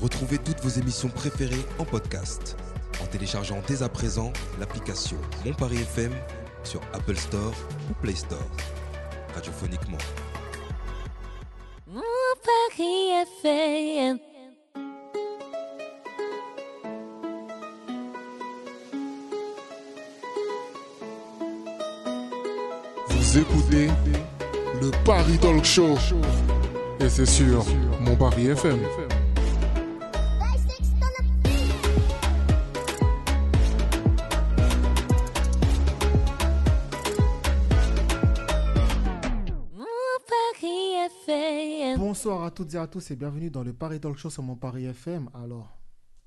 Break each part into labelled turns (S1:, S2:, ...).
S1: Retrouvez toutes vos émissions préférées en podcast en téléchargeant dès à présent l'application Mon Paris FM sur Apple Store ou Play Store. Radiophoniquement.
S2: Mon Paris FM.
S3: Vous écoutez le Paris Talk Show. Et c'est sur mon Paris FM.
S2: Mon Paris FM.
S4: Bonsoir à toutes et à tous et bienvenue dans le Paris Talk Show sur mon Paris FM. Alors,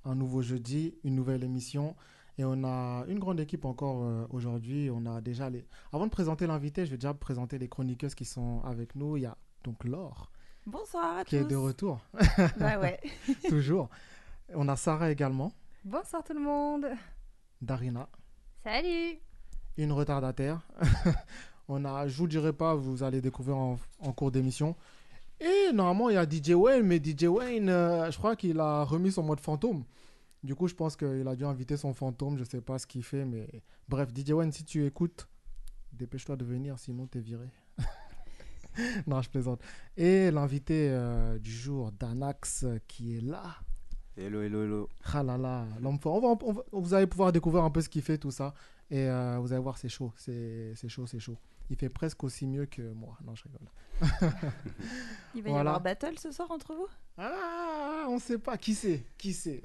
S4: un nouveau jeudi, une nouvelle émission et on a une grande équipe encore euh, aujourd'hui. On a déjà les. Avant de présenter l'invité, je vais déjà présenter les chroniqueuses qui sont avec nous. Il y a donc Laure
S5: Bonsoir à
S4: qui
S5: tous.
S4: est de retour,
S5: Bah ouais.
S4: toujours. On a Sarah également,
S6: Bonsoir tout le monde.
S4: Darina,
S6: Salut.
S4: une retardataire. on a, je vous dirai pas, vous allez découvrir en, en cours d'émission. Et normalement, il y a DJ Wayne, mais DJ Wayne, euh, je crois qu'il a remis son mode fantôme. Du coup, je pense qu'il a dû inviter son fantôme, je sais pas ce qu'il fait, mais bref, DJ Wayne, si tu écoutes, dépêche-toi de venir, sinon t'es viré. non, je plaisante. Et l'invité euh, du jour, Danax, euh, qui est là.
S7: Hello, hello, hello.
S4: Ah là là, l'homme fort. On va, on va- vous allez pouvoir découvrir un peu ce qu'il fait, tout ça. Et euh, vous allez voir, c'est chaud. C'est c'est chaud, c'est chaud. Il fait presque aussi mieux que moi. Non, je rigole.
S5: Il va
S4: Voilà.
S5: y avoir battle ce soir entre vous
S4: Ah, on sait pas. Qui c'est Qui c'est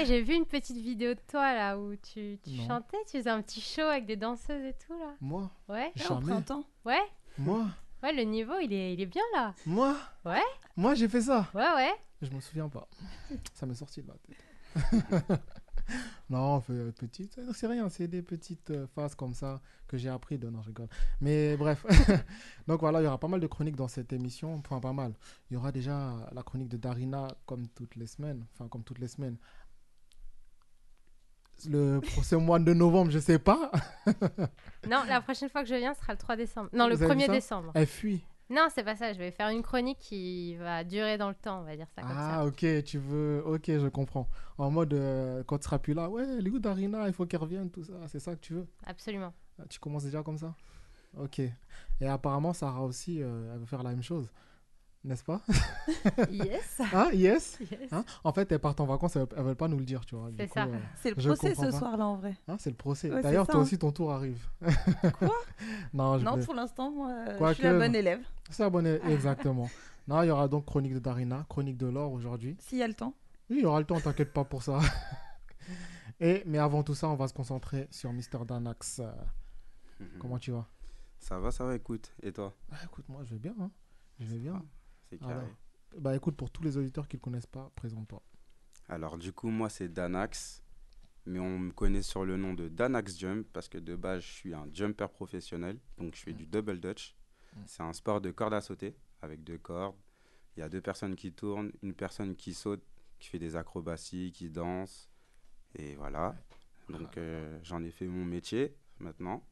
S6: Eh, J'ai vu une petite vidéo de toi là où tu, tu
S4: Non.
S6: chantais, tu faisais un petit show avec des danseuses et tout là.
S4: Moi
S6: Ouais,
S5: là, Ah, au
S4: Jamais.
S5: printemps.
S6: ouais,
S4: Moi
S6: ouais, le niveau il est, il est bien là.
S4: Moi
S6: Ouais.
S4: Moi, j'ai fait ça.
S6: Ouais, ouais.
S4: Je me souviens pas. Ça m'est sorti de la tête. non, on fait euh, petite. C'est rien, c'est des petites euh, phases comme ça que j'ai appris de. Non, je rigole. Mais bref. Donc voilà, il y aura pas mal de chroniques dans cette émission. Enfin, pas mal. Il y aura déjà la chronique de Darina, comme toutes les semaines. Enfin, comme toutes les semaines. Le prochain mois de novembre, je sais pas.
S6: Non, la prochaine fois que je viens sera le 3 décembre. Non, le
S4: Vous avez vu
S6: 1er
S4: ça
S6: décembre.
S4: Elle fuit.
S6: Non, c'est pas ça, je vais faire une chronique qui va durer dans le temps, on va dire ça comme
S4: Ah, ok, tu veux. Ok, je comprends. En mode, euh, quand tu seras plus là, ouais, elle est où Darina Il faut qu'elle revienne, tout ça. C'est ça que tu veux
S6: ça. Absolument.
S4: Ah, Tu commences déjà comme ça Ok. Et apparemment, Sarah aussi, euh, elle veut faire la même chose. N'est-ce pas
S5: Yes.
S4: Hein Yes
S6: Yes.
S4: Hein En fait, elles partent en vacances, elles ne veulent pas nous le dire, tu vois. Du
S6: C'est
S4: coup,
S6: ça.
S4: euh,
S5: C'est le
S4: Je
S5: procès
S4: comprends
S5: ce
S4: pas.
S5: soir là en vrai.
S4: hein, c'est le procès.
S5: Ouais, c'est
S4: D'ailleurs,
S5: ça,
S4: toi
S5: hein.
S4: aussi, ton tour arrive.
S5: Quoi
S4: non, je
S5: Non,
S4: vais-
S5: pour l'instant, moi, euh, je
S4: Quoique-
S5: suis la bonne élève.
S4: C'est abonné, exactement. non, il y aura donc Chronique de Darina, Chronique de l'or aujourd'hui.
S5: S'il y a le temps.
S4: Oui, il y aura le temps, t'inquiète pas pour ça. Et, mais avant tout ça, on va se concentrer sur Mister Danax. Euh, Comment tu vas
S7: Ça va, ça va, écoute. Et toi
S4: Ah, Écoute, moi, je vais bien. hein. Je vais bien.
S7: C'est carré.
S4: Alors,
S7: Alors,
S4: bah écoute, pour tous les auditeurs qui ne connaissent pas, présente-toi.
S7: du coup, moi, c'est Danax. Mais on me connaît sur le nom de Danax Jump parce que de base, je suis un jumper professionnel. Donc, je fais du double dutch. C'est un sport de corde à sauter avec deux cordes. Il y a deux personnes qui tournent, une personne qui saute, qui fait des acrobaties, qui danse. Et voilà. Donc, euh, j'en ai fait mon métier maintenant.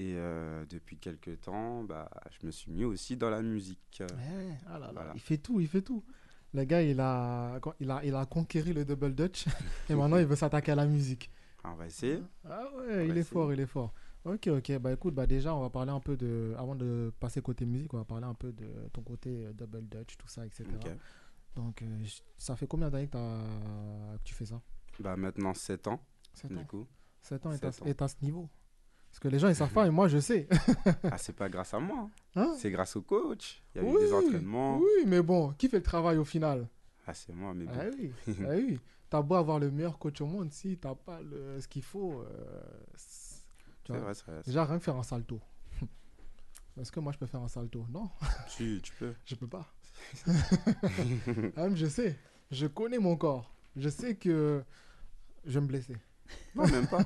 S7: Et euh, depuis quelques temps, bah, je me suis mis aussi dans la musique.
S4: ah là là,
S7: Voilà.
S4: Il fait tout, il fait tout. Le gars, il a, quand- il a, il a conquéri le double dutch et maintenant il veut s'attaquer à la musique.
S7: On va essayer.
S4: Ah ouais, il
S7: Ouais,
S4: est
S7: c'est-
S4: fort, il est fort. Ok, ok. Bah écoute, bah déjà, on va parler un peu de. Avant de passer côté musique, on va parler un peu de ton côté euh, double dutch, tout ça, etc.
S7: Ok.
S4: Donc, euh, j- ça fait combien d'années que, t'as- que tu fais ça
S7: Bah maintenant 7 ans,
S4: 7
S7: du
S4: ans.
S7: coup.
S4: 7 ans et
S7: Sept
S4: t'as
S7: ans.
S4: et t'as ce niveau. Parce que les gens, ils savent pas et moi, je sais.
S7: Ah, c'est pas grâce à moi,
S4: Hein
S7: c'est grâce au coach. Il y a eu
S4: Oui,
S7: des entraînements.
S4: Oui, mais bon, qui fait le travail au final
S7: Ah, c'est moi, mais bon.
S4: Ah oui, ah oui. T'as beau avoir le meilleur coach au monde, si t'as pas le- ce qu'il faut. euh, c'est-
S7: C'est
S4: tu vois,
S7: vrai, c'est vrai.
S4: déjà, rien que faire un salto. Est-ce que moi je peux faire un salto Non,
S7: Tu, tu peux.
S4: je peux pas. Ah, mais je sais, je connais mon corps. Je sais que je vais me blesser.
S7: Non, même pas.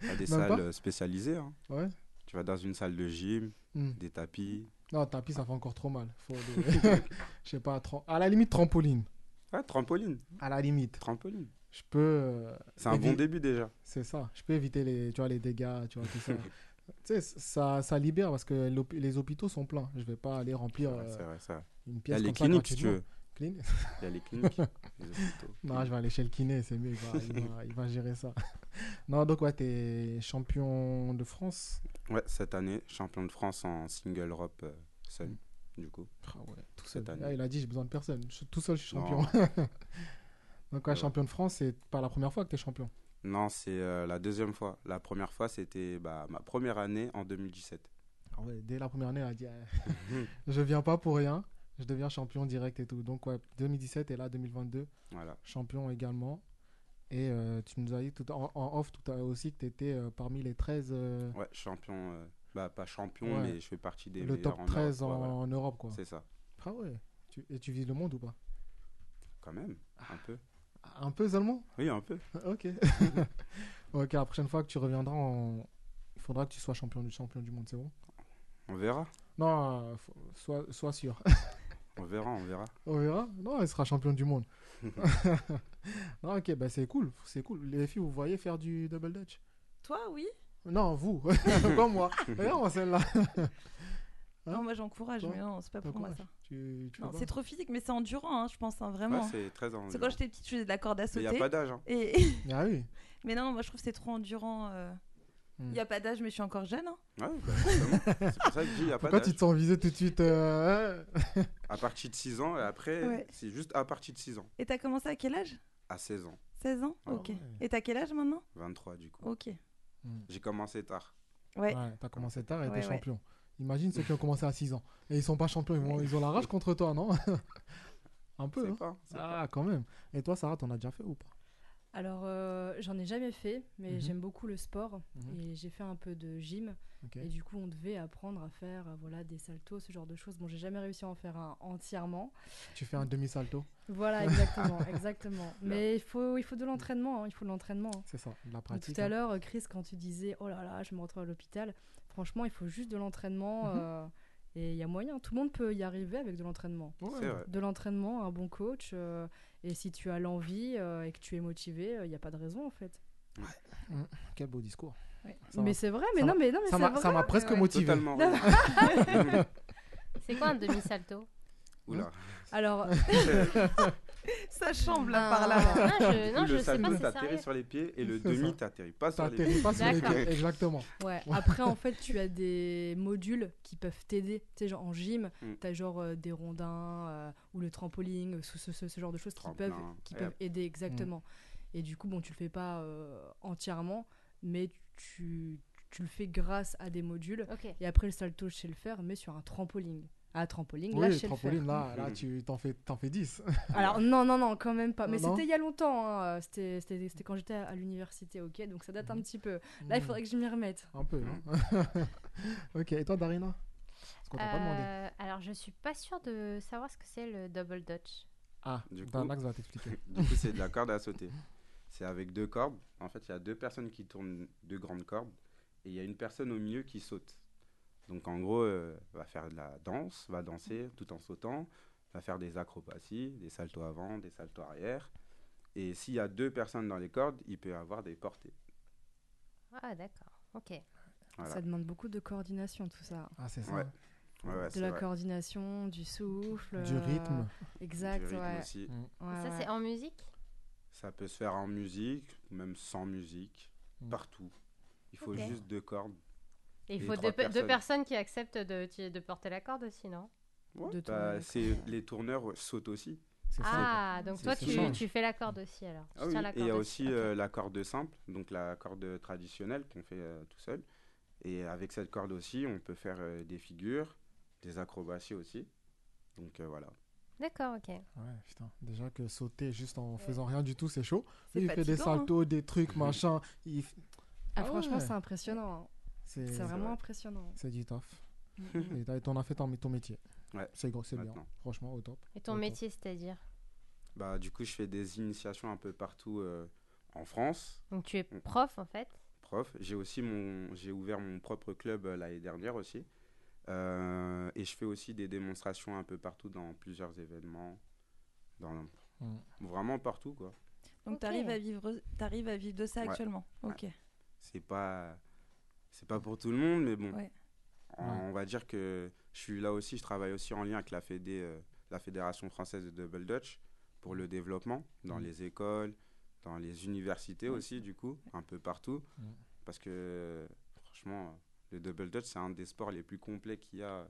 S7: Il y a des
S4: Même
S7: salles
S4: pas
S7: euh, spécialisées. hein.
S4: Ouais.
S7: Tu vas dans une salle de gym,
S4: Hmm.
S7: des tapis.
S4: Non, tapis, ça fait encore trop mal. Faut des- je sais pas, tram- à la limite trampoline.
S7: Ouais, trampoline.
S4: À la limite,
S7: Trampoline.
S4: je peux. euh,
S7: C'est un
S4: évi-
S7: bon début déjà.
S4: C'est ça. Je peux éviter les, tu vois, les dégâts, tu vois, tout ça. tu sais, ça, ça libère parce que l'hôp- les hôpitaux sont pleins. Je vais pas aller remplir
S7: Ouais,
S4: euh,
S7: c'est vrai, c'est vrai.
S4: une
S7: Il y a
S4: pièce
S7: les
S4: comme ça
S7: cliniques, si tu
S4: gratuitement.
S7: veux.
S4: Clean
S7: Il y a les cliniques, les hôpitaux.
S4: Non, je vais aller chez le kiné, c'est mieux, il va, il va- il va gérer ça. Non, donc ouais, t'es champion de France.
S7: Ouais, cette année, champion de France en single rope euh, seul, du coup.
S4: Ah ouais, tout
S7: Cette
S4: seul.
S7: année.
S4: Ah, il a dit, j'ai besoin de personne. Je suis tout seul, je suis champion.
S7: Non.
S4: donc ouais,
S7: Ouais.
S4: champion de France, c'est pas la première fois que t'es champion.
S7: Non, c'est euh, la deuxième fois. La première fois, c'était bah, ma première année en 2017.
S4: Ah ouais, dès la première année, elle a dit, eh,
S7: Mhm.
S4: je viens pas pour rien, je deviens champion direct et tout. Donc ouais, 2017 et là 2022,
S7: Voilà.
S4: champion également. Et euh, tu nous as dit tout en, en off tout à l'heure aussi que t'étais euh, parmi les 13, euh,
S7: Ouais, champion. euh, bah, pas champion,
S4: Ouais.
S7: mais je fais partie des
S4: le
S7: meilleurs
S4: top
S7: en Europe,
S4: 13
S7: ouais,
S4: en,
S7: voilà.
S4: en Europe quoi.
S7: C'est ça.
S4: Ah ouais, tu, et tu vises le monde ou pas
S7: Quand même,
S4: Ah.
S7: un peu.
S4: Un peu seulement
S7: Oui, un peu.
S4: Ok. ok, la prochaine fois que tu reviendras, on- il faudra que tu sois champion du, champion du monde, c'est bon
S7: On verra.
S4: Non, euh, faut- sois, sois sûr.
S7: On verra, on verra.
S4: On verra Non, il sera champion du monde. non, ok, bah c'est cool, c'est cool. Les filles, vous voyez faire du double dutch
S5: Toi, oui
S4: Non, vous, pas moi. Regarde moi celle-là. Hein
S5: Non, moi j'encourage,
S4: Toi
S5: mais non, c'est pas pour moi ça.
S4: T'encourages Tu, tu
S5: Non,
S4: fais
S5: C'est
S4: pas
S5: trop physique, mais c'est endurant, hein, je pense, hein,
S7: Ouais,
S5: vraiment.
S7: c'est très en
S5: c'est quand j'étais petite, je faisais de la corde à
S7: Mais il n'y
S5: sauter.
S7: a pas d'âge. hein.
S5: et...
S4: Ah oui.
S5: mais non, moi je trouve que c'est trop endurant. Il
S4: Hmm.
S5: n'y a pas d'âge, mais je suis encore jeune. hein.
S7: Ouais, bah, forcément. c'est pour ça que je dis, il n'y a pas
S4: Pourquoi tu
S7: d'âge.
S4: te sens visé tout de suite euh, hein
S7: À partir de 6 ans, et après,
S5: Ouais.
S7: c'est juste à partir de 6 ans.
S5: Et t'as commencé à quel âge
S7: À 16 ans,
S5: 16 ans
S7: Ah
S5: Ok.
S4: ouais.
S5: Et t'as quel âge maintenant
S7: 23 du coup.
S5: Ok.
S7: J'ai commencé tard.
S5: Ouais.
S4: Ouais, t'as commencé tard et
S5: Ouais,
S4: t'es
S5: ouais.
S4: champion. Imagine ceux qui ont commencé à 6 ans. Et ils sont pas champions, ils, vont- ils ont la rage contre toi, non Un peu,
S7: C'est
S4: hein
S7: pas, hein, c'est
S4: Ah, quand même. Et toi, Sarah, t'en as déjà fait ou pas
S8: Alors, euh, j'en ai jamais fait, mais
S4: Mhm.
S8: j'aime beaucoup le sport
S4: Mhm.
S8: et j'ai fait un peu de gym.
S4: Ok.
S8: Et du coup, on devait apprendre à faire euh, voilà, des saltos, ce genre de choses. Bon, j'ai jamais réussi à en faire un entièrement.
S4: Tu fais un demi-salto,
S8: Voilà, exactement, exactement. Mais il faut, il faut de l'entraînement, hein, il faut de l'entraînement. hein.
S4: c'est ça, de la
S8: Donc,
S4: pratique.
S8: Tout à
S4: hein.
S8: l'heure, euh, Chris, quand tu disais oh là là, je me retrouve à l'hôpital, franchement, il faut juste de l'entraînement.
S4: Mhm.
S8: euh, et il y a moyen, tout le monde peut y arriver avec de l'entraînement.
S4: Ouais.
S7: C'est vrai.
S8: De l'entraînement, un bon coach, euh, et si tu as l'envie euh, et que tu es motivé, euh, il n'y a pas de raison en fait.
S4: Quel beau discours.
S8: Ouais.
S4: Ça
S8: mais
S4: m'a-
S8: c'est vrai, mais
S4: ça
S8: non, mais non, mais
S4: Ça
S8: c'est
S4: m'a-
S8: vrai.
S4: ça m'a presque
S8: Ouais.
S4: motivé.
S7: Totalement. raison.
S6: C'est quoi un demi-salto
S7: Oula.
S8: Alors,
S5: Ça chambre là par là. là.
S6: Ah, je- Non,
S7: Ou
S6: je
S7: le
S6: sais pas,
S7: salto,
S6: c'est sérieux.
S7: t'atterris sur les pieds et le
S4: C'est
S7: demi,
S4: ça.
S7: t'atterris pas sur les pieds.
S4: T'atterris pas sur les
S6: D'accord.
S4: pieds, exactement.
S8: ouais.
S4: Ouais.
S8: Après, en fait, tu as des modules qui peuvent t'aider. Tu sais, genre en gym,
S7: Mm.
S8: tu as genre euh, des rondins euh, ou le trampoline, euh, ce, ce- ce- ce genre de choses qui
S7: Tremplin,
S8: peuvent, qui
S7: et
S8: peuvent
S7: hop.
S8: aider exactement.
S4: Mm.
S8: Et du coup, bon, tu le fais pas euh, entièrement, mais tu, tu le fais grâce à des modules.
S6: Ok.
S8: Et après, le salto, je sais le faire, mais sur un trampoline. Ah, trampoline, là, je
S4: Oui,
S8: sais le
S4: trampoline, là, là
S7: Mhm.
S4: tu t'en fais, t'en fais 10.
S8: Alors non, non, non, quand même pas. Mais
S4: Non, non.
S8: c'était il y a longtemps. hein. C'était c'était- c'était quand j'étais à l'université, ok Donc ça date un
S4: Mhm.
S8: petit peu. Là, il faudrait que je m'y remette.
S4: Un peu.
S7: Mm.
S4: hein. ok, et toi, Darina Parce qu'on t'a pas demandé.
S6: Euh, alors, je suis pas sûre de savoir ce que c'est le double dutch.
S4: Ah,
S7: du coup-
S4: Danax va t'expliquer.
S7: Du coup, c'est de la corde à sauter. C'est avec deux cordes. En fait, il y a deux personnes qui tournent deux grandes cordes et il y a une personne au milieu qui saute. Donc, en gros, euh, va faire de la danse, va danser tout en sautant, va faire des acrobaties, des saltos avant, des saltos arrière. Et s'il y a deux personnes dans les cordes, il peut y avoir des portées.
S6: Ah, d'accord. Ok.
S7: Voilà.
S8: Ça demande beaucoup de coordination, tout ça.
S4: Ah, c'est ça.
S7: Ouais. Ouais, ouais,
S8: de
S7: c'est
S8: la
S7: vrai.
S8: coordination, du souffle.
S4: Du
S8: euh,
S4: rythme.
S8: Exact,
S7: Du rythme
S8: ouais.
S7: aussi.
S8: Ouais,
S6: ça,
S8: ouais.
S6: c'est en musique
S7: Ça peut se faire en musique, même sans musique,
S4: Mm.
S7: partout. Il faut
S6: Ok.
S7: juste deux cordes.
S6: Et il
S7: Et
S6: faut
S7: trois
S6: deux, pe- deux
S7: personnes.
S6: personnes qui acceptent de, tu- de porter la corde aussi, non
S7: Ouais,
S8: De
S7: bah,
S8: tourner la
S7: c'est
S8: corde.
S7: les tourneurs sautent aussi.
S4: C'est ça.
S6: Ah, donc
S4: C'est-
S6: toi,
S4: ça
S6: tu,
S4: change.
S6: tu fais la corde aussi alors. Tu
S7: Ah oui,
S6: tiens la
S7: Et il y a
S6: corde
S7: aussi
S6: Ok.
S7: euh, la corde simple, donc la corde traditionnelle qu'on fait euh, tout seul. Et avec cette corde aussi, on peut faire euh, des figures, des acrobaties aussi. Donc euh, voilà.
S6: D'accord, ok.
S4: Ouais, putain. Déjà que sauter juste en faisant rien du tout, c'est chaud. Lui, il fait des
S5: fatigant, hein.
S4: saltos, des trucs, machin. Il f-
S8: Ah,
S4: Ah
S8: franchement,
S4: ouais.
S8: c'est impressionnant. hein.
S4: C'est
S8: C'est vraiment
S7: vrai.
S8: impressionnant.
S4: c'est du taf. Et t'as- t'en as fait ton, ton métier.
S7: Ouais,
S4: C'est gros, c'est bien.
S7: maintenant.
S4: Franchement, au top.
S6: Et ton
S4: Au top.
S6: métier, c'est-à-dire
S7: Bah, du coup, je fais des initiations un peu partout euh, en France.
S6: Donc tu es prof en fait
S7: prof. J'ai aussi mon, j'ai ouvert mon propre club euh, l'année dernière aussi. Euh, et je fais aussi des démonstrations un peu partout dans plusieurs événements, dans
S4: Mm.
S7: vraiment partout quoi.
S5: Donc
S6: Ok.
S5: t'arrives à vivre, t'arrives à vivre de ça
S7: Ouais.
S5: actuellement. Ok.
S7: C'est pas, c'est pas pour tout le monde, mais bon.
S5: Ouais.
S7: On, on va dire que je suis là aussi, je travaille aussi en lien avec la Fédé euh, la Fédération française de double dutch pour le développement dans
S9: Mm.
S7: les écoles, dans les universités aussi, du coup, un peu partout.
S9: Mm.
S7: Parce que franchement, le double dutch, c'est un des sports les plus complets qu'il y a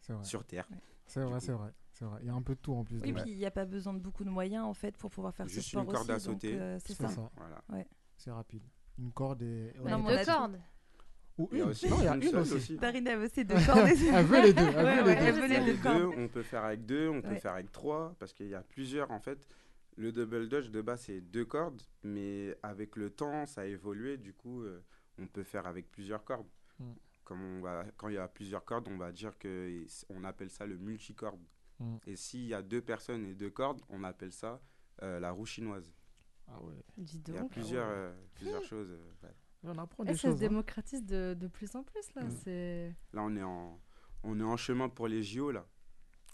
S9: C'est vrai.
S7: sur Terre.
S4: C'est
S7: Du
S4: vrai,
S7: coup.
S4: c'est vrai, c'est vrai. Il y a un peu de tout en plus.
S5: Oui,
S4: dedans.
S5: puis il n'y a pas besoin de beaucoup de moyens en fait pour pouvoir faire
S7: Juste
S5: ce sport
S7: une corde
S5: aussi.
S7: à
S5: donc,
S7: sauter.
S5: euh, c'est
S4: c'est
S5: ça.
S4: ça.
S7: Voilà.
S4: C'est rapide. Une corde et.
S5: Ouais, Non, mais on
S6: deux
S5: a tout.
S6: cordes.
S4: Ou
S7: Il y a
S4: une.
S7: aussi
S4: non, il y a une
S7: seule
S4: aussi.
S5: Darine, elle veut ses deux cordes.
S4: Elle veut les deux. Elle
S5: Ouais,
S4: veut
S5: ouais,
S4: les deux.
S5: elle veut les
S7: Il y a
S5: deux cordes.
S7: deux, on peut faire avec deux, on peut
S5: Ouais.
S7: faire avec trois, parce qu'il y a plusieurs en fait. Le double dodge de base c'est deux cordes, mais avec le temps ça a évolué, du coup euh, on peut faire avec plusieurs cordes.
S9: Mm.
S7: Comme on va, quand il y a plusieurs cordes, on va dire que on appelle ça le multicorde.
S9: Mm.
S7: Et s'il y a deux personnes et deux cordes, on appelle ça euh, la roue chinoise.
S9: Ah ouais.
S8: Dis
S7: il y a
S8: donc.
S7: plusieurs, euh, plusieurs choses. euh, ouais.
S4: On apprend
S8: Eh,
S4: des
S8: ça se
S4: choses. hein.
S8: démocratise de, de plus en plus là.
S7: Mm.
S8: C'est.
S7: Là on est en, on est en chemin pour les JO là.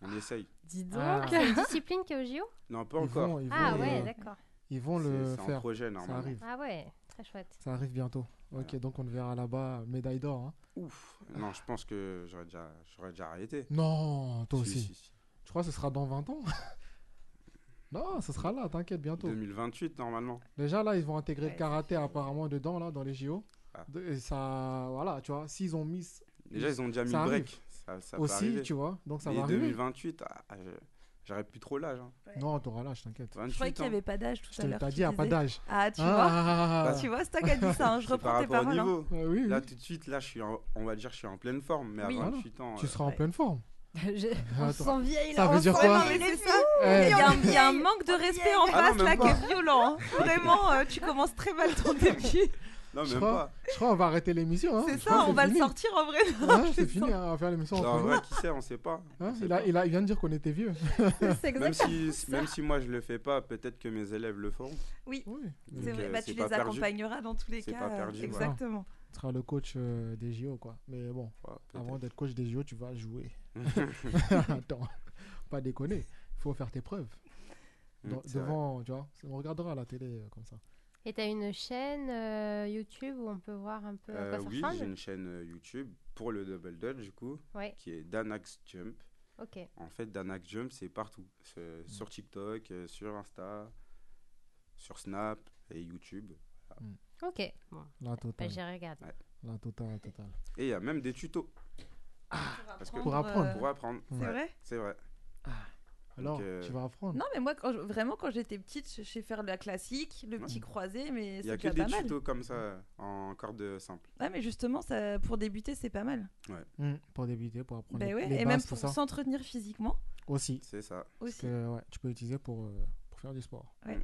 S7: On essaye.
S8: Dis donc.
S4: Ah,
S6: Ah, c'est une discipline qui est au JO
S7: Non pas
S4: ils
S7: encore.
S4: vont, ils vont,
S6: Ah
S4: euh,
S6: ouais, d'accord.
S4: Ils vont le
S7: C'est- C'est en
S4: faire.
S7: projet
S4: Ça
S7: normalement.
S4: arrive.
S6: Ah ouais, très chouette.
S4: Ça arrive bientôt. Ok,
S7: Voilà.
S4: donc on le verra là-bas, euh, médaille d'or. hein.
S7: Ouf. Non, je pense que j'aurais déjà, j'aurais déjà arrêté.
S4: Non, toi
S7: Si,
S4: aussi.
S7: si, si.
S4: Je crois que ce sera dans 20 ans. non, ce sera là, t'inquiète, bientôt.
S7: 2028 normalement.
S4: Déjà là, ils vont intégrer le
S5: Ouais,
S4: karaté apparemment dedans, là, dans les JO.
S7: Ah.
S4: De- Et ça, voilà, tu vois, s'ils ont mis
S7: Déjà ils ont déjà mis
S4: Ça
S7: le break.
S4: arrive.
S7: Ça, ça peut
S4: aussi,
S7: arriver.
S4: tu vois, donc ça
S7: Mais
S4: va arriver.
S7: 2028, ah, ah, je- j'aurais plus trop l'âge. hein.
S4: Non, t'auras l'âge, t'inquiète.
S7: 28
S5: Je croyais qu'il n'y
S7: hein.
S5: avait pas d'âge tout
S4: Je
S5: à
S4: te
S5: l'heure.
S4: t'as dit, il
S5: tu
S4: n'y a pas
S5: disais.
S4: d'âge.
S5: Ah, tu vois
S4: Ah,
S5: Tu vois, c'est toi qui as dit ça. hein, Je
S7: C'est par
S5: reprends tes
S7: rapport au
S5: paroles. hein.
S7: niveau.
S4: Euh, oui, oui.
S7: Là tout de suite, là je suis, en- on va dire, je suis en pleine forme. Mais à
S5: Oui.
S7: 28 ans,
S4: tu
S7: euh,
S4: seras en
S5: ouais.
S4: pleine forme.
S6: J'ai-
S4: Ah, Attends.
S6: On se sent vieille
S4: Ça
S6: là.
S4: veut
S6: on
S4: dire
S6: se
S4: quoi
S6: sent-
S5: Ouais, non, mais c'est ça.
S4: Eh,
S5: Il y, a un- il y a un manque de respect en
S7: Ah non,
S5: face
S7: même
S5: là qui
S7: pas.
S5: est violent. hein. Vraiment, euh, tu commences très mal ton début.
S7: non
S4: je
S7: même
S4: crois-
S7: pas.
S4: Je crois qu'on va arrêter l'émission. hein.
S5: C'est
S4: Je crois
S5: ça,
S4: que
S5: on va le
S4: fini.
S5: sortir en vrai.
S4: Ouais, c'est fini, hein, on va faire l'émission
S7: Non, en
S4: entre nous.
S7: vrai, qui sait, on sait pas.
S4: Hein,
S7: On sait
S4: il, a,
S7: pas.
S4: il, a- il vient de dire qu'on était vieux.
S6: C'est
S7: Même
S6: exact.
S7: si, même si moi je le fais pas, peut-être que mes élèves le feront.
S4: Oui.
S7: Donc,
S5: C'est vrai,
S7: euh,
S5: bah,
S7: c'est
S5: tu les
S7: pas perdu.
S5: accompagneras dans tous les
S7: C'est
S5: cas.
S7: pas
S5: euh,
S7: perdu, voilà.
S5: exactement.
S4: Tu seras le coach euh, des JO, quoi. Mais bon,
S7: Ouais, peut-être.
S4: avant d'être coach des JO, tu vas jouer. Attends, pas déconner. Il faut faire tes preuves. Dans-
S7: Hmm, C'est vrai.
S4: devant, tu vois, on regardera à la télé euh, comme ça.
S6: Et t'as une chaîne euh, YouTube où on peut voir un peu à
S7: Euh,
S6: quoi ça
S7: oui, j'ai
S6: ressemble
S7: une chaîne euh, YouTube pour le double dutch du coup,
S6: Ouais,
S7: qui est Danax Jump.
S6: ok.
S7: En fait, Danak Jump, c'est partout. C'est
S4: Mm.
S7: Sur TikTok, euh, sur Insta, sur Snap et YouTube.
S6: Ok, bon,
S4: La
S6: bah,
S4: totale.
S6: j'ai regardé.
S4: La totale, la totale.
S7: Et il y a même des tutos Parce que-
S4: Ah, Pour apprendre.
S7: pour apprendre.
S4: C'est
S5: C'est
S7: Ouais,
S5: vrai
S7: C'est vrai.
S4: Alors,
S7: euh,
S4: tu vas apprendre.
S5: Non, mais moi, quand je- vraiment, quand j'étais petite, je sais faire la classique, le
S7: Ouais.
S5: petit croisé, mais
S7: Il y a
S5: c'est
S7: que
S5: déjà
S7: des
S5: pas mal.
S7: tutos comme ça en corde simple.
S5: Ouais, mais justement, ça, pour débuter, c'est pas mal.
S4: Mm, Pour débuter, pour apprendre.
S5: Bah
S4: les-
S5: ouais,
S4: les
S5: et
S4: bases,
S5: même
S4: tout
S5: pour
S4: ça.
S5: s'entretenir physiquement
S4: Aussi.
S7: C'est ça.
S4: Parce
S5: aussi.
S4: que, ouais, tu peux l'utiliser pour, euh, pour faire du sport.
S5: Ouais.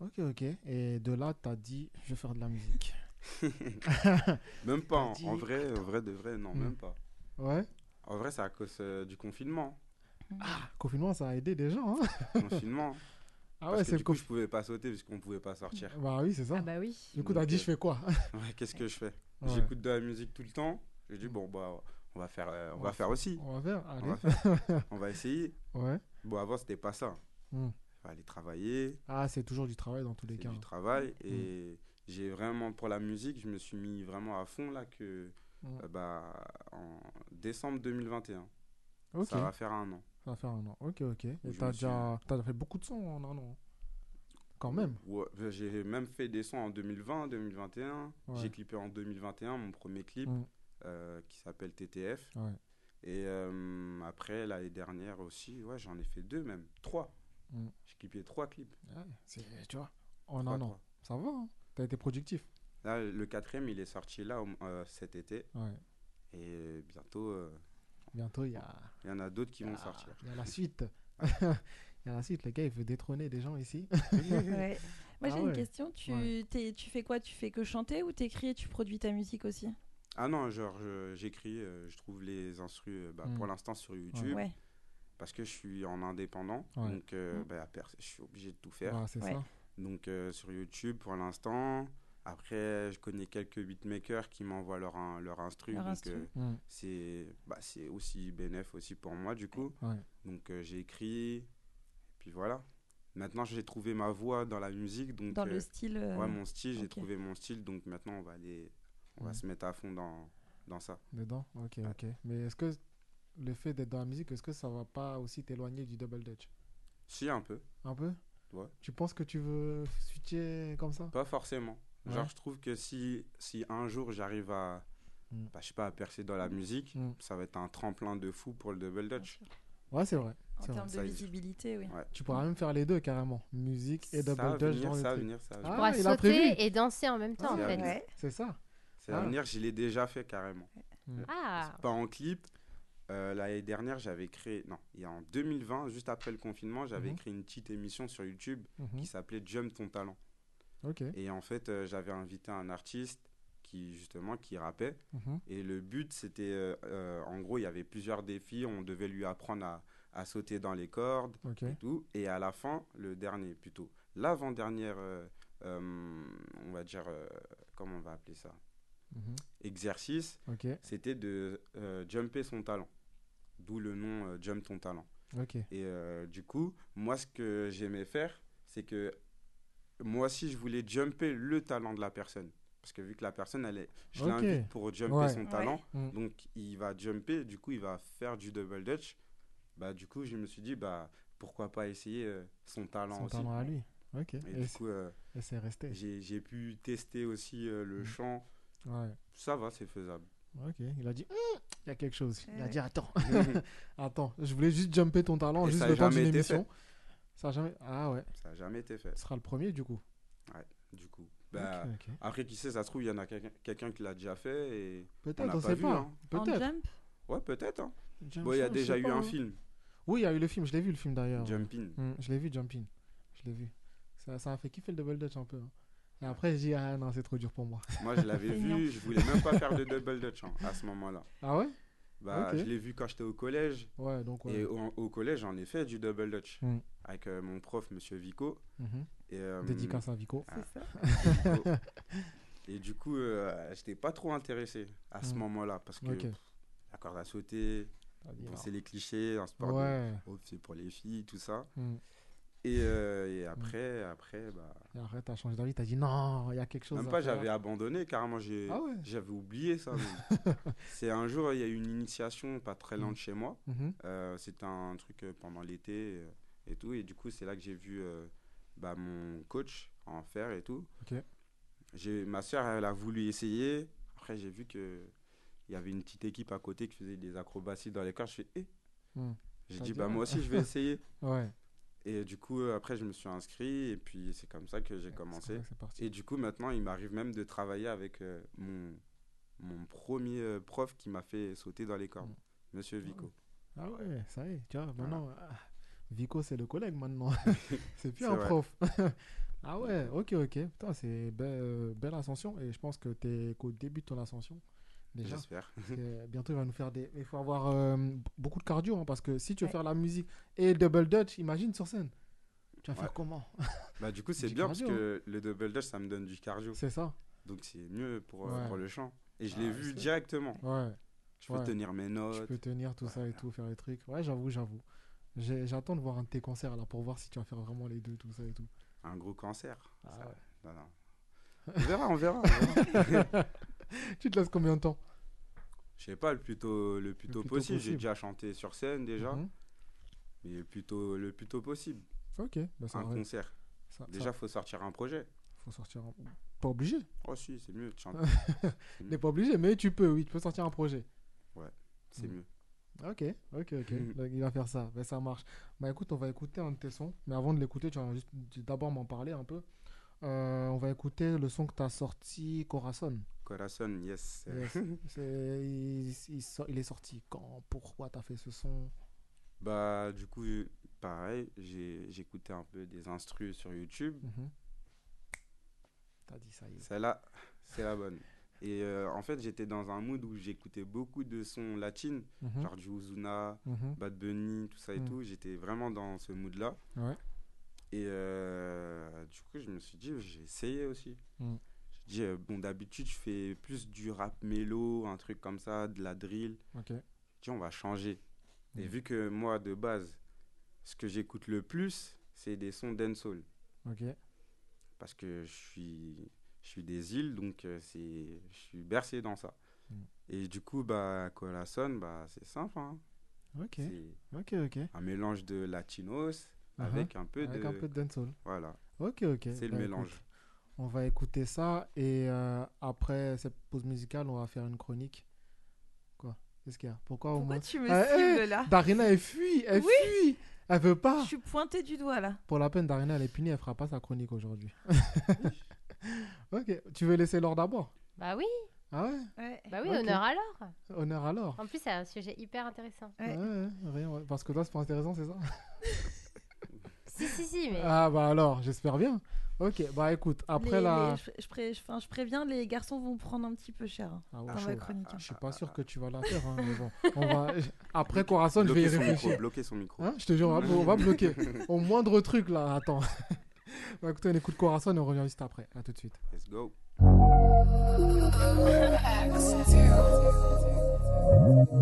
S4: Ok, ok. Et de là, tu as dit, je vais faire de la musique.
S7: Même pas. En,
S4: dit,
S7: en vrai, en vrai de vrai, non,
S4: Hmm.
S7: même pas.
S4: Ouais.
S7: En vrai, c'est à cause euh, du confinement.
S4: Ah, Confinement, ça a aidé des gens. hein.
S7: confinement.
S4: Ah
S7: parce
S4: ouais,
S7: que
S4: c'est le
S7: du coup,
S4: confinement.
S7: je pouvais pas sauter puisqu'on pouvait pas sortir.
S4: Bah oui, c'est ça.
S6: Ah bah oui.
S4: Du coup, t'as
S7: Donc,
S4: dit,
S7: euh,
S4: je fais quoi
S7: Ouais, Qu'est-ce que je fais
S4: Ouais.
S7: J'écoute de la musique tout le temps. J'ai dit bon bah on va faire, euh, on
S4: On
S7: va
S4: va
S7: faire aussi.
S4: On va faire,
S7: On
S4: allez.
S7: va, faire. On va essayer.
S4: Ouais.
S7: Bon, avant, c'était pas ça.
S4: Hmm.
S7: Fallait travailler,
S4: Ah, c'est toujours du travail dans tous les
S7: c'est
S4: cas.
S7: du
S4: hein.
S7: travail. Et j'ai vraiment, pour la musique, je me suis mis vraiment à fond là que
S4: Hmm.
S7: euh, bah, en décembre 2021.
S4: Ok,
S7: Ça va faire un an.
S4: ça va faire un an. Ok, ok. Et
S7: Je me
S4: t'as
S7: suis-
S4: déjà... t'as déjà fait beaucoup de sons en un an. Quand même.
S7: Ouais, euh, j'ai même fait des sons en 2020, 2021.
S4: Ouais.
S7: J'ai clippé en 2021 mon premier clip
S4: Hmm.
S7: euh, qui s'appelle TTF.
S4: Ouais.
S7: Et euh, après, l'année dernière aussi, ouais, j'en ai fait deux même, trois.
S4: Hmm.
S7: J'ai clippé trois clips.
S4: Ouais, c'est- tu vois, en
S7: Trois,
S4: un an.
S7: trois.
S4: Ça va, hein. t'as été productif.
S7: Là, le quatrième, il est sorti là au- euh, cet été.
S4: Ouais.
S7: Et bientôt, euh,
S4: Bientôt, il y a...
S7: il y en a d'autres qui
S4: il y
S7: vont
S4: a-
S5: Ah.
S7: sortir.
S4: il y a la suite. Il y a la suite, le gars, il veut détrôner des gens ici.
S5: Ouais. Moi,
S4: Ah
S5: j'ai
S4: ouais.
S5: une question. Tu,
S4: Ouais.
S5: t'es- tu fais quoi Tu fais que chanter ou t'écris et tu produis ta musique aussi
S7: Ah non, genre je- j'écris, euh, je trouve les instrus euh, bah,
S4: Mm.
S7: pour l'instant sur YouTube
S5: Ouais.
S7: parce que je suis en indépendant,
S4: Ouais.
S7: donc euh,
S5: Mm.
S7: bah, pers- je suis obligé de tout faire.
S4: Bah, c'est
S5: Ouais.
S4: ça.
S7: Donc euh, sur YouTube pour l'instant. Après, je connais quelques beatmakers qui m'envoient leur in- leur instru,
S5: Leur
S7: donc
S5: instru.
S7: euh,
S4: Mm.
S7: c'est bah, c'est aussi bénéf aussi pour moi du coup.
S4: Ouais.
S7: Donc euh, j'ai écrit, et puis voilà. Maintenant j'ai trouvé ma voix dans la musique, donc
S5: Dans
S7: euh,
S5: le style. euh,
S7: ouais, mon style, j'ai
S5: ok.
S7: trouvé mon style, donc maintenant on va aller, on
S4: Mm.
S7: va se mettre à fond dans dans ça.
S4: Dedans Ok,
S7: Ouais.
S4: ok. Mais est-ce que le fait d'être dans la musique, est-ce que ça va pas aussi t'éloigner du double dutch
S7: Si, un peu.
S4: Un peu
S7: Ouais.
S4: Tu penses que tu veux switcher comme ça
S7: Pas forcément. Genre,
S4: Ouais.
S7: je trouve que si, si un jour j'arrive à,
S4: Mm.
S7: bah, je sais pas, à percer dans la musique,
S4: Mm.
S7: ça va être un tremplin de fou pour le double dutch.
S4: Ouais, c'est vrai.
S5: En
S4: c'est vrai.
S5: termes de
S7: Ça existe.
S5: visibilité, oui.
S7: Ouais.
S4: Tu pourras même faire les deux carrément, musique et
S7: Ça
S4: double
S7: va
S4: dutch
S7: venir,
S4: dans le
S7: ça va
S4: truc.
S7: venir, ça va
S4: Ah,
S7: venir.
S6: pourras
S4: il a prévu.
S6: sauter et danser en même temps, en
S7: Ah,
S6: fait.
S7: ouais.
S4: C'est ça.
S7: C'est à
S4: Ah.
S7: venir, je l'ai déjà fait carrément.
S6: Ah,
S7: Pas en clip. Euh, L'année dernière, j'avais créé, non, il y a en 2020, juste après le confinement, j'avais
S4: Mhm.
S7: créé une petite émission sur YouTube
S4: Mhm.
S7: qui s'appelait Jump ton talent.
S4: Ok.
S7: Et en fait, euh, j'avais invité un artiste qui, justement, qui rappait.
S4: Mhm.
S7: Et le but, c'était, euh, euh, en gros, il y avait plusieurs défis. On devait lui apprendre à, à sauter dans les cordes
S4: Ok.
S7: et tout. Et à la fin, le dernier, plutôt, l'avant-dernière, euh, euh, on va dire, euh, comment on va appeler ça
S4: Mhm.
S7: Exercice,
S4: Ok.
S7: c'était de euh, jumper son talent. D'où le nom euh, Jump ton talent.
S4: Ok.
S7: Et euh, du coup, moi, ce que j'aimais faire, c'est que moi aussi, je voulais jumper le talent de la personne. Parce que vu que la personne, elle est, je
S4: Ok.
S7: l'invite pour jumper
S4: Ouais.
S7: son
S5: Ouais.
S7: talent.
S4: Mm.
S7: Donc, il va jumper, du coup, il va faire du double dutch. Bah, du coup, je me suis dit, bah, pourquoi pas essayer euh, son talent
S4: Son
S7: aussi.
S4: talent à lui. Ok.
S7: Et,
S4: Et,
S7: du
S4: c'est-
S7: coup, euh,
S4: et c'est resté.
S7: j'ai j'ai pu tester aussi euh, le
S4: Mm.
S7: chant.
S4: Ouais.
S7: Ça va, c'est faisable.
S4: Ok. Il a dit, Hum, il y a quelque chose. Il a
S5: Ouais.
S4: dit, attends, attends, je voulais juste jumper ton talent,
S7: Et
S4: juste
S7: ça a
S4: le temps
S7: jamais
S4: d'une
S7: été
S4: émission. Ça a jamais. Ah ouais.
S7: Ça n'a jamais été fait,
S4: Ce sera le premier du coup.
S7: du coup. Bah,
S4: Ok, ok.
S7: Après, qui sait, ça se trouve, il y en a quelqu'un quelqu'un qui l'a déjà fait. Et... on
S4: Peut-être,
S7: l'a
S4: on, sait
S7: vu,
S4: pas.
S7: hein.
S5: En
S4: Peut-être.
S5: jump
S7: Ouais, peut-être. hein.
S4: Jump
S7: Bon, il y a
S4: shot, je
S7: déjà
S4: sais
S7: eu
S4: pas,
S7: un
S4: hein.
S7: film,
S4: Oui, il y a eu le film. Je l'ai vu le film d'ailleurs.
S7: Jumping.
S4: Hmm, je l'ai vu, Jumping. Je l'ai vu. Ça, ça a fait kiffer le double dutch un peu. hein. Et après, j'ai dit, ah non, c'est trop dur pour moi.
S7: Moi, je l'avais
S5: Mignon.
S7: vu, je voulais même pas faire de double dutch hein, à ce moment-là.
S4: Ah ouais
S7: Bah,
S4: Ok.
S7: je l'ai vu quand j'étais au collège.
S4: Ouais, donc ouais.
S7: Et au, au collège, j'en ai fait du double dutch
S4: Mm.
S7: avec euh, mon prof, monsieur Vico.
S4: Mhm.
S7: Et, euh,
S4: Dédicace à Vico.
S7: Ah.
S5: C'est ça.
S7: Vico. et du coup, euh, j'étais pas trop intéressé à ce
S4: Mm.
S7: moment-là parce que
S4: Ok.
S7: la corde à sauter,
S4: Ah, dis
S7: bon,
S4: alors.
S7: c'est les clichés, un sport de-
S4: ah. Ouais.
S7: oh, c'est pour les filles, tout ça.
S4: Hmm.
S7: Et, euh, et
S4: Mm.
S7: après, après, bah,
S4: Et après, t'as changé d'avis, t'as dit, non, il y a quelque chose.
S7: Même
S4: à
S7: pas,
S4: faire.
S7: j'avais abandonné, carrément, j'ai,
S4: Ah ouais
S7: j'avais oublié ça. même. c'est un jour, il y a eu une initiation pas très loin de chez moi.
S4: Mhm.
S7: Euh, c'était un truc euh, pendant l'été euh, et tout. Et du coup, c'est là que j'ai vu euh, bah, mon coach en faire et tout.
S4: Ok.
S7: J'ai, ma soeur, elle a voulu essayer. Après, j'ai vu que il y avait une petite équipe à côté qui faisait des acrobaties dans les cordes. Je fais, eh.
S4: Hmm.
S7: J'ai
S4: Ça
S7: dit,
S4: dit
S7: bah,
S4: rien.
S7: moi aussi, je vais essayer.
S4: Ouais.
S7: Et du coup, euh, après, je me suis inscrit. Et puis, c'est comme ça que j'ai
S4: C'est
S7: commencé.
S4: vrai que C'est parti.
S7: Et du coup, maintenant, il m'arrive même de travailler avec euh, mon, mon premier euh, prof qui m'a fait sauter dans les cordes, Monsieur Vico.
S4: Mm. Ah ouais, ça y est, tu vois, maintenant, ah, Vico, c'est le collègue maintenant. c'est
S7: C'est
S4: plus un
S7: vrai.
S4: prof. ah ouais, ok, ok. Putain, c'est be- euh, belle ascension et je pense que t'es qu'au début de ton ascension. Déjà,
S7: J'espère.
S4: parce que bientôt il va nous faire des. Il faut avoir euh, beaucoup de cardio hein, parce que si tu veux
S5: Ouais.
S4: faire la musique et le double dutch, imagine sur scène. Tu vas
S7: Ouais.
S4: faire comment
S7: Bah, du coup, c'est
S4: Du
S7: bien parce
S4: cardio, hein.
S7: que le double dash, ça me donne du cardio.
S4: C'est ça
S7: Donc, c'est mieux pour, euh,
S4: Ouais.
S7: pour le chant. Et je
S4: Ah,
S7: l'ai
S4: ouais,
S7: vu
S4: c'est-
S7: directement.
S4: Ouais,
S7: Je peux
S4: Ouais.
S7: tenir mes
S4: tu
S7: notes.
S4: peux tenir tout ça et tout, faire les trucs. Ouais, j'avoue, j'avoue. J'ai- J'attends de voir un de tes concerts là pour voir si tu vas faire vraiment les deux, tout ça et tout.
S7: Un gros cancer.
S4: Ah
S7: Ça- non, non. On verra, on verra. on verra.
S4: Tu te laisses combien de temps
S7: Je sais pas, le plus tôt, le plus
S4: Le
S7: tôt
S4: plus tôt
S7: possible. J'ai
S4: possible.
S7: déjà chanté sur scène déjà.
S4: Mhm.
S7: Mais le plus tôt, le plus tôt possible.
S4: Ok, bah, ça
S7: Un
S4: va.
S7: concert.
S4: Ça- Ah, ça-
S7: Déjà, faut sortir un projet.
S4: faut sortir un- pas obligé
S7: Oh si, c'est mieux de chanter. C'est
S4: n'est
S7: mieux.
S4: pas obligé mais tu peux oui tu peux sortir un projet
S7: C'est
S4: Mm.
S7: mieux.
S4: ok ok ok
S7: Mhm.
S4: Donc, il va faire ça Ben, ça marche bah écoute on va écouter un de tes sons mais avant de l'écouter tu vas juste d'abord m'en parler un peu Euh, on va écouter le son que tu as sorti Corazon
S7: Corazon, yes. Euh,
S4: Yes. C'est- il, il sort- il est sorti quand pourquoi tu as fait ce son
S7: Bah, du coup, pareil, j'ai- j'écoutais un peu des instrus sur YouTube.
S4: Mhm. t'as dit ça y est
S7: Celle-là, c'est la bonne. Et euh, en fait, j'étais dans un mood où j'écoutais beaucoup de sons latines,
S4: Mhm.
S7: genre du Ozuna,
S4: Mhm.
S7: Bad Bunny, tout ça et
S4: Mm.
S7: tout. J'étais vraiment dans ce mood-là.
S4: Ouais.
S7: Et euh, du coup, je me suis dit, j'ai essayé aussi.
S4: Mm.
S7: J'ai dit, euh, bon, d'habitude, je fais plus du rap mélo, un truc comme ça, de la drill.
S4: ok
S7: Tiens, on va changer. Et
S4: Mm.
S7: vu que moi, de base, ce que j'écoute le plus, c'est des sons dancehall.
S4: ok
S7: Parce que je suis, je suis des îles, donc euh, c'est, je suis bercé dans ça.
S4: Mm.
S7: Et du coup, bah, Colason, bah, c'est simple. hein.
S4: Ok.
S7: C'est
S4: Ok, ok.
S7: un mélange de latinos
S4: Uh-huh.
S7: avec un peu
S4: Avec
S7: de.
S4: un peu de dancehall.
S7: Voilà.
S4: Ok, ok.
S7: C'est le
S4: Bah,
S7: mélange.
S4: écoute, on va écouter ça et euh, après cette pause musicale, on va faire une chronique. Quoi Qu'est-ce qu'il y a Pourquoi, au
S5: Pourquoi
S4: moins
S5: tu me
S4: Ah,
S5: cibles,
S4: eh, Ah.
S5: là
S4: Darina, elle fuit Elle
S5: Oui.
S4: fuit Elle veut pas
S5: Je suis pointée du doigt là.
S4: Pour la peine, Darina, elle est punie, elle fera pas sa chronique aujourd'hui. ok, tu veux laisser l'or d'abord
S6: Bah oui,
S4: Ah ouais
S6: bah oui,
S4: Ok.
S6: honneur à l'or.
S4: Honneur à l'or.
S6: En plus, c'est un sujet hyper intéressant.
S5: Ouais.
S4: Ouais, ouais, rien, ouais. Parce que toi, c'est pas intéressant, c'est ça
S6: Si, si, si, mais
S4: Ah bah alors, j'espère bien. Ok, bah écoute, après
S5: Les-
S4: la...
S5: les- je, je pré- je- enfin, je préviens, les garçons vont prendre un petit peu cher hein,
S4: Ah ouais,
S5: dans
S4: chaud.
S5: ma chronique. hein.
S4: Je suis pas sûr que tu vas la faire. hein, mais bon. On va- Après Corazon, je vais y
S7: Bloquer son micro.
S4: réfléchir.
S7: Bloquer son micro.
S4: Hein, je te jure, on va, on va bloquer. Au moindre truc là, attends. Bah écoutez, on écoute Corazon et on revient juste après. À tout de suite.
S7: Let's go.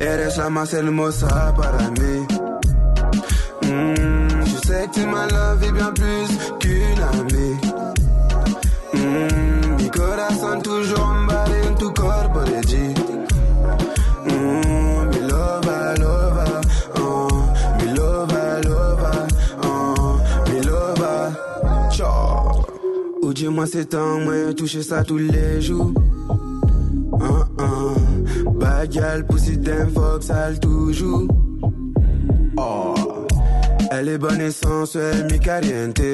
S10: Eres la más hermosa para mí. Mm, je sais que tu m'as lavé bien plus qu'une amie. Mm, mi corazón toujours emballé en tu cuerpo de G. Mm, mi loba, loba, oh, mi loba, loba, oh, mi loba. Ciao. Ou dis-moi c'est temps, moi toucher ça tous les jours. Hein, hein. Bad gal, pussy damn fox, sale toujours. Oh. Elle est bonne et sensuelle, mi caliente.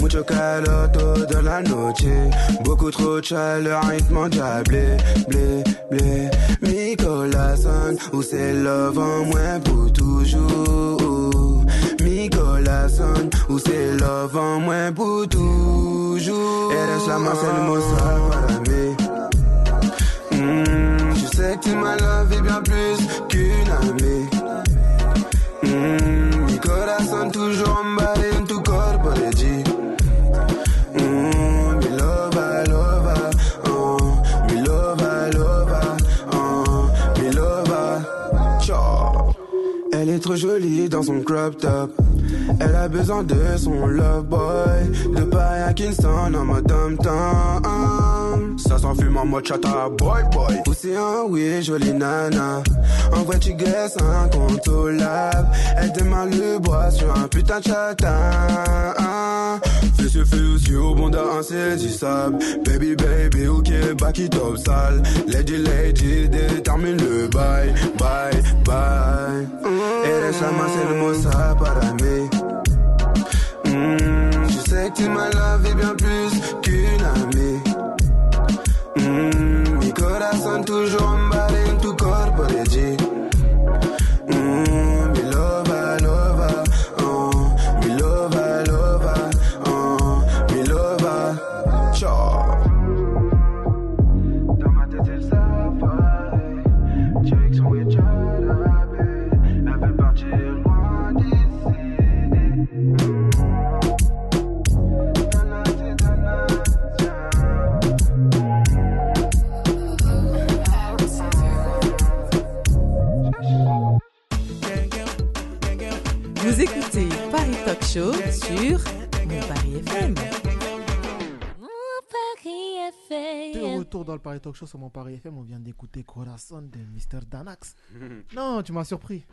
S10: Mucho calor de la noche. Beaucoup trop de chaleur, rythme diablé. Blé, blé. Mi corazón, où c'est love en moi pour toujours. Mi corazón, où c'est love en moi pour toujours. Eres la más hermosa para mí. Mm, je sais que tu m'as lavé bien plus qu'une amie. Mm, mi corazón toujours emballé en tu cuerpo de G. Mm, mi loba, loba, oh, mi loba, loba, oh, mi loba, ciao. Elle est trop jolie dans son crop top. Elle a besoin de son love boy. De Paya Kingston en mode tom tom. Ça s'en fume en mode chata boy boy. Océan, oui, jolie nana. En vrai, tu guesses incontrôlable. Elle démarre le bois sur un putain de chata. Fais ce feu aussi au bonda insaisissable. Baby, baby, ok, back it up sale. Lady, lady, détermine le bail. Bye, bye. Eres la más hermosa para mí. Mm, je sais que tu m'as lavé bien plus qu'une amie. Mm, mi corazón toujours emballé en tu cuerpo de G. Mm, mi loba, loba, oh, mi loba, loba, oh, mi loba, ciao. Dans ma tête, elle s'affaille. Direction et Charabe. Elle veut partir loin d'ici. Danate,
S11: Vous écoutez Paris Talk Show sur Mon Paris FM.
S2: Paris
S4: De
S2: FM.
S4: retour dans le Paris Talk Show sur mon Paris FM, on vient d'écouter Corazon de Mr. Danax. Non, tu m'as surpris.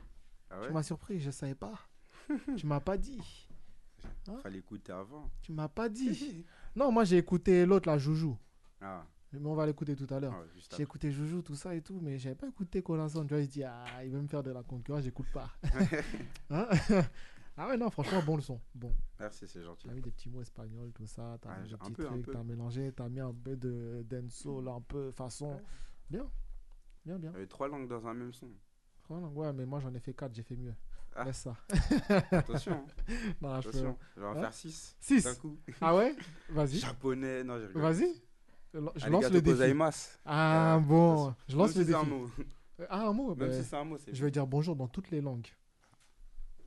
S7: Ah ouais
S4: Tu m'as surpris, je savais pas. tu m'as pas dit.
S7: Fallait écouter avant.
S4: Tu m'as pas dit. non, moi j'ai écouté l'autre, la Joujou.
S7: Ah,
S4: Mais on va l'écouter tout à l'heure.
S7: ouais, juste
S4: j'ai écouté Joujou, tout ça et tout, mais j'avais pas écouté Corazon. Tu vois, je dis, ah, il veut me faire de la concurrence, j'écoute pas. Hein ah ouais, non, franchement, bon le son. Bon,
S7: Merci, c'est gentil.
S4: t'as mis des petits mots espagnols, tout ça, t'as
S7: Ouais,
S4: mis
S7: j'ai-
S4: des
S7: un
S4: petits
S7: peu, un
S4: trucs,
S7: peu. Mm.
S4: t'as mélangé, t'as mis un peu de dancehall, un peu façon. Bien, bien, bien.
S7: Il y avait trois langues dans un même son.
S4: Ouais, non, ouais, mais moi j'en ai fait 4, j'ai fait mieux.
S7: Ah.
S4: Laisse ça.
S7: Attention, hein,
S4: Non, je peux-
S7: attention. Je vais en
S4: Hein
S7: faire six.
S4: Six.
S7: D'un coup.
S4: Ah ouais Vas-y.
S7: Japonais. Non, j'ai rigolé.
S4: Vas-y. Je
S7: Arigato
S4: lance le défi.
S7: gozaimasu.
S4: Ah
S7: Euh,
S4: bon, je
S7: Même
S4: lance le
S7: si c'est un
S4: défi.
S7: mot.
S4: Euh, Ah, un mot
S7: Même
S4: bah,
S7: si c'est un mot, c'est.
S4: Je vais dire bonjour dans toutes les langues.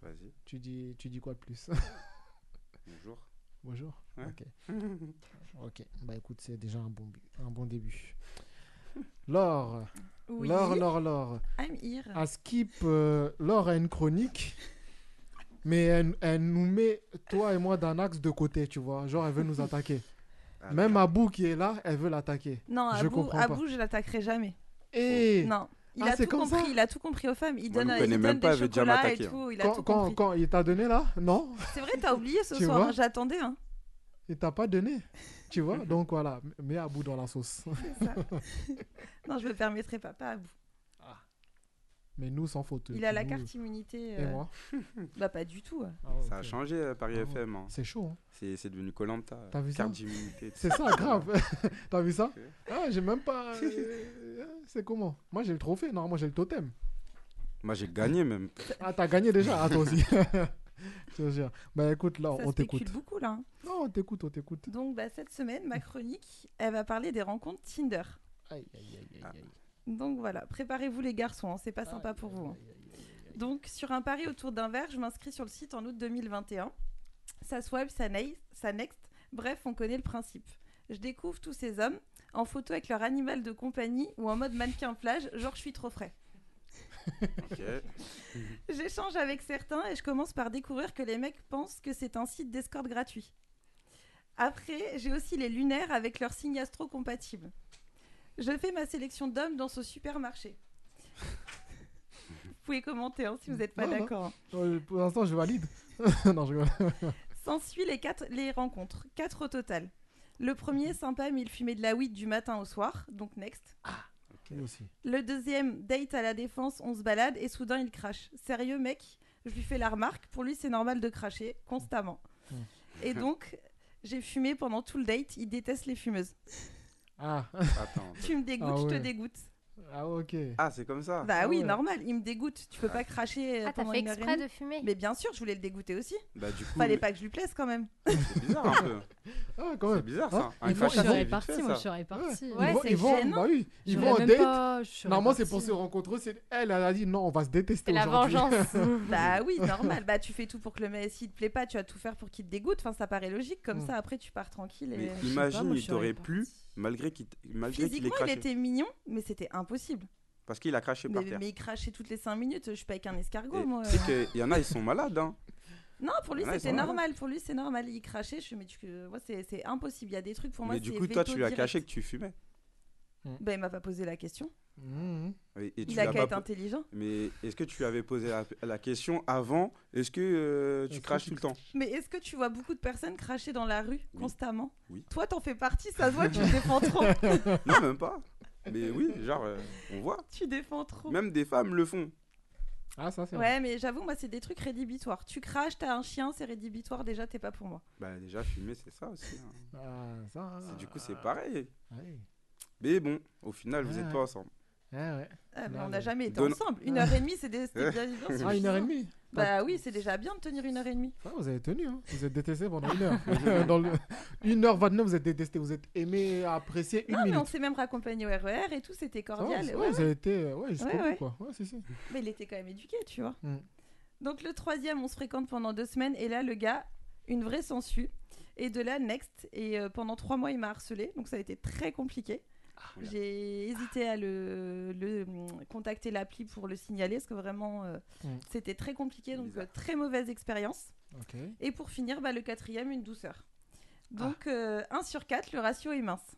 S7: Vas-y,
S4: Tu dis, tu dis quoi de plus
S7: bonjour.
S4: Bonjour.
S7: Ouais.
S4: Ok. ok. Bah écoute, c'est déjà un bon, bu- un bon début. Laure.
S5: Oui.
S4: Laure, Ah, Laure, Laure.
S5: I'm here.
S4: À Skip, euh, Laure a une chronique, mais elle, elle nous met, toi et moi, d'un axe de côté, tu vois. Genre, elle veut nous attaquer.
S7: Ah,
S4: Même Abou qui est là, elle veut l'attaquer.
S5: Non,
S4: je
S5: Abou,
S4: comprends pas.
S5: Abou, je l'attaquerai jamais.
S4: Et
S5: Non. Il
S4: Ah,
S5: a
S4: c'est
S5: tout
S4: comme
S5: compris,
S4: ça
S5: il a tout compris aux femmes. Il donne,
S7: vous
S5: il
S7: connaissez
S5: donne
S7: même pas, elle
S5: des
S7: veut déjà
S5: chocolats et
S7: m'attaquer, hein.
S5: tout. Il a
S4: quand,
S5: tout
S4: quand,
S5: compris.
S4: quand il t'a donné là, non
S5: C'est vrai, t'as oublié ce
S4: Tu
S5: soir.
S4: vois
S5: J'attendais. Hein.
S4: Il t'a pas donné. Tu vois Donc voilà, mets Abou dans la sauce.
S5: Non, je me permettrai pas, pas Abou.
S4: mais nous, sans faute.
S5: Il a la
S4: Nous-
S5: carte immunité.
S4: Et
S5: euh,
S4: moi
S5: Bah, pas du tout.
S7: Ça a changé euh, Paris FM. hein.
S4: C'est chaud, hein.
S7: C'est c'est devenu Colanta.
S4: T'as vu ça
S7: Carte d'immunité.
S4: C'est ça, grave. T'as vu ça Ah, j'ai même pas. euh, C'est comment Moi, j'ai le trophée. Non, moi, j'ai le totem.
S7: Moi j'ai gagné même.
S4: Ah, t'as gagné déjà Ah, toi aussi. Je te jure. Bah, écoute, là,
S5: Ça
S4: on
S5: spécule
S4: t'écoute.
S5: beaucoup là. hein.
S4: Non, on t'écoute, on t'écoute.
S5: Donc bah, cette semaine, ma chronique, elle va parler des rencontres Tinder. Ah. Donc voilà, préparez-vous les garçons, hein, c'est pas sympa pour vous. hein. Donc sur un pari autour d'un verre, je m'inscris sur le site en août 2021. Ça swipe, ça, nei- ça next, bref, on connaît le principe. Je découvre tous ces hommes en photo avec leur animal de compagnie ou en mode mannequin plage, genre je suis trop frais.
S7: Ok.
S5: J'échange avec certains et je commence par découvrir que les mecs pensent que c'est un site d'escorte gratuit. Après, j'ai aussi les lunaires avec leur signe astro compatible. Je fais ma sélection d'hommes dans ce supermarché. vous pouvez commenter hein, si vous n'êtes pas
S4: Non, non.
S5: d'accord.
S4: Euh, Pour l'instant, je valide. non, je rigole.
S5: S'ensuit les, quatre- les rencontres, quatre au total. Le premier, sympa, mais il fumait de la weed du matin au soir, donc next.
S4: Nous aussi.
S5: Le deuxième, date à la défense, on se balade et soudain il crache. Sérieux mec, je lui fais la remarque, pour lui c'est normal de cracher constamment.
S4: Mm.
S5: Et donc, j'ai fumé pendant tout le date, il déteste les fumeuses.
S4: Ah.
S7: Attends.
S5: Tu me dégoûtes,
S4: Ah
S5: je
S4: ouais.
S5: te dégoûte.
S4: Ah, ok.
S7: Ah c'est comme ça.
S5: Bah oui,
S4: ouais.
S5: normal, il me dégoûte. Tu peux pas cracher euh,
S6: Ah, t'as
S5: pendant
S6: fait
S5: une heure et
S6: exprès
S5: demie.
S6: de fumer
S5: Mais bien sûr, je voulais le dégoûter aussi.
S7: Bah du coup.
S5: Fallait pas que je lui plaise quand même.
S7: C'est bizarre un peu.
S4: Ah, quand même.
S7: C'est bizarre ça.
S4: Hein
S7: Un
S4: Ils vont-
S7: crachat,
S4: ils vont-
S7: c'est vite fait, ça.
S8: partie.
S4: Ils
S8: Ouais,
S4: vont-
S8: c'est
S4: ils vont-
S8: gênant.
S4: bah oui, ils
S8: J'aurais
S4: vont en
S8: même
S4: date.
S8: pas- je serais
S4: Normalement, c'est
S8: partie.
S4: pour se rencontrer. c'est- Elle, elle a dit non, on va se détester.
S6: C'est la
S4: aujourd'hui.
S5: bah oui, normal. Bah tu fais tout pour que le mec, s'il te plaît pas, tu vas tout faire pour qu'il te dégoûte. Enfin, ça paraît logique. Comme
S4: Mm.
S5: ça, après, tu pars tranquille. Et...
S7: Mais
S5: Je sais pas,
S7: imagine,
S5: moi, je
S7: il
S5: serais
S7: t'aurait
S5: pas.
S7: plu malgré qu'il t- malgré qu'il ait
S5: Physiquement, il
S7: craché.
S5: était mignon, mais c'était impossible.
S7: Parce qu'il a craché
S5: Mais,
S7: par terre.
S5: mais il crachait toutes les 5 minutes. Je suis pas qu'un escargot, moi.
S7: Tu sais qu'il y en a, ils sont malades. Hein.
S5: Non, pour lui,
S7: Ah, ils
S5: c'était
S7: sont malades.
S5: normal. Pour lui, c'est normal. Il crachait. Je suis, mais tu... moi, c'est c'est impossible. Il y a des trucs pour moi.
S7: mais du
S5: c'est
S7: coup, toi,
S5: veto
S7: tu lui as
S5: direct.
S7: caché que tu fumais.
S5: Bah, il m'a pas posé la question.
S4: Mhm.
S7: Et- et tu
S5: Il a hein.
S7: l'as
S5: qu'à
S7: pas
S5: être
S7: po-
S5: intelligent.
S7: Mais est-ce que tu lui avais posé la, la question avant Est-ce que euh, tu craches tout le temps
S5: Mais est-ce que tu vois beaucoup de personnes cracher dans la rue constamment
S7: Oui.
S5: Toi, t'en fais partie, ça se voit, tu défends trop.
S7: Non, même pas. Mais oui, genre, euh, on voit.
S5: tu défends trop.
S7: Même des femmes le font.
S4: Ah, ça, c'est
S5: Ouais, mais j'avoue, moi, c'est des trucs rédhibitoires. Tu craches, t'as un chien, c'est rédhibitoire, déjà, t'es pas pour moi.
S7: Bah, déjà, fumer, c'est ça aussi. hein.
S4: Ah, ça.
S7: C'est- Du coup, c'est pareil.
S4: Ouais.
S7: Mais bon, au final, vous
S4: Ouais,
S7: n'êtes
S4: ouais.
S7: pas ensemble.
S4: Ah, ouais.
S5: Ah, mais
S4: Non,
S5: on
S4: mais-
S5: n'a jamais été
S7: Donne- Ah.
S5: ensemble. Une heure et demie, c'est des- c'était bien évident, c'est
S4: Ah, une heure et
S5: suffisant.
S4: demie
S5: Bah oui, c'est déjà bien de tenir une heure et demie.
S4: Ah, vous avez tenu, hein. vous êtes détesté pendant une heure. Dans le... 1h29, vous êtes détesté, vous êtes aimé, apprécié une
S5: Non, mais on
S4: minute.
S5: s'est même raccompagné au RER et tout, c'était
S4: Ça va,
S5: cordial.
S4: ça-
S5: Ouais,
S4: ouais, ça a été euh, ouais, jusqu'au
S5: Ouais,
S4: bout,
S5: ouais.
S4: quoi. Ouais, si, si.
S5: Mais il était quand même éduqué, tu vois.
S4: Mm.
S5: Donc le troisième, on se fréquente pendant deux semaines et là, le gars, une vraie sangsue. Et de là, next. Et euh, pendant trois mois, il m'a harcelé, donc ça a été très compliqué.
S4: Ah, oh
S7: oula.
S5: J'ai hésité à le, le- mm, contacter l'appli pour le signaler parce que vraiment euh,
S4: Mm.
S5: c'était très compliqué, donc
S7: Bizarre.
S5: euh, très mauvaise expérience.
S4: Ok.
S5: Et pour finir, bah, le quatrième, une douceur.
S4: Ah.
S5: Donc 1 sur 4, le ratio est mince.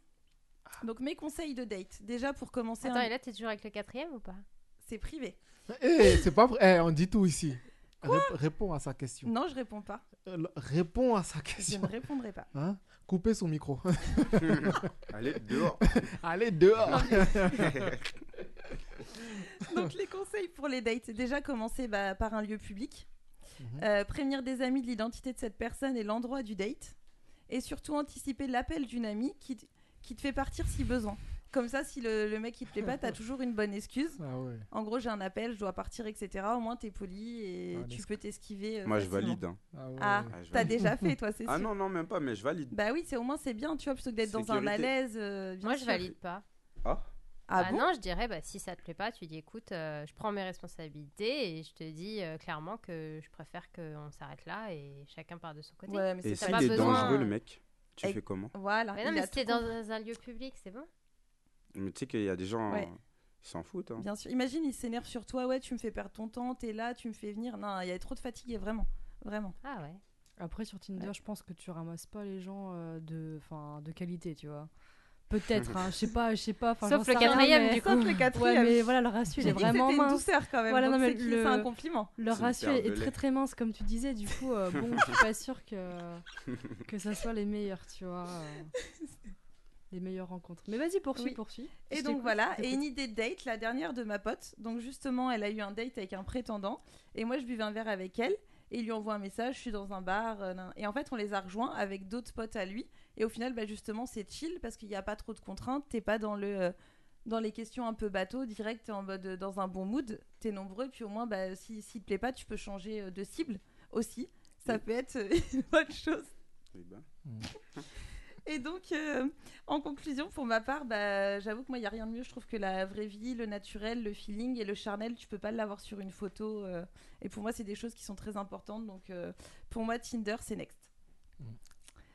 S5: Donc mes conseils de date, déjà pour commencer,
S6: Attends,
S5: un-
S6: et là, t'es toujours avec le quatrième ou pas
S5: c'est privé.
S4: Eh, c'est pas vrai. Eh, on dit tout ici. Rép- réponds à sa question.
S5: Non, je réponds pas.
S4: Euh, l- réponds à sa
S5: Je
S4: question.
S5: ne répondrai pas.
S4: Hein Coupez son micro.
S7: Allez, dehors.
S4: Allez dehors.
S5: Donc les conseils pour les dates, déjà commencer bah, par un lieu public, Euh, prévenir des amis de l'identité de cette personne et l'endroit du date, et surtout anticiper l'appel d'une amie qui, t- qui te fait partir si besoin. Comme ça, si le, le mec il te plaît pas, t'as toujours une bonne excuse.
S4: ah ouais.
S5: En gros, j'ai un appel, je dois partir, etc. Au moins, t'es poli et
S4: Ah,
S5: tu
S4: l'escroc.
S5: peux t'esquiver. euh,
S7: Moi, je
S5: facilement.
S7: valide. hein.
S4: Ah ouais.
S5: Ah,
S7: Ah, je
S5: t'as
S7: valide.
S5: déjà fait, toi, c'est sûr.
S7: Ah non, non, même pas, mais je valide.
S5: Bah oui, c'est au moins c'est bien, tu vois, plutôt que d'être dans un
S7: Sécurité.
S5: malaise. euh, bien
S6: Moi, je
S5: sûr.
S6: valide pas.
S7: Ah,
S5: Ah
S6: Bah
S5: bon
S6: non, je dirais, bah, si ça te plaît pas, tu dis, écoute, euh, je prends mes responsabilités et je te dis euh, clairement que je préfère qu'on s'arrête là et chacun part de son côté.
S5: Ouais, mais
S7: Et
S5: c'est
S6: t'as
S7: s'il
S6: pas
S7: est
S6: besoin.
S7: dangereux, le mec, tu
S5: Et-
S7: fais comment
S5: Voilà.
S6: Mais non,
S5: il
S6: mais
S5: a
S6: si t'es
S5: tout
S6: dans un lieu public, c'est bon.
S7: Mais tu sais qu'il y a des gens
S5: Ouais.
S7: ils s'en foutent. hein.
S5: Bien sûr. Imagine, il s'énerve sur toi. Ouais, tu me fais perdre ton temps. T'es là, tu me fais venir. Non, il y a trop de fatigué, vraiment, vraiment.
S6: Ah ouais.
S8: Après, sur Tinder, je pense que tu ramasses pas les gens euh, de, 'fin, de qualité, tu vois. Peut-être, hein, je sais pas, je sais pas. 'fin,
S6: Sauf
S8: j'en
S6: le
S8: sais rien,
S5: Ah,
S6: quatrième,
S8: mais-
S6: du coup. Sauf le quatrième.
S8: e, Ouais, mais voilà, le ratio, il
S6: J'ai
S8: est
S6: dit que
S8: vraiment
S6: c'était une
S8: mince.
S6: douceur, quand même,
S8: Voilà,
S6: donc
S8: non, mais
S6: c'est qui-
S8: le-
S6: c'est un compliment. C'est
S8: Le
S6: une
S8: ratio
S6: perle de
S8: est
S6: lait.
S8: très très mince, comme tu disais. Du coup, euh, bon, je suis pas sûre que que ça soit les meilleurs, tu vois. euh, les meilleures rencontres. Mais vas-y, poursuis,
S5: Oui.
S8: poursuis.
S5: Et
S8: Je
S5: donc
S8: t'écoute,
S5: voilà,
S8: je
S5: et
S8: t'écoute.
S5: une idée de date, la dernière de ma pote. Donc justement, elle a eu un date avec un prétendant, et moi je buvais un verre avec elle, et il lui envoie un message, je suis dans un bar, euh, nan. et en fait on les a rejoints avec d'autres potes à lui, et au final, bah, justement c'est chill, parce qu'il n'y a pas trop de contraintes, t'es pas dans le... euh, dans les questions un peu bateau, direct, t'es en mode euh, dans un bon mood, t'es nombreux, et puis au moins, bah, si, s'il te plaît pas, tu peux changer euh, de cible aussi. Ça peut être euh, une bonne chose.
S7: Eh ben.
S5: Et donc, euh, en conclusion, pour ma part, bah, j'avoue que moi, il n'y a rien de mieux. Je trouve que la vraie vie, le naturel, le feeling et le charnel, tu peux pas l'avoir sur une photo. euh, et pour moi, c'est des choses qui sont très importantes. Donc, euh, pour moi, Tinder, c'est next.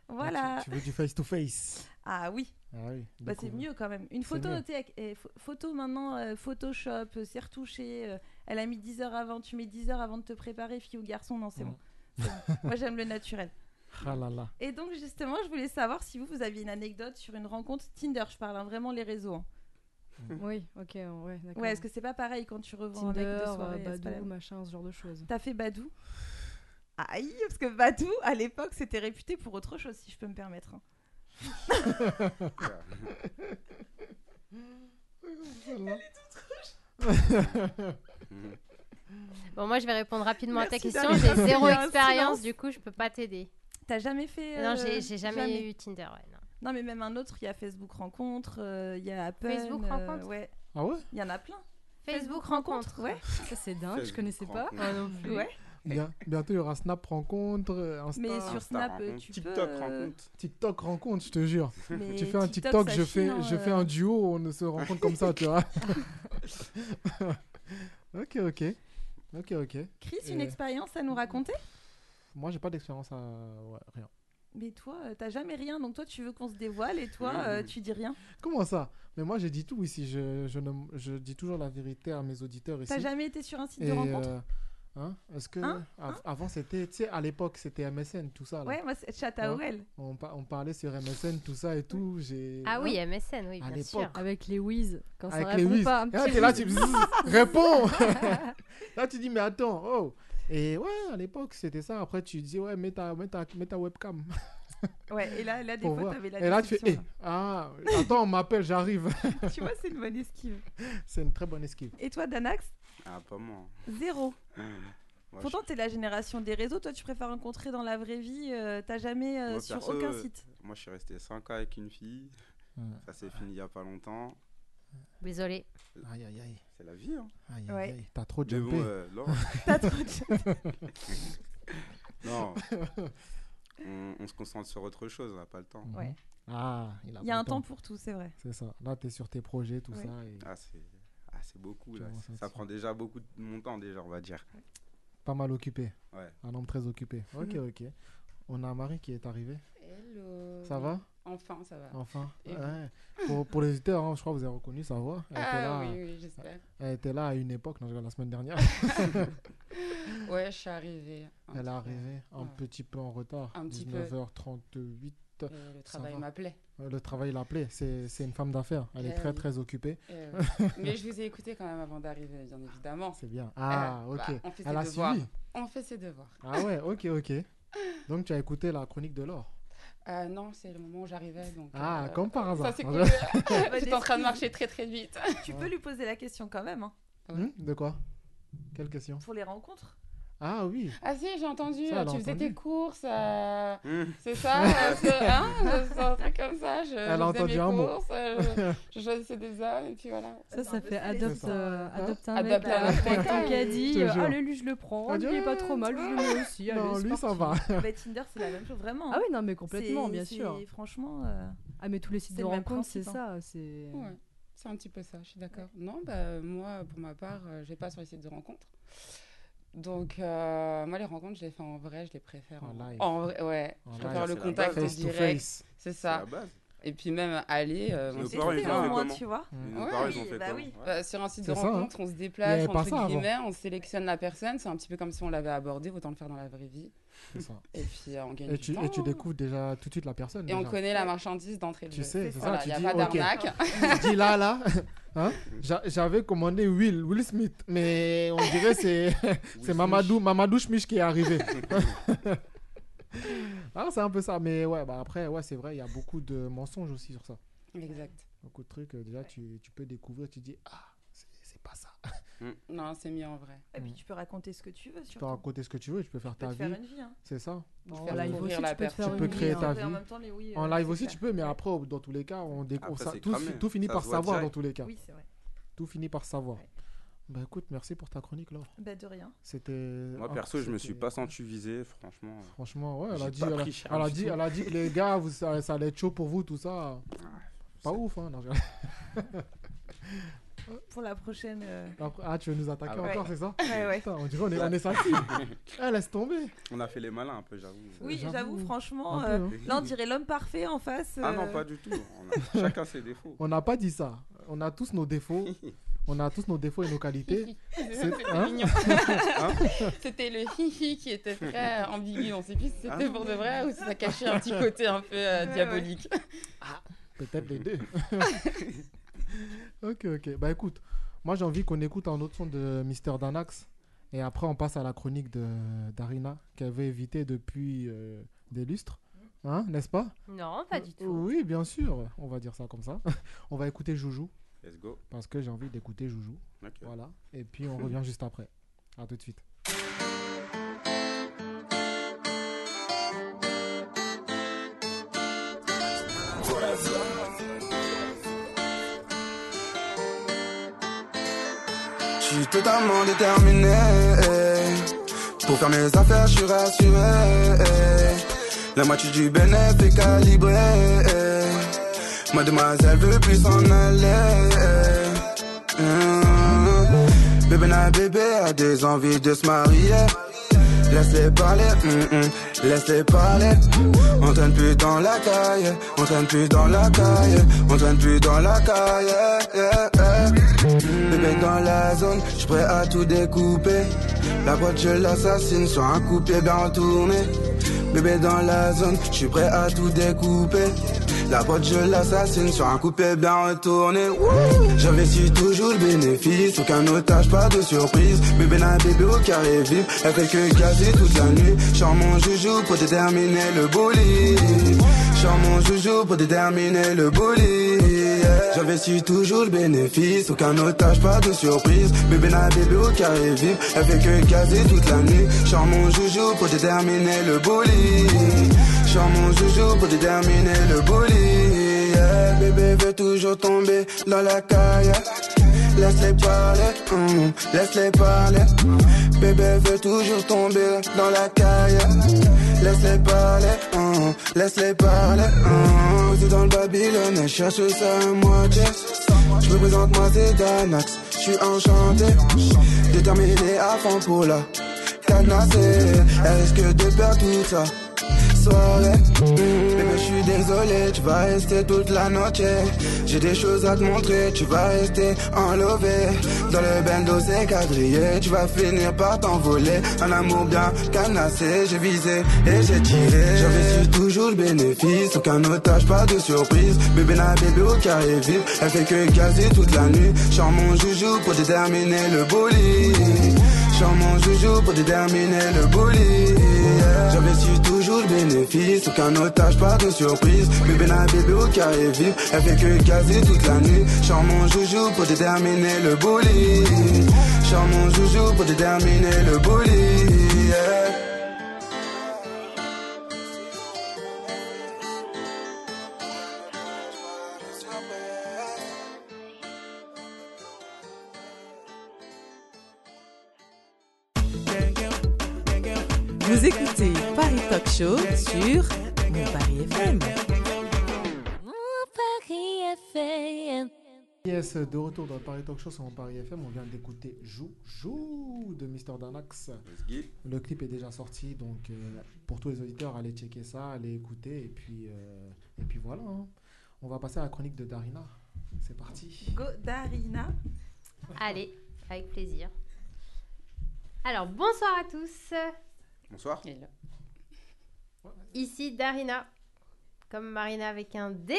S5: Voilà.
S4: Mm. Ah, Tu, tu veux du face-to-face
S5: Ah oui.
S4: Ah oui.
S5: Bah,
S4: donc
S5: c'est
S4: on-
S5: mieux quand même. Une
S4: c'est
S5: photo,
S4: mieux.
S5: tu sais, avec- eh, pho- photo maintenant, euh, Photoshop, euh, c'est retouché. euh, elle a mis 10 heures avant, tu mets 10 heures avant de te préparer, fille ou garçon. Non,
S4: Mm.
S5: c'est bon. C'est bon. Moi, j'aime le naturel.
S4: Ah là là.
S5: Et donc justement, je voulais savoir si vous, vous aviez une anecdote sur une rencontre Tinder. Je parle hein, vraiment les réseaux. hein.
S8: Oui, ok, ouais, d'accord.
S5: Ouais, est-ce que c'est pas pareil quand tu revois un mec
S8: Tinder,
S5: de
S8: euh,
S5: soirée c'est pas la
S8: Badou,
S5: même.
S8: machin, ce genre de choses.
S5: T'as fait Badou Aïe, parce que Badou, à l'époque, c'était réputé pour autre chose, si je peux me permettre. hein.
S6: Bon, moi, je vais répondre rapidement à ta
S5: Merci,
S6: question. J'ai
S5: Darina.
S6: zéro
S5: Il y a un
S6: expérience,
S5: silence.
S6: du coup, je peux pas t'aider.
S5: T'as jamais fait
S6: Non,
S5: euh,
S6: j'ai j'ai jamais, eu Tinder, ouais, non.
S5: Non, mais même un autre, il y a Facebook Rencontre, euh, il y a Apple.
S6: Facebook
S5: euh,
S6: Rencontre
S5: Ouais.
S4: Ah ouais
S5: Il y en a plein.
S6: Facebook
S5: Rencontre, ouais.
S8: Ça, c'est dingue, je
S5: Facebook
S8: connaissais pas.
S5: rencontre. Ah, non plus. Ouais.
S4: Bien- bientôt, il y aura Snap rencontre, euh, Insta.
S5: Mais sur Snap, euh, tu peux. euh,
S4: TikTok rencontre, je te jure.
S5: Mais
S4: tu fais un
S5: TikTok,
S4: TikTok,
S5: ça
S4: je, fais,
S5: chine, hein,
S4: je fais
S5: euh.
S4: un duo, on se rencontre comme ça, tu vois. ok, ok. Ok, ok.
S5: Chris, une
S4: Euh,
S5: expérience à nous raconter
S4: Moi, j'ai pas d'expérience à. Ouais, rien.
S5: Mais toi, euh, t'as jamais rien, donc toi, tu veux qu'on se dévoile et toi, euh, tu dis rien.
S4: Comment ça Mais moi, j'ai dit tout ici. Je, je, ne- je dis toujours la vérité à mes auditeurs ici.
S5: T'as jamais été sur un site de
S4: Et,
S5: rencontre
S4: euh, hein, Est-ce que.
S5: Hein
S4: av- Avant, c'était. Tu sais, à l'époque, c'était MSN, tout ça. là.
S5: Ouais, moi, c'est chat AOL.
S4: Hein, on, par- on parlait sur MSN, tout ça et tout. j'ai-
S6: Ah oui,
S4: hein
S6: MSN, oui,
S4: À
S6: bien sûr.
S4: l'époque.
S8: Avec les whiz, quand ça
S4: Avec les
S8: répond
S4: whiz.
S8: pas, un
S4: Et
S8: petit
S4: là, t'es là,
S8: whiz.
S4: tu réponds Là, tu dis, mais attends, oh Et ouais, à l'époque, c'était ça. Après, tu dis, ouais, mets ta, mets ta, mets ta webcam.
S5: Ouais, et là, là des
S4: Pour
S5: fois,
S4: voir.
S5: t'avais la
S4: Et là, tu fais,
S5: déception,
S4: eh, ah, attends, on m'appelle, j'arrive.
S5: là. Tu vois, c'est une bonne esquive.
S4: c'est une très bonne esquive.
S5: Et toi, Danax
S7: Ah, pas moi. Hmm.
S5: Zéro.
S7: Moi,
S5: Pourtant, t'es la génération des réseaux. Toi, tu préfères rencontrer dans la vraie vie. euh, T'as jamais euh,
S7: Moi,
S5: sur
S7: perso,
S5: aucun
S7: euh,
S5: site.
S7: Moi, je suis resté 5 ans avec une fille. Ça s'est fini il y a pas longtemps.
S6: Désolé.
S4: Aïe, aïe, aïe.
S7: C'est la vie, hein.
S4: Aïe, aïe,
S6: Ouais.
S4: aïe. T'as trop
S7: Mais
S4: jumpé.
S7: bon, euh, non.
S5: T'as trop jumpé.
S7: non. On, on se concentre sur autre chose, on n'a pas le temps.
S5: Ouais.
S4: Mhm. Ah, il
S5: Il y a un temps pour tout, c'est vrai.
S4: C'est ça. Là, t'es sur tes projets, tout
S5: Ouais.
S4: ça. et
S7: Ah, c'est ah, c'est beaucoup,
S4: Tu
S7: là.
S4: vois, ça
S7: Ça,
S4: te sent.
S7: prend déjà beaucoup de mon temps, déjà, on va dire.
S4: Pas mal occupé.
S7: Ouais.
S4: Un homme très occupé. Ok,
S12: Mhm.
S4: ok. On a Marie qui est arrivée.
S12: Hello.
S4: Ça va
S12: Enfin, ça va.
S4: Enfin.
S12: Et vous
S4: ouais. pour, pour les auditeurs, hein, je crois que vous avez reconnu sa voix. Elle
S12: Ah
S4: était là,
S12: oui, oui, j'espère.
S4: Elle était là à une époque, non, je regarde la semaine dernière.
S12: Ouais, je suis arrivée. un
S4: elle est
S12: petit
S4: arrivée
S12: peu.
S4: un
S12: Ouais.
S4: petit peu en retard.
S12: Un petit peu.
S4: 19h38.
S12: Et le
S4: ça
S12: travail
S4: va.
S12: m'appelait.
S4: Ouais, Le travail l'appelait. C'est c'est une femme d'affaires. Elle est
S12: Eh
S4: très,
S12: oui.
S4: très occupée.
S12: Eh oui. Mais je vous ai écouté quand même avant d'arriver, bien évidemment.
S4: C'est bien. Ah,
S12: Euh, bah,
S4: ok.
S12: on fait ses
S4: Elle a
S12: devoirs.
S4: suivi.
S12: On fait ses devoirs.
S4: Ah ouais, ok, ok. Donc, tu as écouté la chronique de l'or.
S12: Euh, non, c'est le moment où j'arrivais. donc,
S4: Ah,
S12: euh,
S4: comme par hasard.
S12: Ça, c'est cool.
S4: Bonjour.
S12: J'étais en train de marcher très très vite.
S4: Ah,
S5: Tu peux lui poser la question quand même, hein,
S4: Hmm, de quoi Quelle question
S5: pour les rencontres.
S4: Ah oui.
S12: Ah si, j'ai entendu,
S4: Ça, elle a
S12: tu faisais
S4: entendu.
S12: tes courses, euh,
S4: Mm.
S12: c'est ça, euh, c'est hein, c'est un truc comme ça,
S4: Elle
S12: je, je
S4: a
S12: faisais
S4: entendu
S12: mes
S4: un mot.
S12: courses, euh, je, je choisissais des hommes, et puis voilà.
S8: Ça, ça fait adopte, euh, adopte un
S12: Adopte
S8: mec.
S12: un
S8: euh,
S12: mec.
S8: prends ton caddie,
S12: Je te
S8: euh,
S12: jure.
S8: Ah, lui, lui, je le prends. Ah,
S12: Ah,
S8: lui,
S12: dis-
S8: il est pas trop mal. Je le mets aussi.
S12: Non,
S8: allez, c'est
S12: lui, ça
S8: parti.
S5: Bah, Tinder, c'est la même chose, vraiment.
S8: Ah
S5: hein.
S8: oui, non, mais complètement,
S5: C'est-
S8: bien
S5: c'est-
S8: sûr.
S5: Franchement. euh,
S8: Ah, mais tous les sites
S5: c'est
S8: de
S5: le même
S8: rencontres, c'est
S5: principe, hein.
S8: ça. C'est.
S12: Ouais, c'est un petit peu ça, je suis d'accord. Non, bah, moi, pour ma part, euh, je vais pas sur les sites de rencontres. Donc, euh, moi, les rencontres, je les fais en vrai, je les préfère
S4: En
S12: en,
S4: live.
S12: en vrai, ouais.
S4: En
S12: je
S4: live.
S12: préfère le
S4: C'est la
S12: contact
S4: base.
S12: en
S4: Face to
S12: direct.
S4: face.
S12: C'est ça.
S7: C'est la base.
S12: Et puis même aller. euh,
S7: Nos
S12: on s'est
S7: parents, ils
S12: trouvé,
S7: ont
S12: hein.
S7: fait comment Tu vois
S4: Mm.
S7: Nos parents, ils ont
S12: oui,
S7: fait
S12: bah
S7: comment
S12: oui. Bah, sur un site de
S4: C'est ça, hein.
S12: rencontre, on se
S4: Il y
S12: déplace,
S4: avait pas ça
S12: entre
S4: avant.
S12: guillemets, on sélectionne la personne. C'est un petit peu comme si on l'avait abordé, autant le faire dans la vraie vie.
S4: C'est ça.
S12: Et puis euh, on gagne
S4: Et
S12: du
S4: tu,
S12: temps.
S4: et tu découvres déjà tout de suite la personne.
S12: Et on
S4: déjà.
S12: connaît la marchandise d'entrée de
S4: Tu
S12: jeu.
S4: sais, c'est
S12: Voilà,
S4: ça. Tu
S12: y a
S4: dis,
S12: pas
S4: ok.
S12: d'arnaque.
S4: Tu dis là, là. hein, j'a- J'avais commandé Will, Will Smith, mais on dirait c'est c'est Mamadou, Mamadou Schmich qui est arrivé. ah, c'est un peu ça, mais ouais, bah après, ouais, c'est vrai, il y a beaucoup de mensonges aussi sur ça.
S12: Exact.
S4: Beaucoup de trucs, euh, déjà, tu, tu peux découvrir, tu dis, ah, c'est- c'est pas ça.
S12: Non, c'est mieux en vrai.
S5: Et puis tu peux raconter ce que tu veux,
S4: Tu
S5: surtout.
S4: peux raconter ce que tu veux, tu peux faire
S5: peux
S4: ta
S5: te faire
S4: vie.
S5: une vie, hein.
S4: C'est ça.
S5: Ou faire live
S4: peux-
S5: aussi, tu peux te faire
S4: tu
S5: une
S4: peux
S5: vie,
S4: créer
S5: hein.
S4: ta
S5: En
S4: vie.
S5: fait, en même temps, mais oui,
S4: En
S5: euh,
S4: live
S5: c'est
S4: aussi,
S5: clair.
S4: tu peux, mais après, au- dans tous les cas, on découvre
S7: Après,
S4: ça.
S7: c'est
S4: Tout,
S7: cramé.
S4: tout finit
S7: Ça
S4: par
S7: se voit
S4: savoir
S7: direct.
S4: dans tous les cas.
S5: Oui, c'est vrai.
S4: Tout finit par savoir. Bah écoute, merci pour ta chronique, Laure.
S5: Bah, de rien.
S4: C'était.
S7: Moi,
S4: ah,
S7: perso, je me suis
S4: c'était-
S7: pas senti visé, franchement.
S4: Franchement, ouais, elle
S7: J'ai
S4: a dit,
S7: pas
S4: elle a,
S7: pris cher
S4: elle a
S7: du
S4: dit,
S7: tout.
S4: elle a dit que les gars, vous, ça, ça allait être chaud pour vous, tout ça. Pas ouf, hein. non, je-
S5: Pour la prochaine. euh,
S4: Après- ah, tu veux nous attaquer
S5: Ah ouais.
S4: encore,
S5: Ouais.
S4: c'est ça
S5: Ouais, ouais.
S4: Putain, on dirait on est, on est sensible. Ah, laisse tomber.
S7: On a fait les malins un peu, j'avoue.
S5: Oui, j'avoue, franchement,
S4: Un peu,
S5: euh,
S4: hein.
S5: là, on dirait l'homme parfait en face.
S7: Ah non,
S5: euh,
S7: pas du tout. On a- Chacun ses défauts.
S4: On n'a pas dit ça. On a tous nos défauts. On a tous nos défauts et nos qualités.
S12: C'était
S4: hein
S12: mignon.
S4: Hein
S12: C'était le hihi qui était très ambigu. On ne sait plus si
S4: Ah.
S12: c'était pour de vrai ou si ça cachait un petit côté un peu euh,
S4: Ouais, ouais.
S12: diabolique.
S4: Peut-être les deux. ok, ok. Bah écoute, moi j'ai envie qu'on écoute un autre son de Mister Danax. Et après, on passe à la chronique de d'Arina, qui avait évité depuis euh, des lustres. Hein, n'est-ce pas
S6: Non, pas du tout.
S4: Oui, bien sûr. On va dire ça comme ça. on va écouter Joujou.
S7: Let's go.
S4: Parce que j'ai envie d'écouter Joujou.
S7: Ok.
S4: Voilà. Et puis, on revient juste après. À tout de suite.
S10: Je suis totalement déterminé. Pour faire mes affaires, je suis rassuré. La moitié du bénéfice est calibrée. Mademoiselle veut plus s'en aller. Mmh. Bébé na bébé a des envies de se marier. Laisse-les parler, hum, hum, laisse-les parler. On traîne plus dans la caille, on traîne plus dans la caille, on traîne plus dans la caille. yeah, yeah, yeah. Bébé dans la zone, je prêt à tout découper. La boîte je l'assassine sur un coup de pied bien retourné. Bébé dans la zone, je suis prêt à tout découper. La boîte je l'assassine sur un coup de pied bien retourné. Wouh J'investis toujours le bénéfice, aucun otage, pas de surprise. Bébé n'a bébé au carré vif, elle fait que caser toute la nuit. J'en mon joujou pour déterminer le bolide. J'en mon joujou pour déterminer le bolide. J'investis toujours le bénéfice, aucun otage, pas de surprise. Bébé n'a bébé au carré vif, elle fait que caser toute la nuit. J'en mon joujou pour déterminer le bolide. J'en mon joujou pour déterminer le bolide. Yeah, Bébé veut toujours tomber dans la caille. Laisse-les parler, hum, laisse-les parler. mm-hmm. Bébé veut toujours tomber dans la caille. Laisse-les parler, hum, laisse-les parler. hum. C'est dans le Babylone, elle cherche sa moitié. Je me présente, moi c'est Danax, je suis enchanté. Déterminé à fond pour la cadenasser. Elle risque de perdre tout ça. Soirée, Mmh, bébé, je suis désolé, tu vas rester toute la noche. J'ai des choses à te montrer, tu vas rester enlevé. Dans le bando, c'est quadrillé, tu vas finir par t'envoler. Un amour bien canassé, j'ai visé et j'ai tiré. J'investis toujours le bénéfice, aucun otage, pas de surprise. Bébé n'a bébé au carré vif, elle fait que gazer toute la nuit. J'en mon joujou pour déterminer le bolide. J'en mon joujou pour déterminer le bolide. J'investis toujours le bénéfice, aucun otage, pas de surprise. Bébé n'a bébé au carré vif, elle fait que caser toute la nuit. J'en mon joujou pour déterminer le bolide. J'en mon joujou pour déterminer le bolide. yeah.
S11: Vous écoutez Paris Talk Show sur Mon Paris FM.
S2: Paris FM.
S4: Yes, de retour dans Paris Talk Show sur mon Paris FM, on vient d'écouter Joujou de Mister Danax. Le clip est déjà sorti, donc euh, pour tous les auditeurs, allez checker ça, allez écouter, et puis, euh, et puis voilà. hein. On va passer à la chronique de Darina. C'est parti.
S5: Go Darina.
S6: Allez, avec plaisir. Alors, bonsoir à tous.
S7: Bonsoir.
S6: Ici Darina, comme Marina avec un D.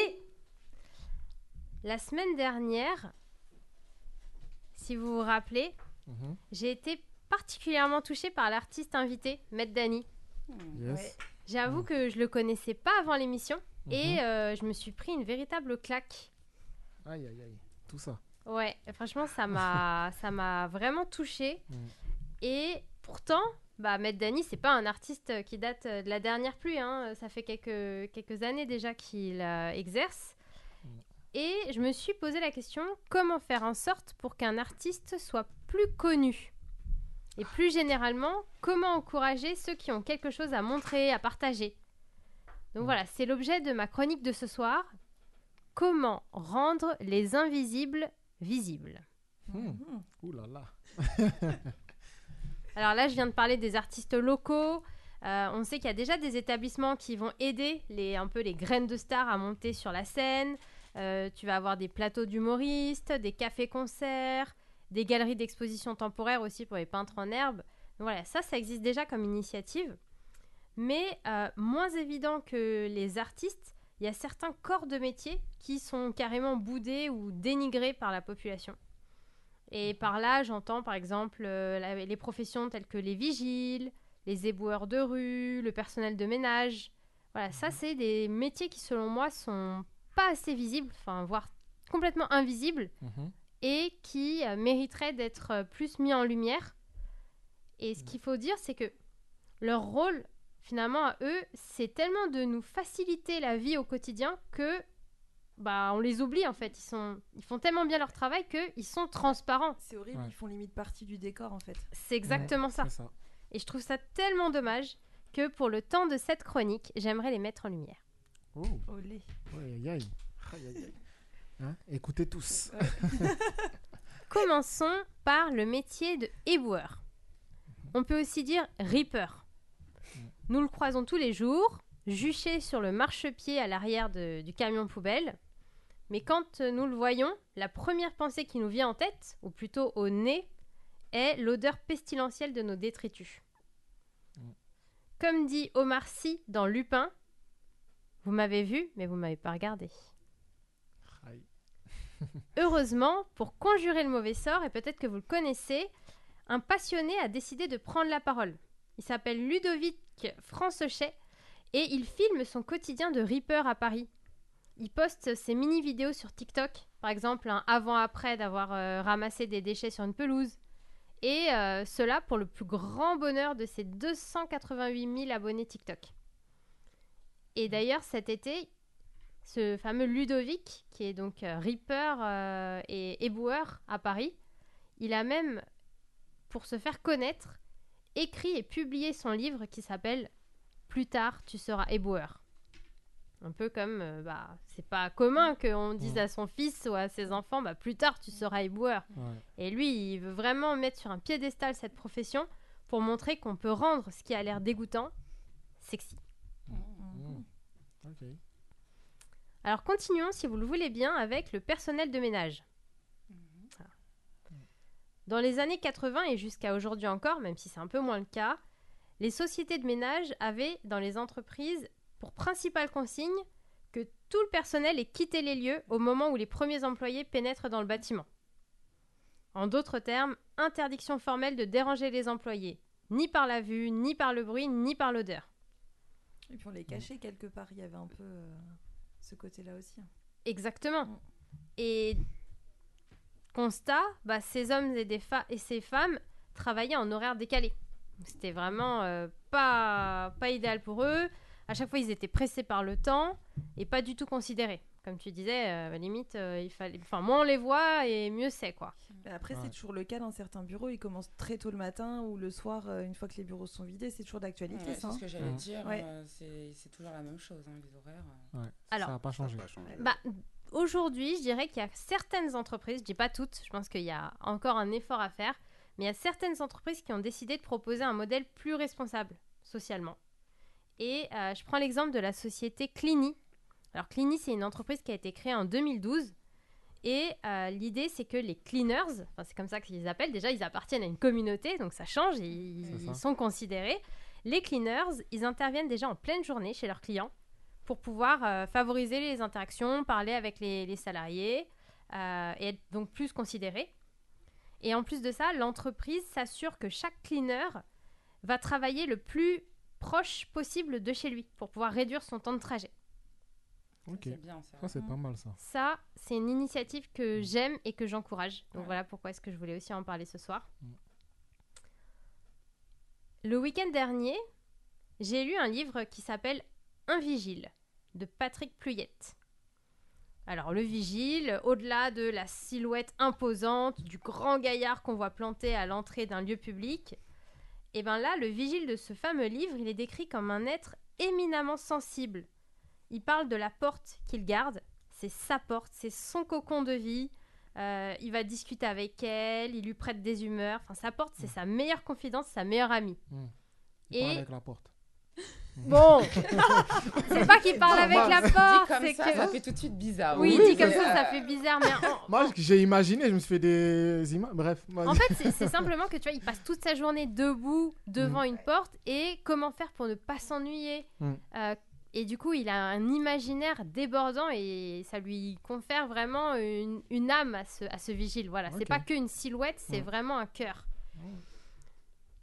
S6: La semaine dernière, si vous vous rappelez,
S4: Mhm.
S6: j'ai été particulièrement touchée par l'artiste invité, Matt Dani.
S4: Yes.
S6: J'avoue que je le connaissais pas avant l'émission
S4: Mhm.
S6: et euh, je me suis pris une véritable claque.
S4: Aïe, aïe, aïe. Tout ça.
S6: Ouais, franchement, ça m'a, ça m'a vraiment touchée.
S4: Mm.
S6: Et pourtant, bah, Matt Dani, c'est pas un artiste qui date euh, de la dernière pluie. hein. Ça fait quelques, quelques années déjà qu'il euh, exerce. Et je me suis posé la question comment faire en sorte pour qu'un artiste soit plus connu Et plus généralement, comment encourager ceux qui ont quelque chose à montrer, à partager Donc voilà, c'est l'objet de ma chronique de ce soir. Comment rendre les invisibles visibles
S4: Hmm. Ouh là là.
S6: Alors là, je viens de parler des artistes locaux. Euh, on sait qu'il y a déjà des établissements qui vont aider les, un peu les graines de stars à monter sur la scène. Euh, tu vas avoir des plateaux d'humoristes, des cafés-concerts, des galeries d'exposition temporaire aussi pour les peintres en herbe. Donc voilà, ça, ça existe déjà comme initiative. Mais euh, moins évident que les artistes, il y a certains corps de métier qui sont carrément boudés ou dénigrés par la population. Et par là, j'entends par exemple euh, la- les professions telles que les vigiles, les éboueurs de rue, le personnel de ménage. Voilà, ça, c'est des métiers qui, selon moi, sont pas assez visibles, enfin, voire complètement invisibles, et qui euh, mériteraient d'être euh, plus mis en lumière. Et ce qu'il faut dire, c'est que leur rôle, finalement, à eux, c'est tellement de nous faciliter la vie au quotidien que bah, on les oublie, en fait. Ils, sont... ils font tellement bien leur travail qu'ils sont transparents.
S5: C'est horrible,
S6: Ouais.
S5: ils font limite partie du décor en fait.
S6: C'est exactement ça. Et je trouve ça tellement dommage que pour le temps de cette chronique, j'aimerais les mettre en lumière.
S4: Ouh.
S5: Olé.
S4: Oh, Aïe, aïe, aïe. Aïe, aïe, aïe. Hein Écoutez tous.
S6: Commençons par le métier de éboueur. On peut aussi dire reaper. Nous le croisons tous les jours, juché sur le marchepied à l'arrière de- du camion poubelle. Mais quand euh, nous le voyons, la première pensée qui nous vient en tête, ou plutôt au nez, est l'odeur pestilentielle de nos détritus. Comme dit Omar Sy dans Lupin, vous m'avez vu, mais vous m'avez pas regardé.
S4: Aïe.
S6: Heureusement, pour conjurer le mauvais sort, et peut-être que vous le connaissez, un passionné a décidé de prendre la parole. Il s'appelle Ludovic Francechet et il filme son quotidien de Reaper à Paris. Il poste ses mini-vidéos sur TikTok, par exemple un avant-après d'avoir euh, ramassé des déchets sur une pelouse. Et euh, cela pour le plus grand bonheur de ses 288 000 abonnés TikTok. Et d'ailleurs, cet été, ce fameux Ludovic, qui est donc euh, Reaper euh, et éboueur à Paris, il a même, pour se faire connaître, écrit et publié son livre qui s'appelle Plus tard, tu seras éboueur. Un peu comme, euh, bah, c'est pas commun qu'on dise à son fils ou à ses enfants, bah, plus tard, tu seras éboueur.
S13: Ouais.
S6: Et lui, il veut vraiment mettre sur un piédestal cette profession pour montrer qu'on peut rendre ce qui a l'air dégoûtant sexy.
S5: Hmm,
S4: Ok.
S6: Alors continuons, si vous le voulez bien, avec le personnel de ménage. Voilà. Dans les années 80 et jusqu'à aujourd'hui encore, même si c'est un peu moins le cas, les sociétés de ménage avaient dans les entreprises pour principale consigne que tout le personnel ait quitté les lieux au moment où les premiers employés pénètrent dans le bâtiment. En d'autres termes, interdiction formelle de déranger les employés, ni par la vue, ni par le bruit, ni par l'odeur.
S5: Et puis on les cachait quelque part, il y avait un peu euh, ce côté-là aussi. hein.
S6: Exactement. Et constat, bah, ces hommes et, des fa- et ces femmes travaillaient en horaire décalé. Donc, C'était vraiment euh, pas, pas idéal pour eux. À chaque fois, ils étaient pressés par le temps et pas du tout considérés. Comme tu disais, euh, limite, euh, il fallait... enfin, moins on les voit et mieux c'est, quoi.
S5: Mais après,
S6: Ouais.
S5: c'est toujours le cas dans certains bureaux, ils commencent très tôt le matin ou le soir, euh, une fois que les bureaux sont vidés, c'est toujours d'actualité.
S12: Ouais,
S5: ça,
S12: c'est
S5: hein.
S12: ce que j'allais dire,
S5: Ouais.
S12: euh, c'est c'est toujours la même chose, hein, les horaires. euh.
S4: Ouais.
S6: Alors-
S4: ça n'a pas changé.
S6: Bah, aujourd'hui, je dirais qu'il y a certaines entreprises, je dis pas toutes, je pense qu'il y a encore un effort à faire, mais il y a certaines entreprises qui ont décidé de proposer un modèle plus responsable socialement. Et euh, je prends l'exemple de la société Clini, Alors Clini, c'est une entreprise qui a été créée en 2012. Et euh, l'idée, c'est que les cleaners, enfin, c'est comme ça qu'ils les appellent, déjà, ils appartiennent à une communauté, donc ça change, ils,
S13: C'est ça.
S6: ils sont considérés. Les cleaners, ils interviennent déjà en pleine journée chez leurs clients pour pouvoir euh, favoriser les interactions, parler avec les, les salariés euh, et être donc plus considérés. Et en plus de ça, l'entreprise s'assure que chaque cleaner va travailler le plus proche possible de chez lui pour pouvoir réduire son temps de trajet.
S4: Ok.
S12: c'est bien, ça.
S4: Ça, c'est pas mal, ça.
S6: Ça, c'est une initiative que j'aime et que j'encourage. Donc voilà pourquoi est-ce que je voulais aussi en parler ce soir. Le week-end dernier, j'ai lu un livre qui s'appelle Un vigile de Patrick Pluyette. Alors le vigile, au-delà de la silhouette imposante du grand gaillard qu'on voit planté à l'entrée d'un lieu public, et bien là, le vigile de ce fameux livre, il est décrit comme un être éminemment sensible. Il parle de la porte qu'il garde, c'est sa porte, c'est son cocon de vie. Euh, il va discuter avec elle, il lui prête des humeurs. Enfin, sa porte, c'est sa meilleure confidence, sa meilleure amie.
S4: Mm.
S6: Et-
S4: Il parle avec la porte.
S6: Bon, c'est pas qu'il parle avec la
S5: Ah,
S6: porte,
S12: comme
S6: c'est
S12: ça,
S6: que
S12: ça fait tout de suite bizarre.
S6: Oui,
S4: Oui,
S6: dit comme
S4: mais,
S6: ça, ça
S12: euh,
S6: fait bizarre. Mais en-
S4: Moi, j'ai imaginé, je me suis fait des images. Bref.
S6: En fait, c'est- c'est simplement que tu vois, il passe toute sa journée debout devant une porte et comment faire pour ne pas s'ennuyer.
S4: Mm.
S6: Euh, et du coup, il a un imaginaire débordant et ça lui confère vraiment une, une âme à ce, à ce vigile. Voilà, c'est
S13: Ok.
S6: pas qu'une silhouette, c'est
S13: Mm.
S6: vraiment un cœur.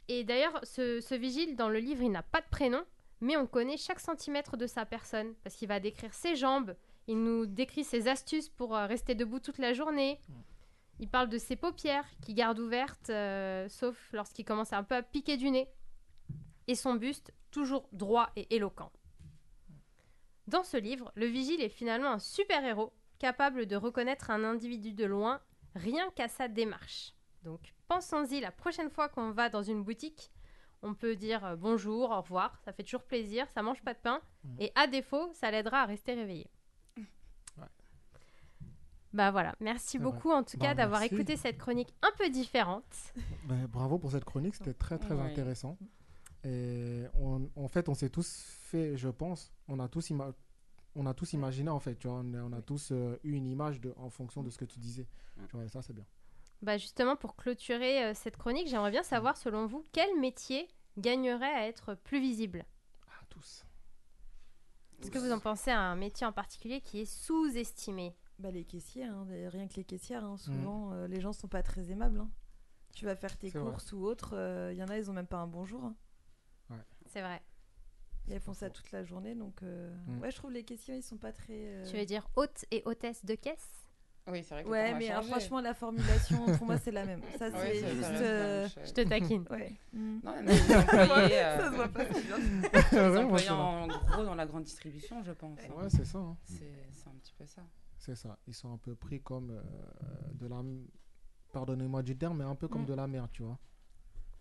S6: Et d'ailleurs, ce, ce vigile, dans le livre, il n'a pas de prénom, mais on connaît chaque centimètre de sa personne, parce qu'il va décrire ses jambes, il nous décrit ses astuces pour euh, rester debout toute la journée, il parle de ses paupières, qu'il garde ouvertes, euh, sauf lorsqu'il commence un peu à piquer du nez, et son buste, toujours droit et éloquent. Dans ce livre, le vigile est finalement un super-héros, capable de reconnaître un individu de loin, rien qu'à sa démarche. Donc pensons-y, la prochaine fois qu'on va dans une boutique, on peut dire euh, bonjour, au revoir, ça fait toujours plaisir, ça mange pas de pain,
S4: Mmh.
S6: et à défaut, ça l'aidera à rester réveillé. Bah voilà, merci
S4: C'est
S6: beaucoup
S4: vrai.
S6: en tout
S4: Bah,
S6: cas d'avoir
S4: merci.
S6: écouté cette chronique un peu différente.
S4: Ben, bravo pour cette chronique, c'était très très
S6: Ouais.
S4: intéressant. Et on- en fait, on s'est tous fait, je pense, on a tous, ima- on a tous imaginé en fait, tu vois, on, a- on a tous euh, eu une image de, en fonction de ce que tu disais. Tu vois, et ça c'est bien.
S6: Bah justement, pour clôturer euh, cette chronique, j'aimerais bien savoir, selon vous, quel métier gagnerait à être plus visible
S4: À tous.
S6: Est-ce que vous en pensez à un métier en particulier qui est sous-estimé
S5: Bah, les caissières, hein, les- rien que les caissières,
S4: Mm.
S5: hein, souvent euh, les gens sont pas très aimables. hein. Tu vas faire tes
S6: C'est vrai.
S5: courses ou autre, il y en a, ils ont même pas un bonjour. hein.
S6: C'est vrai.
S5: Et elles font ça toute la journée, donc euh,
S6: Mm.
S5: ouais, je trouve les caissières, ils sont pas très. euh,
S6: Tu veux dire hôte et hôtesse de caisse
S12: Oui, c'est vrai
S5: Ouais, mais alors, franchement, la formulation, pour moi, c'est la même. Ça,
S12: Ouais,
S5: c'est
S12: ça, ça
S5: juste.
S12: reste la
S5: euh,
S12: même chose. Je te taquine.
S5: Ouais. mm.
S12: Non, mais les employés, euh,
S5: Ça se voit pas très bien.
S12: les
S4: Ah Ouais, moi,
S12: employés
S4: c'est
S12: en gros dans la grande distribution, je pense.
S4: Ouais, c'est ça, hein.
S12: C'est c'est un petit peu ça.
S4: C'est ça, ils sont un peu pris comme euh, de la, pardonnez-moi du terme, mais un peu comme
S12: Mm.
S4: de la mer, tu vois.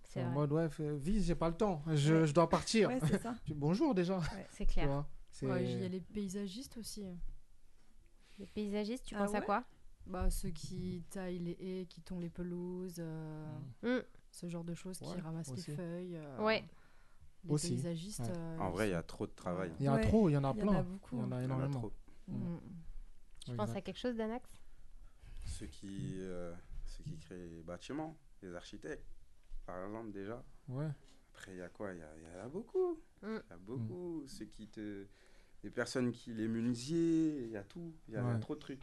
S6: C'est
S4: en
S6: vrai.
S4: mode ouais, fais- vise, j'ai pas le temps, je, je dois partir.
S6: Ouais, c'est ça.
S4: Tu- Bonjour déjà.
S6: C'est
S4: Tu
S6: clair.
S4: vois,
S6: c'est-
S8: Ouais, Il y a les paysagistes aussi.
S6: Les paysagistes, tu
S8: Ah
S6: penses à
S8: ouais
S6: quoi
S8: Bah, ceux qui taillent les haies, qui tondent les pelouses, euh,
S6: Mm.
S8: ce genre de choses, qui
S6: Ouais,
S8: ramassent
S6: aussi.
S8: les feuilles. euh,
S6: Ouais.
S8: Les
S4: Aussi,
S8: paysagistes.
S4: ouais.
S8: euh,
S7: En
S8: ils
S7: vrai, il y a
S8: sont-
S7: trop de travail.
S4: Il y en a
S8: Ouais.
S4: trop, il y en a
S8: Il
S4: Ah, plein.
S8: beaucoup.
S4: Il
S5: hein.
S4: y en
S7: Il y en
S4: a
S7: a
S4: énormément.
S7: trop.
S8: Mm.
S6: Tu penses à quelque chose, Danax
S7: Ceux qui, euh, ceux qui créent les bâtiments, les architectes, par exemple, déjà.
S4: Ouais.
S7: Après, il y a quoi Il y, a- il y en a beaucoup.
S6: Il
S7: y a
S4: Mm.
S7: beaucoup. Ceux qui te. Les personnes qui. Les menuisiers, il y a tout. Il y a il y a
S8: Ouais.
S7: trop de trucs.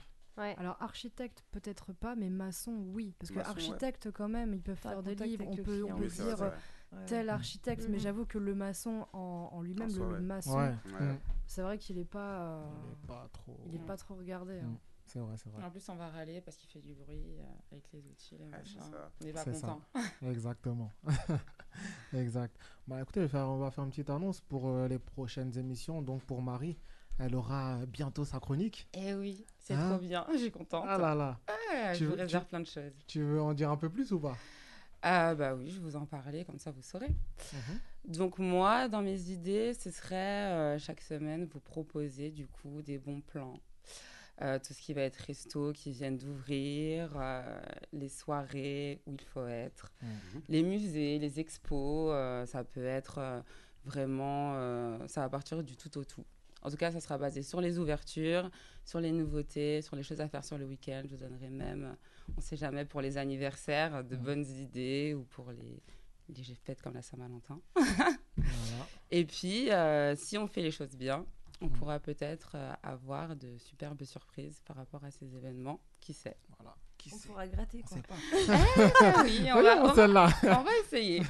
S8: Alors architecte peut-être pas, mais maçon oui, parce que
S7: Maçon, ouais.
S8: architecte quand même ils peuvent
S5: T'as
S8: faire des
S5: contact
S8: livres, on
S5: avec le
S8: peut, on
S5: client.
S8: peut
S7: Oui, c'est vrai,
S8: dire
S7: c'est
S8: euh,
S5: vrai.
S8: tel
S5: Ouais.
S8: architecte, mais
S5: Mhm.
S8: j'avoue que le maçon en, en
S7: En
S8: lui-même,
S7: soi,
S8: le
S7: ouais.
S8: maçon,
S4: Ouais.
S7: Ouais.
S8: c'est vrai qu'il est pas, euh,
S4: il est pas trop,
S8: il est pas trop regardé. hein.
S4: Mm. C'est vrai, c'est vrai.
S12: En plus, on va râler parce qu'il fait du bruit euh, avec les outils. là, machin.
S7: ça.
S12: On n'est pas
S4: C'est ça.
S12: content.
S4: Exactement. exact. Bah écoutez, je vais faire- on va faire une petite annonce pour euh, les prochaines émissions. Donc pour Marie, elle aura euh, bientôt sa chronique.
S12: Eh oui, c'est
S4: Hein
S12: trop bien, je suis contente.
S4: Ah là là.
S12: Ah, je vous
S4: veux-
S12: réserve plein de choses.
S4: Tu veux en dire un peu plus ou pas
S12: Ah bah oui, je vais vous en parler, comme ça vous saurez.
S8: Mhm.
S12: Donc moi, dans mes idées, ce serait euh, chaque semaine vous proposer du coup des bons plans. Euh, tout ce qui va être resto qui viennent d'ouvrir, euh, les soirées où il faut être,
S13: Mhm.
S12: les musées, les expos, euh, ça peut être euh, vraiment, euh, ça va partir du tout au tout. En tout cas, ça sera basé sur les ouvertures, sur les nouveautés, sur les choses à faire sur le week-end. Je vous donnerai même, euh, on ne sait jamais, pour les anniversaires, de bonnes idées ou pour les, les fêtes comme la Saint-Valentin. Et puis, euh, si on fait les choses bien,
S4: Mm.
S12: on pourra peut-être euh, avoir de superbes surprises par rapport à ces événements. Qui sait
S5: Voilà. on pourra gratter quoi.
S12: Ah oui, on, va, on, va, on va essayer.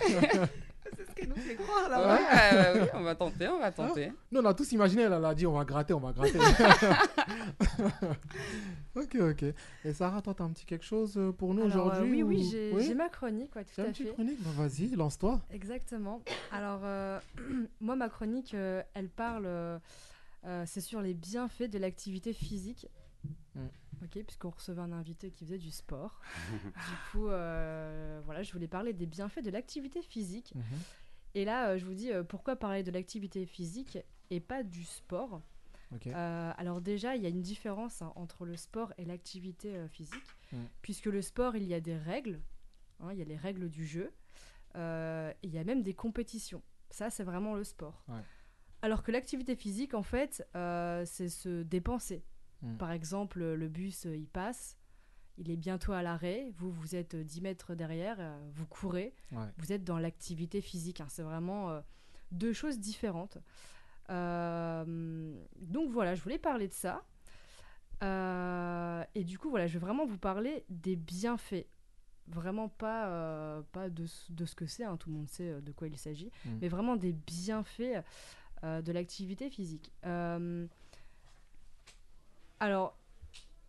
S5: C'est ce qu'elle nous fait croire
S12: Ouais,
S5: là.
S12: ouais, ouais, on va tenter, on va tenter.
S4: Non, on a tous imaginé, elle, elle a dit on va gratter, on va gratter. ok, ok. Et Sarah, toi, t'as un petit quelque chose euh, pour nous
S8: Alors, euh,
S4: aujourd'hui
S8: oui, oui,
S4: ou-
S8: j'ai j'ai ma chronique, ouais, tout
S4: T'as
S8: à
S4: une
S8: fait.
S4: petite chronique Bah, Vas-y, lance-toi.
S8: Exactement. Alors, euh, moi, ma chronique, euh, elle parle. euh, euh, c'est sur les bienfaits de l'activité physique.
S4: Mm.
S8: Ok, puisqu'on recevait un invité qui faisait du sport. du coup, euh, voilà, je voulais parler des bienfaits de l'activité physique.
S13: Mhm.
S8: Et là, euh, je vous dis euh, pourquoi parler de l'activité physique et pas du sport.
S13: Ok.
S8: Euh, alors déjà, il y a une différence hein, entre le sport et l'activité euh, physique,
S13: Mm.
S8: puisque le sport, il y a des règles, hein, il y a les règles du jeu, euh, et il y a même des compétitions. Ça, c'est vraiment le sport.
S13: Ouais.
S8: Alors que l'activité physique, en fait, euh, c'est se dépenser.
S13: Mm.
S8: Par exemple, le bus, euh, il passe, il est bientôt à l'arrêt, vous, vous êtes euh, 10 mètres derrière, euh, vous courez,
S13: Ouais.
S8: vous êtes dans l'activité physique. hein. C'est vraiment euh, deux choses différentes. Euh, donc voilà, je voulais parler de ça. Euh, et du coup, voilà, je vais vraiment vous parler des bienfaits. Vraiment pas, euh, pas de, ce- de ce que c'est, hein, tout le monde sait euh, de quoi il s'agit,
S13: Mm.
S8: mais vraiment des bienfaits euh, de l'activité physique. Euh, alors,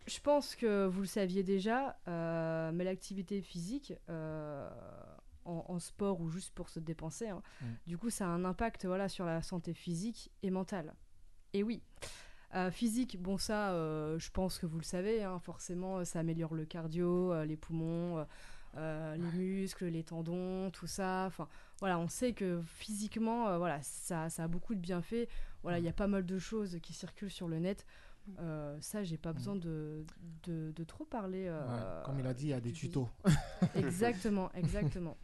S8: je pense que vous le saviez déjà, euh, mais l'activité physique, euh, en, en sport ou juste pour se dépenser, hein,
S13: Mm.
S8: du coup, ça a un impact voilà, sur la santé physique et mentale. Et oui. Euh, physique, bon ça, euh, je pense que vous le savez, hein, forcément, ça améliore le cardio, euh, les poumons, euh, euh, les muscles, les tendons, tout ça. Enfin, voilà, on sait que physiquement, euh, voilà, ça, ça a beaucoup de bienfaits. Voilà, il y a pas mal de choses qui circulent sur le net.
S4: Mm.
S8: Euh, ça, j'ai pas besoin de, de, de trop parler. euh,
S4: Ouais, Comme il a dit, il y a des tutos.
S8: Exactement, exactement.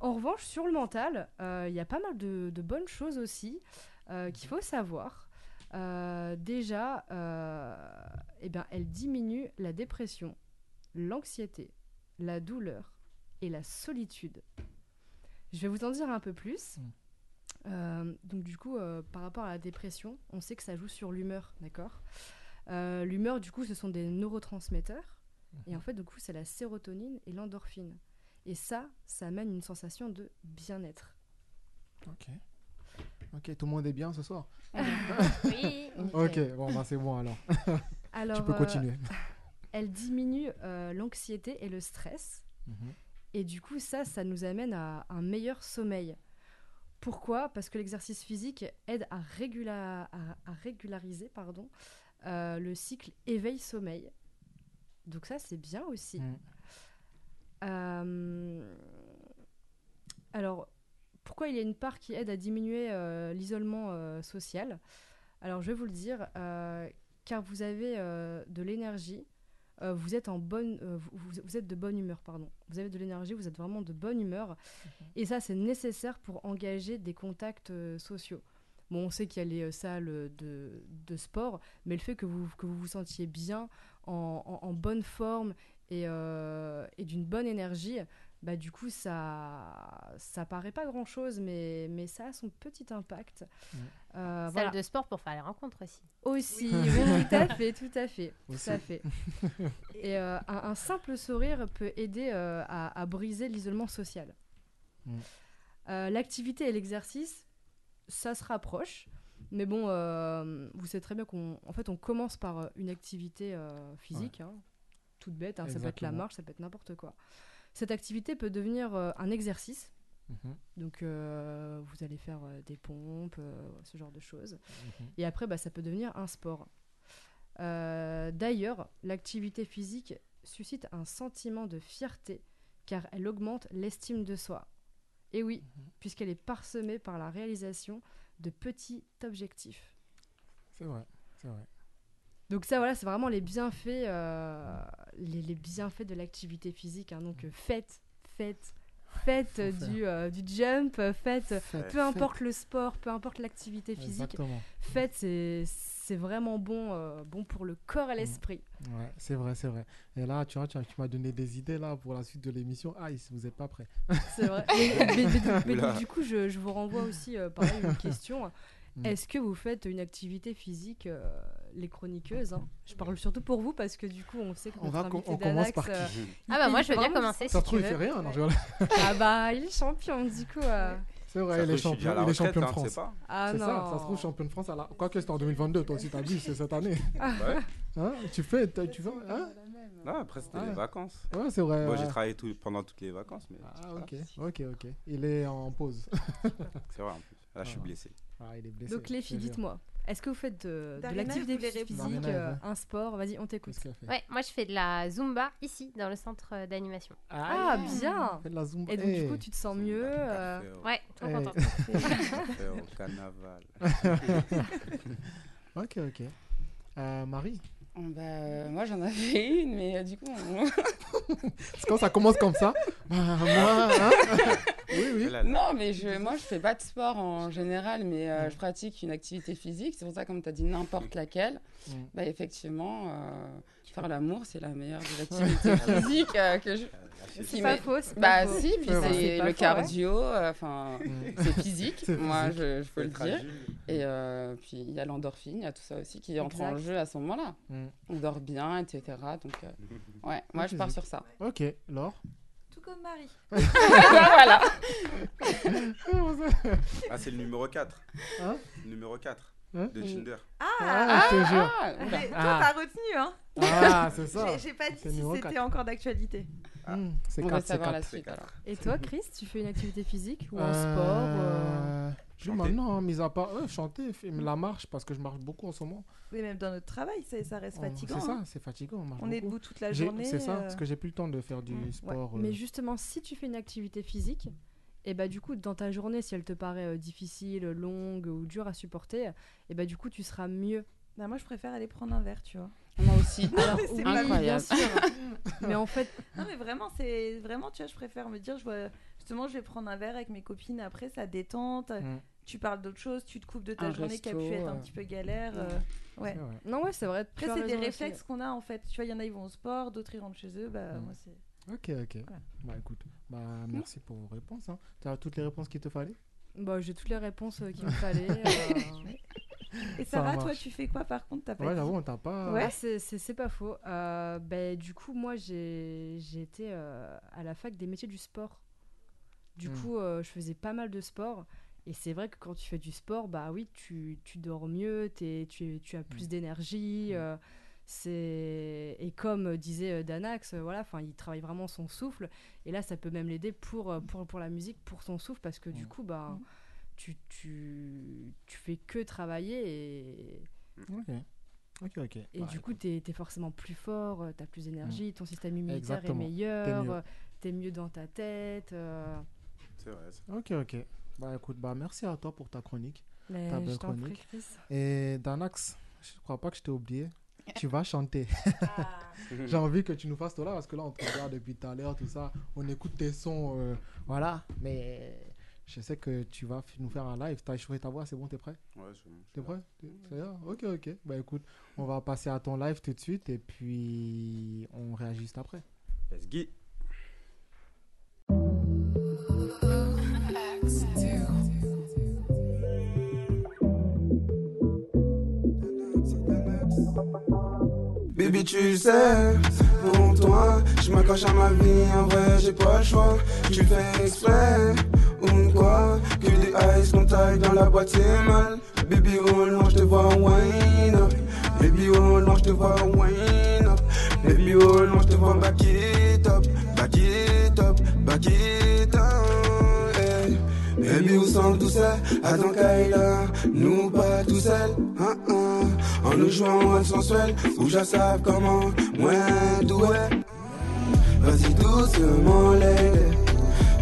S8: En revanche, sur le mental, euh, il y a pas mal de, de bonnes choses aussi euh,
S4: Mm.
S8: qu'il faut savoir. Euh, déjà, euh, eh ben, elle diminue la dépression, l'anxiété, la douleur et la solitude. Je vais vous en dire un peu plus. Euh, donc du coup, euh, par rapport à la dépression, on sait que ça joue sur l'humeur, d'accord Euh, L'humeur, du coup, ce sont des neurotransmetteurs. Et en fait, du coup, c'est la sérotonine et l'endorphine. Et ça, ça amène une sensation de bien-être.
S4: Ok. Ok, tout le monde est bien ce soir
S8: Oui.
S4: Ok,
S8: Nickel.
S4: bon, bah, c'est bon alors.
S8: Alors,
S4: tu peux
S8: euh,
S4: continuer.
S8: elle diminue euh, l'anxiété et le stress.
S4: Mhm.
S8: Et du coup, ça, ça nous amène à un meilleur sommeil. Pourquoi Parce que l'exercice physique aide à, régula- à- à régulariser pardon, euh, le cycle éveil-sommeil. Donc ça, c'est bien aussi. Euh, alors, pourquoi il y a une part qui aide à diminuer euh, l'isolement euh, social Alors, je vais vous le dire, euh, car vous avez euh, de l'énergie, euh, vous êtes en bonne, euh, vous- vous, vous êtes de bonne humeur, pardon. Vous avez de l'énergie, vous êtes vraiment de bonne humeur, et ça, c'est nécessaire pour engager des contacts euh, sociaux. Bon, on sait qu'il y a les euh, salles de, de sport, mais le fait que vous que vous, vous sentiez bien, en, en- en bonne forme et, euh, et d'une bonne énergie, bah, du coup, ça ça paraît pas grand-chose, mais, mais ça a son petit impact. Euh,
S6: Salle
S8: voilà.
S6: de sport pour faire les rencontres aussi.
S8: Aussi,
S6: Oui.
S8: oui, tout à fait, tout à fait, tout
S6: Aussi.
S8: à fait. Et euh, un, un simple sourire peut aider euh, à, à briser l'isolement social.
S13: Mm.
S8: Euh, L'activité et l'exercice, ça se rapproche, mais bon, euh, vous savez très bien qu'on, en fait, on commence par euh, une activité euh, physique, hein, toute bête. hein, ça peut être la
S13: Exactement.
S8: marche, ça peut être n'importe quoi. Cette activité peut devenir euh, un exercice.
S13: Mhm.
S8: Donc, euh, vous allez faire euh, des pompes, euh, ce genre de choses.
S13: Mhm.
S8: Et après, bah, ça peut devenir un sport. Euh, D'ailleurs, l'activité physique suscite un sentiment de fierté car elle augmente l'estime de soi. Et oui, puisqu'elle est parsemée par la réalisation de petits objectifs.
S4: C'est vrai, c'est vrai.
S8: Donc ça, voilà, c'est vraiment les bienfaits, euh, les, les bienfaits de l'activité physique. hein. Donc euh, faites, faites, faites euh, du, euh, du jump, euh, faites euh,
S12: Faites.
S8: peu importe le sport, peu importe l'activité physique.
S4: Exactement.
S8: Faites, c'est c'est vraiment bon, euh, bon pour le corps et l'esprit.
S4: Ouais, c'est vrai, c'est vrai. Et là, tu vois, tu, tu m'as donné des idées là pour la suite de l'émission. Ah, ils- vous n'êtes pas prêts.
S8: C'est vrai. Mais, mais- mais- mais du coup, je, je vous renvoie aussi euh, pareil, une question.
S4: Mm.
S8: Est-ce que vous faites une activité physique, euh, les chroniqueuses hein Je parle surtout pour vous parce que du coup, on sait que
S4: On
S8: notre
S4: va com-
S8: invité
S4: on commence
S8: d'Anax,
S4: par qui
S8: euh,
S6: Ah bah,
S8: il
S6: moi,
S8: fait
S6: je veux bien
S8: vraiment-
S6: commencer,
S4: Ça se trouve, il fait rien. Non, je rigole.
S8: Ah bah, il est champion, du coup. euh,
S4: C'est vrai,
S7: Ça
S4: il
S7: se trouve, je suis
S4: est
S7: déjà à
S4: champion,
S7: la
S4: il est
S7: retraite,
S4: champion de
S7: hein, tu sais
S4: France.
S7: pas.
S8: Ah
S4: c'est ça,
S8: non.
S4: ça se trouve champion de France. À la... Quoique c'était en 2022, toi aussi t'as dit, c'est cette année.
S8: Ah.
S7: Ouais.
S4: Hein, tu fais, t'as- tu vas. Hein
S7: Non, après, c'était
S4: Ah
S7: les
S4: ouais.
S7: vacances.
S4: Ouais, c'est vrai,
S7: Moi,
S4: ouais.
S7: j'ai travaillé tout- pendant toutes les vacances. Mais
S4: ah, ok, ok, ok. Il est en pause.
S7: C'est vrai, en plus. Là, je suis blessé.
S4: Ah, il est blessé.
S8: Donc les filles,
S4: je te jure.
S8: dites-moi, est-ce que vous faites de, de
S5: Darina,
S8: l'activité
S5: elle voulait
S8: physique,
S4: répondre. Darina,
S8: euh,
S4: ouais.
S8: un sport Vas-y, on t'écoute.
S6: Ouais, moi je fais de la Zumba ici, dans le centre euh, d'animation.
S8: Ah, bien
S4: Fais de la Zumba.
S8: Et donc du
S4: Eh.
S8: coup, tu te sens mieux euh,
S7: café,
S6: Ouais, trop
S4: Eh.
S6: contente.
S7: Faire au carnaval.
S4: ok, ok. Euh, Marie,
S12: Bon, bah, euh, moi, j'en avais une, mais euh, du coup, on-
S4: parce que quand ça commence comme ça, bah, moi, hein oui,
S7: Oh
S4: oui.
S12: Non, mais je, moi, je fais pas de sport en général, mais euh, je pratique une activité physique. C'est pour ça, comme tu as dit, n'importe laquelle.
S4: Mm. Mm.
S12: Bah, effectivement, euh, faire l'amour, c'est la meilleure des activités physiques euh, que je.
S8: C'est
S12: qui
S8: pas
S12: m'est-
S8: faux, c'est pas
S12: Bah,
S8: faux.
S12: si, puis
S8: C'est vrai. C'est
S12: c'est
S8: pas
S12: le
S8: faux,
S12: cardio, euh, enfin, c'est physique.
S8: C'est
S12: Moi,
S8: physique.
S12: je, je
S8: Faut
S12: peux le
S8: être
S12: dire.
S8: agile.
S12: Et euh, puis, il y a l'endorphine, il y a tout ça aussi qui entre en
S8: Exact.
S12: jeu à ce moment-là.
S4: Mm.
S12: On dort bien, etc. Donc, euh, ouais, moi, je
S4: Ok,
S12: pars
S4: zut.
S12: sur ça.
S4: Ok, Laure.
S5: Tout comme Marie.
S12: voilà.
S7: Ah, c'est le numéro 4. numéro 4
S4: Hein
S7: de Tinder.
S5: Ah,
S4: Ah, je te
S5: ah,
S4: jure.
S5: ah, mais Toi,
S4: Ah.
S5: t'as retenu, hein
S4: Ah, c'est ça.
S5: J'ai- J'ai pas dit
S4: C'est
S5: si
S4: numéro
S5: c'était
S4: quatre.
S5: encore d'actualité.
S4: Hmm, c'est
S12: On va
S4: quatre, c'est
S12: savoir la
S4: quatre.
S12: suite alors.
S8: Et toi, Chris, tu fais une activité physique ou
S4: Euh,
S8: un sport ou, euh,
S4: Plus maintenant, hein, mis à part euh, chanter, f- la marche, parce que je marche beaucoup en ce moment.
S5: Mais même dans notre travail, ça, ça reste
S4: On-
S5: fatigant.
S4: Oh, C'est ça,
S5: hein.
S4: c'est fatigant. On, marche
S5: On est
S4: beaucoup.
S5: debout toute la
S4: J'ai-
S5: journée,
S4: C'est ça,
S5: euh.
S4: parce que j'ai plus le temps de faire du sport. euh,
S8: Mais justement, si tu fais une activité physique, et bah du coup, dans ta journée, si elle te paraît euh, difficile, longue ou dure à supporter, et bah du coup, tu seras mieux.
S5: Bah, moi, je préfère aller prendre un verre, tu vois.
S12: Moi aussi.
S8: Alors,
S5: Mais c'est
S8: oui,
S5: pas
S8: bien
S12: incroyable.
S8: sûr. mais en fait,
S4: Ah.
S5: Non, mais vraiment, c'est vraiment, tu vois, je préfère me dire, je vois, justement, je vais prendre un verre avec mes copines après, ça détente.
S4: Mm.
S5: Tu parles d'autre chose, tu te coupes de ta
S12: Un
S5: journée qui a pu
S12: resto,
S5: être un
S12: euh.
S5: petit peu galère.
S12: Mm.
S5: euh, ouais.
S4: c'est vrai.
S8: non, ouais, c'est vrai. tu
S5: Après,
S8: as
S5: c'est des
S8: raison aussi.
S5: réflexes qu'on a en fait. Tu vois, il y en a, ils vont au sport, d'autres, ils rentrent chez eux. Bah,
S4: Mm.
S5: moi, c'est.
S4: Ok, ok.
S5: Voilà.
S4: Bah écoute, bah, merci pour vos réponses. hein. Tu as toutes les réponses qu'il te fallait
S8: Bah, j'ai toutes les réponses euh, qu'il me fallait. euh,
S5: Et
S4: Ça
S5: Sarah, toi,
S4: marche.
S5: tu fais quoi par contre T'as pas
S4: Ouais,
S5: dit.
S4: j'avoue, on t'a pas.
S5: Ouais.
S8: Ah, c'est- c'est c'est pas faux. Euh, ben, du coup, moi, j'ai j'ai été euh, à la fac des métiers du sport. Du
S4: Hmm.
S8: coup, euh, je faisais pas mal de sport. Et c'est vrai que quand tu fais du sport, bah oui, tu, tu dors mieux, t'es- tu, tu as plus d'énergie. euh, c'est et comme disait euh, Danax, euh, voilà, enfin, il travaille vraiment son souffle. Et là, ça peut même l'aider pour, euh, pour, pour la musique, pour son souffle, parce que du coup, bah, tu, tu, tu fais que travailler et,
S4: Ok, ok, ok.
S8: et
S4: Bah, Mm.
S8: du coup, t'es es forcément plus fort, euh, t'as plus d'énergie, ton système immunitaire
S4: Exactement.
S8: est
S4: T'es
S8: meilleur,
S4: mieux.
S8: euh, t'es mieux. dans ta tête. euh.
S7: C'est vrai. c'est-
S4: Ok, ok. Bah écoute, bah merci à toi pour ta chronique.
S8: Mais
S4: Ta belle
S8: je t'en prie,
S4: chronique.
S8: Chris.
S4: Et Eh, Danax, je crois pas que je t'ai oublié. Tu vas chanter. J'ai envie que tu nous fasses toi là parce que là on te regarde depuis tout à l'heure, tout ça. On écoute tes sons, euh, voilà. Mais je sais que tu vas f- nous faire un live. T'as échoué ta voix, c'est bon, t'es prêt
S7: Ouais, c'est bon.
S4: T'es prêt T'es- ça y est Ok, ok. Bah écoute, on va passer à ton live tout de suite et puis on réagit juste après.
S7: Let's go.
S10: Baby, tu sais, pour toi, je m'accroche à ma vie, en vrai, j'ai pas le choix. Tu fais exprès, ou quoi, que des eyes contact dans la boîte, c'est mal. Baby, oh non, je te vois wine up. Baby, oh non, je te vois wine up. Baby, oh non, je te vois back it up, back it up, back it up. hey. Baby, où sont tous ceux à ton Kaila, nous pas tout seuls, hein, hein. En nous jouant à sensuel, où je savent comment, moins doué. Vas-y doucement, lady.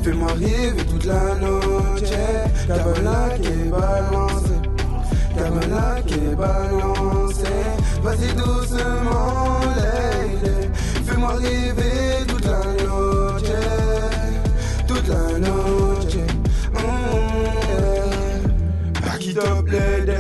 S10: Fais-moi rêver toute la noche. eh. Cabana qui est balancé. Cabana qui est balancé. Vas-y doucement, lady. Fais-moi rêver eh. toute la noche. eh. Mm, Toute la me bled.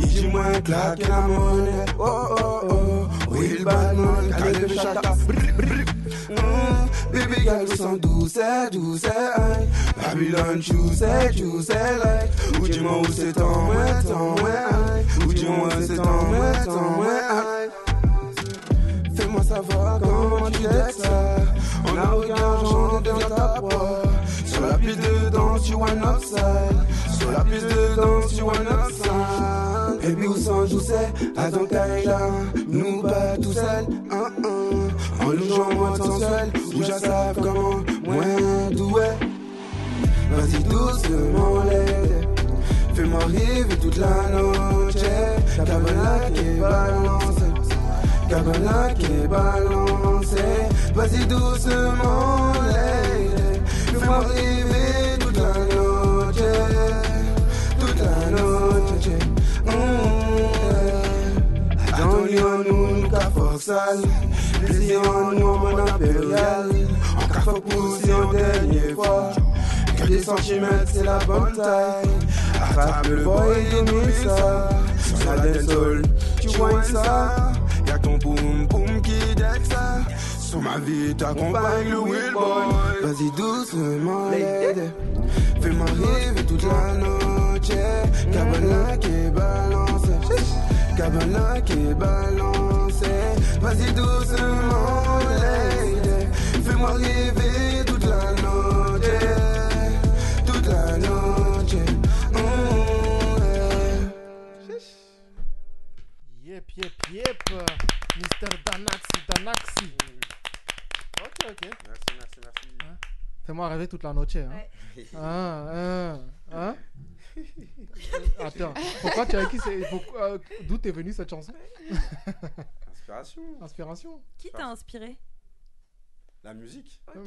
S10: Il dit moins claque la monnaie. Oh oh oh. Oui, le banon, calé de chata. Brr, brr. Mm, Baby girl, we sont douce, douce, aïe. Babylon, choose, choose, like. Ou dis-moi où c'est en moins, tant moins, aïe. Ou dis-moi où c'est en moins, tant moins, aïe. Fais-moi savoir comment tu dettes ça. On a regard, j'en ai dans ta boîte. Sur la piste de danse, you one upside. Sur la piste de danse, you one upside. Baby, où s'en joue, c'est à ton là. Nous pas tout seul, hein, hein. En nous jouant, moi, sensuel. Où je savent comment, moins doué. Vas-y, doucement, l'aide. Fais-moi rêver toute la noche. Cabana qui balance. Cabana qui balance. Vas-y, doucement, l'aide. Fais-moi rêver toute la noche. Toute la noche. Mmh. Dans Lyon, nous, nous, qu'à Forçal. Plaisir en nous, mon impérial. En café poussé en dernier fois. Que des centimètres, c'est la bonne taille. Attrape le boy et nous ça. Sur la dancehall, tu vois ça. Y'a ton boum boum qui deck ça. Sur ma vie, t'accompagne le wheel boy. Vas-y doucement, l'aide. Fais-moi rêver toute la noche. Cabana qui balance. Cabana qui balance. Vas-y doucement, l'aide. Fais-moi rêver toute la noche toute la noche. Mm,
S4: Yep, yep, yep. Mister Danaxi, Danaxi. Ok, ok. Hein?
S7: Merci, merci, merci.
S4: Fais-moi rêver toute la noche. Hein.
S7: Ouais.
S4: Hein, hein, hein. Attends, pourquoi tu as qui c'est pourquoi- euh, D'où t'es venue cette chanson
S7: Inspiration.
S4: Inspiration.
S5: Qui t'a inspiré
S7: La musique.
S4: Mmh.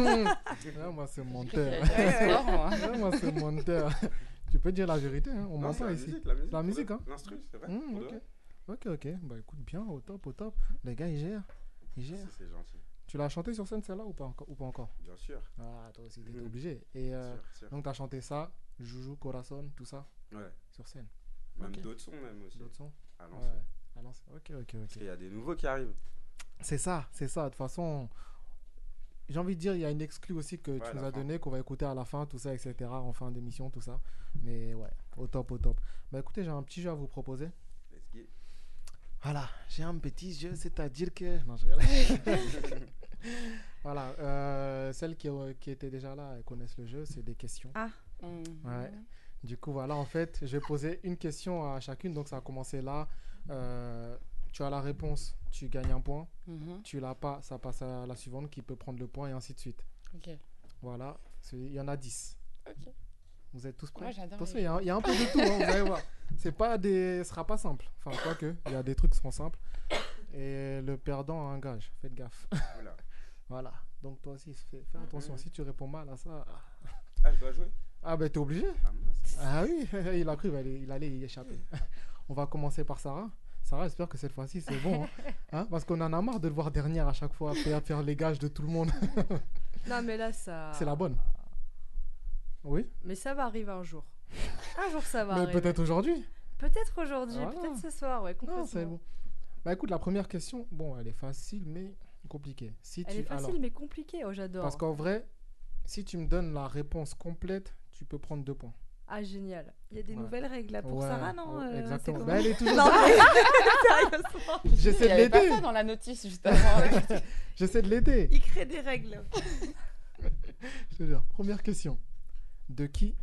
S4: Ouais, moi, c'est menteur.
S7: Ouais, ouais, ouais.
S4: Ouais, moi, c'est menteur. Tu peux dire la vérité, hein, on
S7: Non, c'est
S4: m'entend
S7: la
S4: ici.
S7: musique, la musique,
S4: La
S7: pour
S4: musique,
S7: le-
S4: hein
S7: l'instru, c'est vrai,
S4: Mmh,
S7: pour de
S4: ok.
S7: vrai.
S4: Ok, ok. Bah écoute, bien, au top, au top. Les gars, ils gèrent. Ils gèrent.
S7: Merci, c'est gentil.
S4: Tu l'as chanté sur scène celle-là ou pas, encore- ou pas encore
S7: Bien sûr.
S4: Ah, toi aussi, t'es obligé. Et euh,
S7: Sûr, Mm. sûr.
S4: donc, t'as chanté ça, Joujou, Corazon, tout ça
S7: Ouais.
S4: Sur scène.
S7: Même
S4: Ok.
S7: d'autres sons, même aussi.
S4: D'autres sons
S7: À
S4: Ouais,
S7: l'ancienne.
S4: à l'ancienne. Ok, ok,
S7: Parce
S4: ok.
S7: qu'il y a des nouveaux qui arrivent.
S4: C'est ça, c'est ça. De toute façon, j'ai envie de dire, il y a une exclue aussi que
S7: Ouais,
S4: tu nous
S7: la
S4: as
S7: fin.
S4: donnée, qu'on va écouter à la fin, tout ça, etc. En fin d'émission, tout ça. Mais ouais, au top, au top. Bah écoutez, j'ai un petit jeu à vous proposer.
S7: Let's get.
S4: Voilà, j'ai un petit jeu, c'est-à-dire que. Non, je rigole. voilà, euh, celles qui, euh, qui étaient déjà là, elles connaissent le jeu, c'est des questions.
S5: Ah.
S12: hein.
S4: Ouais. Du coup, voilà, en fait, je vais poser une question à chacune. Donc, ça a commencé là. Euh, tu as la réponse, tu gagnes un point.
S12: Mhm.
S4: Tu l'as pas, ça passe à la suivante qui peut prendre le point et ainsi de suite.
S12: Ok.
S4: Voilà, C'est- il y en a 10.
S12: Ok.
S4: Vous êtes tous prêts
S12: Moi, j'adore
S4: Attention,
S12: les
S4: il y, a
S12: jeux.
S4: un- il y a un peu de tout, hein, vous allez voir. C'est pas des... Ce sera pas simple. Enfin, quoi que, il y a des trucs qui seront simples. Et le perdant a un gage, faites gaffe.
S7: Oula.
S4: voilà, donc toi aussi, fais, fais attention. Si tu réponds mal à ça...
S7: Ah, je dois jouer
S4: Ah ben t'es obligé
S7: Ah mince.
S4: Ah oui, il a cru, il allait, il allait y échapper. On va commencer par Sarah. Sarah, j'espère que cette fois-ci c'est bon. hein. Hein Parce qu'on en a marre de le voir dernière à chaque fois, faire, faire les gages de tout le monde.
S8: Non, mais là, ça.
S4: c'est la bonne. Oui
S8: Mais ça va arriver un jour. Un jour, ça va
S4: Mais
S8: arriver.
S4: peut-être aujourd'hui.
S8: Peut-être aujourd'hui,
S4: Voilà.
S8: peut-être ce soir, ouais,
S4: Non,
S8: complètement.
S4: c'est bon. Bah écoute, la première question, bon, elle est facile mais compliquée. Si
S8: Elle
S4: tu...
S8: est facile,
S4: alors,
S8: mais compliquée. Oh, j'adore.
S4: Parce qu'en vrai, si tu me donnes la réponse complète, tu peux prendre deux points.
S8: Ah, génial.
S5: Il y a des
S4: Ouais.
S5: nouvelles règles là pour
S4: Ouais,
S5: Sarah, non
S4: ouais,
S5: euh, c'est
S4: exactement.
S5: comment
S4: Bah, elle est toujours
S5: Non,
S4: dans-
S5: mais-
S4: J'essaie
S12: Il y
S4: de
S12: avait pas
S4: l'aider.
S12: ça dans la notice juste avant.
S4: J'essaie de l'aider.
S5: Il crée des règles.
S4: Je te jure. Première question. De qui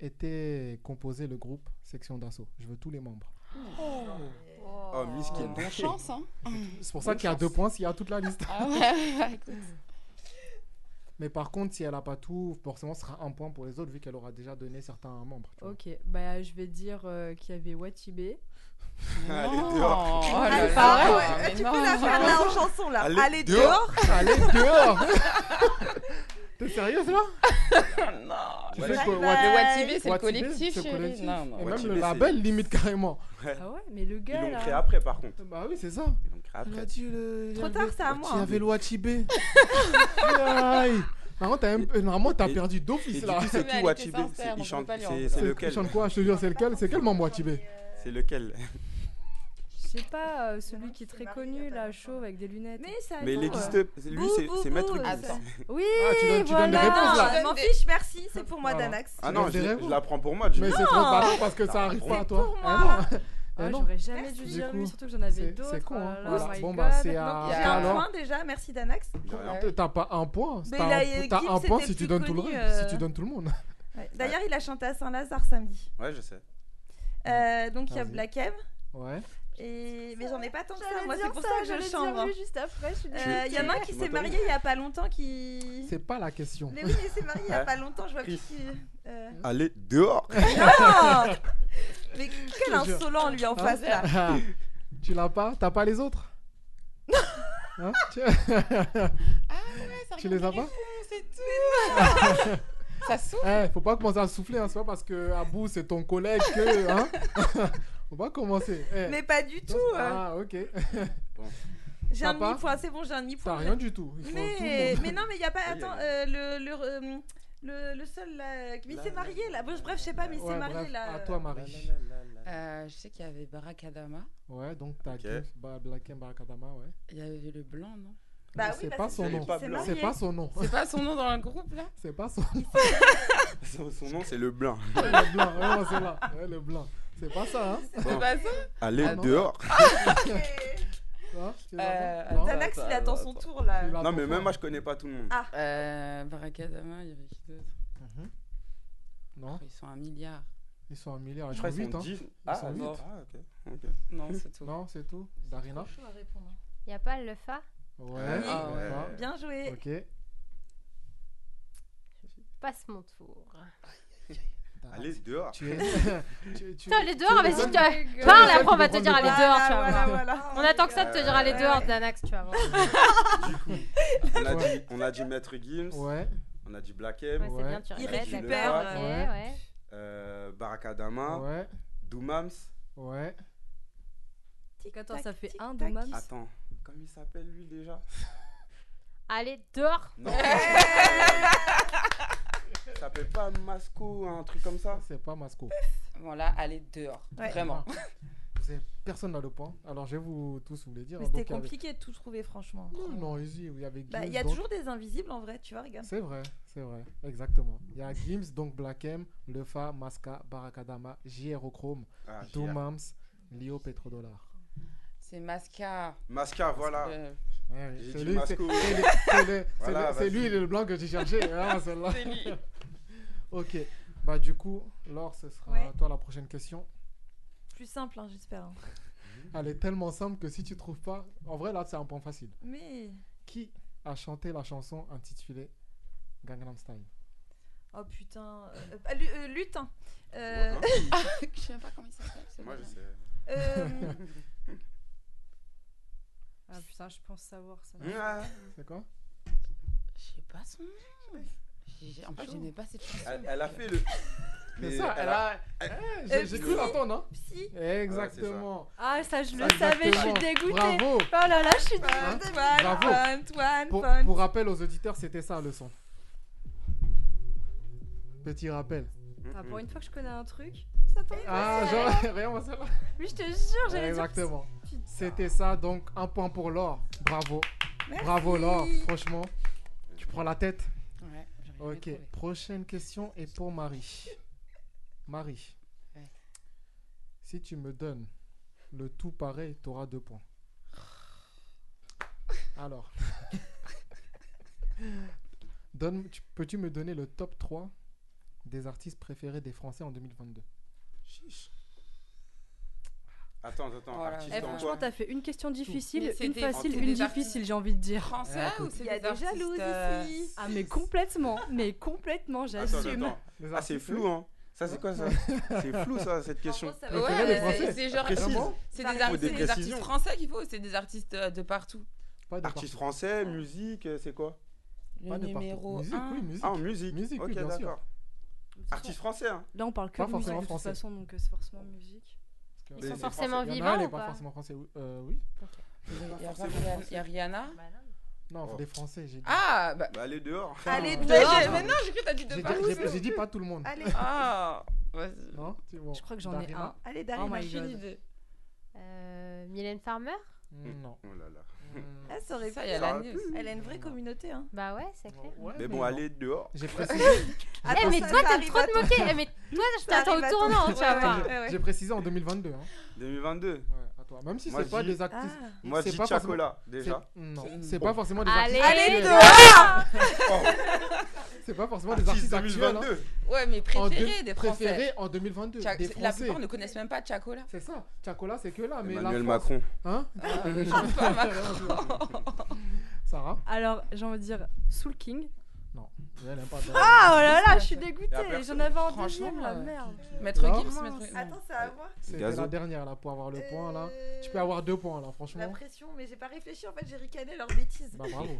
S4: était composé le groupe Section d'Assaut Je veux tous les membres.
S7: Oh, miskin.
S12: Bonne chance, hein.
S4: C'est pour ça qu'il y a deux points s'il y a toute la liste.
S12: Ah ouais, écoute.
S4: Mais par contre, si elle n'a pas tout, forcément, ce sera un point pour les autres vu qu'elle aura déjà donné certains membres. tu vois.
S8: Ok, bah je vais dire euh, qu'il y avait Watibé.
S7: Allez,
S8: Non.
S7: dehors.
S8: Oh là
S5: Allez,
S8: là,
S5: Sarah,
S12: Ah,
S8: mais
S5: ouais, tu
S8: non.
S5: peux la faire là en chanson là. Oh, Allez, dehors.
S4: Allez dehors T'es sérieuse là Tu
S7: Ah, Ouais.
S4: sais quoi,
S5: Le
S12: Watibé, c'est le
S4: Watibé,
S12: collectif,
S4: c'est le
S12: chérie.
S4: collectif.
S12: Non, non,
S4: Et même
S7: Watibé,
S4: le
S7: c'est-
S4: label limite carrément.
S7: Ouais.
S8: Ah ouais, mais le
S7: Ils
S8: gars
S7: l'ont
S8: là.
S7: créé après, par contre.
S4: Bah oui, c'est ça.
S7: Ils l'ont créé après.
S4: Trop
S5: hein. Trop tard, c'est à moi.
S4: Il y
S5: hein.
S4: avait le Watibé. Aïe. Normalement, t'as un- normalement, t'as perdu d'office
S7: et du
S4: là.
S7: coup, c'est qui, Mais elle Wachibé était sincère, C'est- il on peut chante- pas lui en c'est- c'est vouloir. lequel
S4: Il chante quoi Je te jure, c'est lequel C'est quel Mambo Wachibé
S7: C'est lequel
S8: Je sais pas, euh, celui qui est très connu, là, chauve, avec des lunettes. Mais ça
S7: Mais les Guisteux, c'est- lui, c'est- c'est Maître Gims.
S8: Oui,
S7: Ah, tu donnes- tu donnes des
S8: voilà.
S7: réponses,
S5: Non,
S7: là.
S5: je m'en fiche, merci, c'est pour moi
S7: Voilà.
S5: Danax.
S7: Ah non, je,
S4: des
S7: l'ai-
S4: rêves.
S7: je la prends pour moi. du
S4: Mais
S7: coup.
S4: c'est trop pas bon parce que ça arrive pas à toi. Ah non.
S8: Ah,
S4: Eh non.
S8: J'aurais jamais dû
S4: Du
S8: dire
S4: coup,
S8: lui, surtout que j'en avais
S4: c'est-
S8: d'autres.
S4: C'est con. hein.
S8: oh là
S4: Voilà.
S8: my
S4: Bon, bah,
S8: God.
S4: c'est
S8: Donc,
S4: à.
S5: J'ai un
S4: alors.
S5: point déjà, merci Danax.
S4: T'as- T'as pas un point.
S5: Mais
S4: T'as
S5: là,
S4: un,
S5: il y a
S4: t'as
S5: Gims,
S4: un point
S5: c'était
S4: si tu
S5: plus
S4: donnes tout le
S5: connu,
S4: reste, si
S5: euh,
S4: tu donnes tout le monde.
S5: Ouais. D'ailleurs, il a chanté à Saint-Lazare samedi.
S7: Ouais, je sais.
S5: Euh, donc il y a
S4: Vas-y.
S5: Black M.
S4: Ouais.
S5: Et... Mais j'en ai pas tant que ça,
S8: J'allais
S5: moi c'est
S8: dire
S5: pour
S8: ça,
S5: ça, que
S8: j'allais
S5: je
S8: dire
S5: chambre.
S8: lui juste après, je suis
S5: Euh, Il y en a un qui s'est
S4: désolée.
S5: marié il y a pas longtemps qui.
S4: C'est pas la question.
S5: Mais oui, mais il s'est marié il y a
S4: Ouais.
S5: pas longtemps, je vois plus
S4: Chris.
S5: qui. euh,
S7: Allez, dehors
S5: Non Mais quel
S4: Je te jure.
S5: insolent lui en
S4: Hein
S5: face là
S4: Tu l'as pas T'as pas les autres Hein Tu- Tu les as pas
S5: C'est
S12: tout Ça souffle
S4: Eh, Faut pas commencer à souffler, hein, c'est pas parce que Abou c'est ton collègue que. Hein faut pas commencer. eh.
S5: Mais pas du tout
S4: Ah,
S5: euh.
S4: ok.
S5: J'ai un
S4: Papa,
S5: demi-point, c'est bon, j'ai un demi-point.
S4: T'as rien du tout. Il faut tout
S5: Mais,
S4: le monde.
S5: mais non, mais il n'y a pas.
S4: Aïe,
S5: Attends,
S4: aïe,
S5: euh, le, le, euh, le, le seul. Là, mais il s'est marié là. Bon, bref, je sais pas, mais il s'est
S4: Ouais,
S5: marié
S4: bref,
S5: là.
S4: À toi, Marie.
S12: Euh, je sais qu'il y avait Barakadama.
S4: Ouais, donc t'as Gims, Ba- Black M, Barakadama, ouais.
S12: Il y avait le blanc, non
S4: Bah oui, C'est parce pas que son il nom. est pas blanc. C'est pas son nom.
S12: C'est pas son nom dans le groupe, là
S4: C'est pas son nom.
S7: Son son nom, c'est le blanc.
S4: le blanc, ouais, ouais, c'est là. Ouais, le blanc. C'est pas ça, hein
S7: Bon.
S12: pas ça
S7: Allez,
S4: Ah, non.
S7: dehors
S4: Hein, tu les as pas
S12: Euh,
S4: Non
S5: Danax, il attend son tour là.
S4: bah,
S7: Non, mais même moi, je connais pas tout le monde.
S5: Ah.
S12: Euh, Barakadama, il y avait qui d'autre
S4: Non
S12: Ils sont un milliard.
S4: Ils sont un milliard,
S7: Je
S4: ils
S7: crois
S4: sont
S7: qu'ils
S4: 8.
S7: sont
S4: Hein.
S7: dix.
S4: Ils
S7: Ah,
S4: sont
S7: bon.
S4: huit.
S7: Ah, ok. Ok.
S12: Non, c'est tout.
S4: Non, c'est tout. Darina
S8: hein.
S6: Il a pas le fa
S4: Ouais.
S12: Ah, ouais.
S4: voilà.
S5: Bien joué.
S4: Ok.
S6: Passe mon tour.
S7: Allez, dehors
S4: Bah, Tu es. tu, tu...
S6: Putain, les dehors,
S4: tu
S6: vas-y,
S4: es le
S6: tu
S4: seul-
S6: as-
S4: tu es le
S6: parle,
S4: seul
S6: après on
S4: qui
S6: va
S4: peut
S6: te dire
S4: prendre des
S6: allez
S4: points.
S6: dehors, tu vas
S5: Voilà, Euh.
S6: voir.
S5: voilà.
S6: On attend que ça de te dire allez dehors, Danax, tu vas voir.
S7: On a dit, on a dit Maître Gims.
S4: Ouais.
S7: On a dit Black M.
S6: Ouais, c'est bien, tu
S7: on a
S6: répètes,
S7: dit Le
S6: d'accord.
S7: Pape,
S6: Ouais, Ouais. ouais.
S7: euh, Barakadama.
S4: Ouais.
S7: Doumams.
S4: Ouais.
S8: Attends, ça fait un de Mams.
S7: Attends, comment il s'appelle lui déjà
S6: Allez dehors.
S7: Non. Il s'appelle pas Masco, un truc comme ça
S4: C'est pas Masco.
S12: Bon, là, allez, dehors.
S5: Ouais.
S12: Vraiment.
S4: Vous avez personne dans le point. Alors, je vais vous tous vous les dire.
S5: Mais
S4: hein.
S5: c'était
S4: Donc, il y avait-
S5: compliqué de tout trouver, franchement.
S4: Non, non, easy. Il y avait
S5: Bah, il y
S4: Gims,
S5: a
S4: donc-
S5: toujours des invisibles en vrai, tu vois, regarde.
S4: C'est vrai, c'est vrai, exactement. Il y a Gims, donc Black M, Lefa, Masca, Barakadama, JR Chrome,
S7: Ah, JR.
S4: Doomams, Lio Petrodollar.
S12: C'est Masca.
S7: Masca, voilà.
S12: Euh,
S4: Ouais,
S7: J'ai
S4: Eh c'est
S7: dit
S4: lui, c'est-
S7: Masco.
S4: c'est lui- c'est lui- c'est
S7: Voilà,
S4: lui- c'est lui,
S7: vas-y.
S4: il est le blanc que j'ai cherché. Ah, celle-là.
S12: C'est lui.
S4: ok, bah du coup, Laure, ce sera
S5: Ouais.
S4: à toi la prochaine question.
S5: Plus simple, hein, j'espère. hein.
S4: Elle est tellement simple que si tu trouves pas, en vrai là, c'est un point facile.
S5: Mais.
S4: Qui a chanté la chanson intitulée Gangnam Style
S5: Oh putain. euh, euh, lu- euh, lutin. Euh,
S12: Je sais même pas comment il s'appelle. c'est
S7: Moi,
S12: pas
S7: je
S12: grave.
S7: sais.
S5: euh,
S8: Ah putain, je pense savoir ça.
S7: Ah.
S4: C'est quoi
S12: Je sais pas son nom. J'ai- j'ai- En fait, j'aimais pas cette chanson.
S7: Elle, elle a fait le.
S4: C'est
S7: Mais
S4: ça, elle a. Eh, j'ai- J'ai cru l'entendre, hein
S5: Psy.
S4: Exactement.
S8: Ah, ça, je le
S4: Exactement.
S8: savais, je suis dégoûtée.
S4: Bravo.
S8: Oh là là, je suis dégoûtée.
S4: Hein
S5: Antoine,
S4: Bravo.
S5: Antoine,
S4: Pour,
S5: Antoine.
S4: pour rappel aux auditeurs, c'était ça le son. Petit rappel.
S8: Enfin, pour une fois que je connais un truc,
S4: Ah, genre, rien, moi, ça va.
S8: mais je te jure, j'allais dire.
S4: Exactement. C'était ça, donc un point pour Laure. Bravo. Bravo Laure, franchement. Tu prends la tête.
S12: Ouais, j'arrive pas à
S4: Ok,
S12: trouver.
S4: prochaine question est pour Marie. Marie,
S12: Ouais.
S4: si tu me donnes le tout pareil, tu auras deux points. Alors, donne, tu- peux-tu me donner le top 3 des artistes préférés des Français en 2022
S7: Ah, Chiche. Attends, attends,
S12: Oh là là.
S7: artiste
S8: Eh,
S7: en
S8: franchement,
S7: quoi
S8: t'as fait une question difficile,
S12: Mais c'est
S8: une
S12: des-
S8: facile,
S12: c'est
S8: une
S12: des artistes.
S8: difficile, j'ai envie de dire.
S12: Français ou
S5: Ah,
S12: c'est
S5: Il y a
S12: des
S5: des
S12: artistes
S5: jalouses
S12: euh,
S5: ici.
S8: Ah, mais complètement, mais complètement,
S7: Attends,
S8: j'assume.
S7: attends. Ah, c'est flou, hein Ça, c'est quoi ça C'est flou, ça, cette question.
S5: ça
S4: veut dire
S12: Ouais,
S4: les
S12: c'est-
S4: Français.
S12: c'est genre
S7: Précise.
S12: c'est
S5: Faut
S12: des,
S5: des
S12: artistes- c'est des artistes
S7: précisions.
S12: français qu'il faut, ou c'est des artistes euh, de partout.
S4: Pas de
S7: Artiste
S4: partout.
S7: français, musique, euh, c'est quoi
S12: Le
S4: Pas de partout.
S12: numéro
S4: Musique,
S12: 1.
S4: oui, musique.
S7: Ah, en musique.
S4: Musique,
S7: ok,
S4: oui, bien sûr.
S7: d'accord. Artiste français, hein
S8: Là, on parle que
S4: Pas
S8: de musique
S4: forcément
S8: de toute
S4: français.
S8: façon, donc euh, c'est forcément
S4: Parce
S8: musique.
S6: Ils
S4: que-
S7: Mais
S6: sont
S7: c'est
S6: forcément
S4: Il y en a un,
S6: vivants
S4: elle est
S6: ou
S4: pas
S6: pas
S4: forcément français. oui. Euh, oui.
S12: Il y a Rihanna- il y a Rihanna.
S4: Non, des Français, j'ai dit.
S12: Ah, bah.
S7: allez dehors.
S12: Allez
S4: Non.
S12: dehors.
S4: J'ai-
S12: Mais non, j'ai cru que t'as dit de
S4: j'ai
S12: Paris.
S4: j'ai- j'ai dit pas tout le monde.
S12: Allez. Ah, Oh vas-y.
S4: Non, c'est bon.
S8: Je crois que j'en ai
S4: Darina.
S8: un. Allez, Darina,
S4: my
S8: j'ai une
S4: God.
S12: idée.
S6: Euh, Mylène Farmer
S4: Mm, Non. Mm.
S7: Oh là là.
S5: Ah, ça aurait
S12: Ça,
S5: pu.
S12: il y a la news.
S5: Elle a une vraie communauté. Hein.
S6: Bah ouais, c'est clair.
S4: Ah,
S7: Mais bon, allez dehors.
S4: J'ai
S7: précisé.
S6: Eh, mais toi, t'aimes trop te moquer. Eh, mais toi, je
S4: Ça
S6: t'attends au
S4: arrive à
S6: tournant,
S4: tout-
S6: tu vas
S4: Ouais,
S6: voir.
S4: j'ai- J'ai précisé en 2022. hein.
S7: 2022. Ouais,
S4: à toi. Même si c'est pas des artistes.
S7: Moi, je
S4: c'est
S7: dis
S4: pas
S7: Chacola,
S4: forcément-
S7: déjà.
S4: c'est- Non, c'est pas forcément des
S6: Allez,
S4: artistes. hein.
S6: Allez,
S12: dehors
S4: C'est pas forcément
S7: Oh,
S4: des artistes actuels. hein.
S12: Ouais, mais
S4: En
S12: préférés
S4: deux-
S12: des Français.
S4: Préférés en 2022.
S12: Tcha-
S4: Des
S12: La
S4: Français.
S12: plupart ne connaissent même pas Chacola.
S4: C'est ça. Chacola, c'est que là. Ah, Mais
S7: Emmanuel
S4: la France-
S7: Macron.
S4: Hein
S12: Pas Macron.
S4: Sarah
S8: Alors, j'ai envie de dire Soul King.
S4: Non. Elle aime pas Darina.
S8: Ah, oh là là, je suis
S12: Y a
S8: dégoûtée.
S12: personne.
S8: J'en avais un
S12: Franchement,
S8: deuxième, la
S12: euh,
S8: merde.
S12: Maître
S4: Non.
S12: Gims,
S4: Mince.
S12: maître-
S5: Attends, c'est à moi.
S4: C'était
S7: Gazo.
S4: la dernière là pour avoir le point là. Tu peux avoir deux points là,
S5: Euh, La
S4: franchement.
S5: pression, mais j'ai pas réfléchi. En fait, j'ai ricané leurs bêtises.
S4: Bah bravo.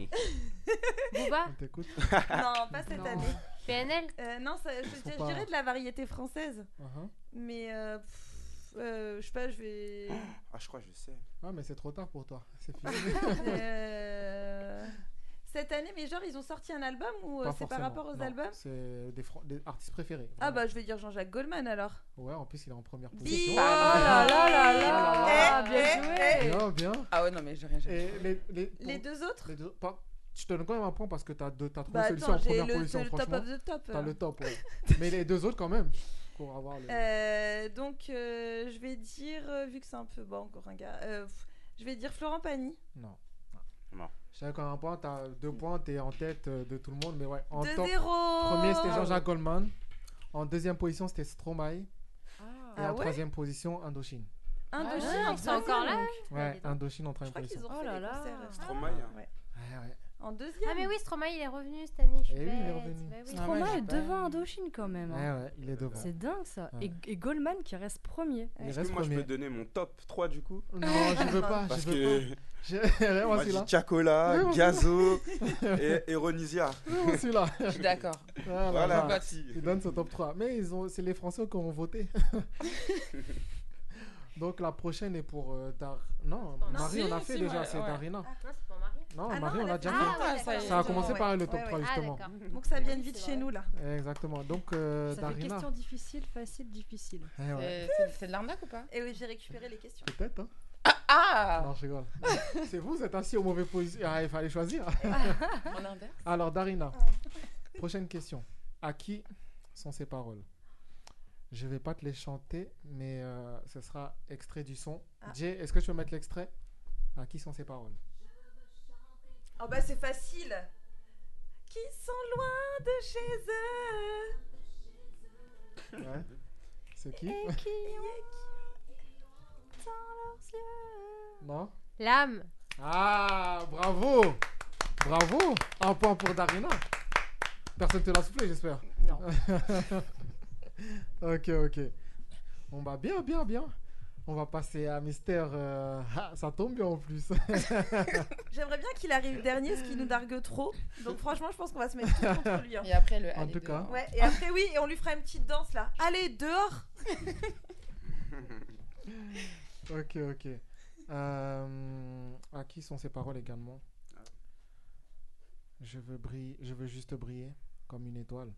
S6: Booba
S4: On t'écoute.
S5: non, pas cette
S6: Non.
S5: année.
S6: PNL
S5: Euh, non, ça- je, je- je
S4: pas-
S5: dirais de la variété française.
S4: Uh-huh.
S5: Mais euh, pff, euh, je sais pas, je vais.
S7: Ah, je crois que je sais.
S4: Ah mais c'est trop tard pour toi. C'est fini.
S5: Euh, Cette année, mais genre, ils ont sorti un album ou euh,
S4: Pas
S5: c'est par
S4: forcément,
S5: rapport aux
S4: non.
S5: albums
S4: C'est des, fran- des artistes préférés.
S5: Ah
S4: vraiment.
S5: bah, je vais dire Jean-Jacques Goldman alors.
S4: Ouais, en plus il est en première
S5: Bim
S4: position.
S5: Oh
S4: Ah,
S5: là là là là
S8: Eh,
S5: Bien
S8: eh,
S5: joué
S4: Bien, bien.
S12: Ah ouais, non, mais j'ai rien. j'ai-
S4: Et les, les,
S5: Les deux autres
S4: les deux- pas- Je te donne quand même un point parce que t'as deux, t'as trouvé
S5: Bah
S4: celui-ci en
S5: attends, j'ai
S4: première
S5: le,
S4: position.
S5: le top
S4: franchement.
S5: of the top.
S4: T'as le top, ouais. mais les deux autres quand même. Pour avoir le.
S5: Euh, donc, euh, je vais dire, euh, vu que c'est un peu bon, encore un gars, euh, pff, je vais dire Florent Pagny.
S4: Non.
S7: Non.
S4: Chacun a un point, t'as deux points, t'es en tête euh, de tout le monde, mais ouais. En top.
S5: 2-0
S4: Premier c'était
S5: Ah,
S4: Jean-Jacques Goldman. En deuxième position c'était Stromae.
S8: Euh,
S4: Et en
S5: Ah ouais
S4: troisième position Indochine.
S5: Indochine,
S6: Ah, ils sont encore là
S4: Ouais,
S6: dis donc.
S4: Indochine en
S5: Je
S4: troisième
S5: crois qu'ils
S4: position.
S5: ont
S8: Oh
S5: fait
S8: là
S5: des
S8: là.
S5: concerts, euh,
S7: Stromae. hein.
S5: ouais.
S4: Ouais, ouais.
S5: En deuxième
S6: Ah, mais oui, Stromae, il est revenu cette année. Je suis
S4: Eh oui, il est
S6: bête.
S4: revenu.
S6: Bah oui.
S8: Trop
S4: ouais, j'ai
S8: mal
S4: pas-
S8: devant Indochine quand même. hein.
S4: Ouais, ouais, il est devant.
S8: C'est dingue ça.
S4: Bah, Ouais.
S8: Et, et Goldman qui reste premier.
S4: Il
S7: Est-ce que
S4: reste
S7: moi, je
S4: premier.
S7: peux donner mon top 3 du coup
S4: Non, je veux pas,
S7: Parce
S4: je veux
S7: que
S4: pas. Je-
S7: moi,
S4: Vraiment
S7: je
S4: celui-là.
S7: dis Chacola, Gazo et Eronisia.
S4: Vraiment celui-là.
S12: Je suis d'accord.
S4: Ah, là,
S7: Voilà.
S4: là.
S7: Bâti.
S4: Ils donnent ce top 3. Mais ils ont... c'est les Français qui ont voté. Donc la prochaine est pour euh, Dar. Non,
S6: Non,
S4: Marie,
S12: si,
S4: on a fait
S12: si,
S4: déjà,
S12: ouais,
S4: c'est
S12: ouais.
S4: Darina.
S6: Ah, non, c'est pour Marie.
S4: Non,
S5: Ah non,
S4: Marie,
S5: on
S4: on
S5: l'a
S4: l'a déjà
S5: fait.
S4: fait.
S12: Ah,
S6: ouais,
S12: ça y est.
S6: d'accord.
S4: Ça a commencé
S5: ouais.
S4: par le top
S5: Ouais,
S4: 3,
S5: ouais.
S6: Ah,
S4: justement.
S6: d'accord.
S5: Donc ça vient de
S6: Oui,
S5: vite
S6: c'est
S5: chez
S6: vrai.
S5: nous là.
S4: Exactement. Donc euh,
S8: Ça fait
S4: Darina.
S8: question difficile, facile, difficile.
S4: Eh ouais.
S12: C'est- c'est- C'est de l'arnaque ou pas
S5: Et oui, j'ai récupéré les questions.
S4: Peut-être, hein.
S12: Ah
S4: Non, je rigole. c'est vous, vous êtes assis au mauvais position. Ah, il fallait choisir.
S12: En inverse
S4: Alors, Darina, prochaine question. À qui sont ces paroles Je vais pas te les chanter, mais euh, ce sera extrait du son.
S5: Ah.
S4: Jay, est-ce que tu peux mettre l'extrait À qui sont ces paroles
S5: Oh bah c'est facile Qui sont loin de chez eux
S4: Ouais. C'est qui
S5: Euh.
S6: Et qui
S4: Non
S6: L'âme.
S4: Ah, bravo Bravo Un point pour Darina. Personne te l'a soufflé, j'espère.
S12: Non.
S4: Ok, ok. On va bien, bien, bien. On va passer à Mystère. euh, ah, ça tombe bien en plus.
S5: J'aimerais bien qu'il arrive dernier, ce qui nous dargue trop. Donc franchement, je pense qu'on va se mettre tout contre lui. hein.
S12: Et après le.
S4: En
S12: allez,
S4: tout
S12: dehors.
S4: cas.
S5: Ouais, et après oui, et on lui fera une petite danse là. Allez, dehors
S4: Ok, ok. Euh, à qui sont ces paroles également Je veux briller, je veux juste briller comme une étoile.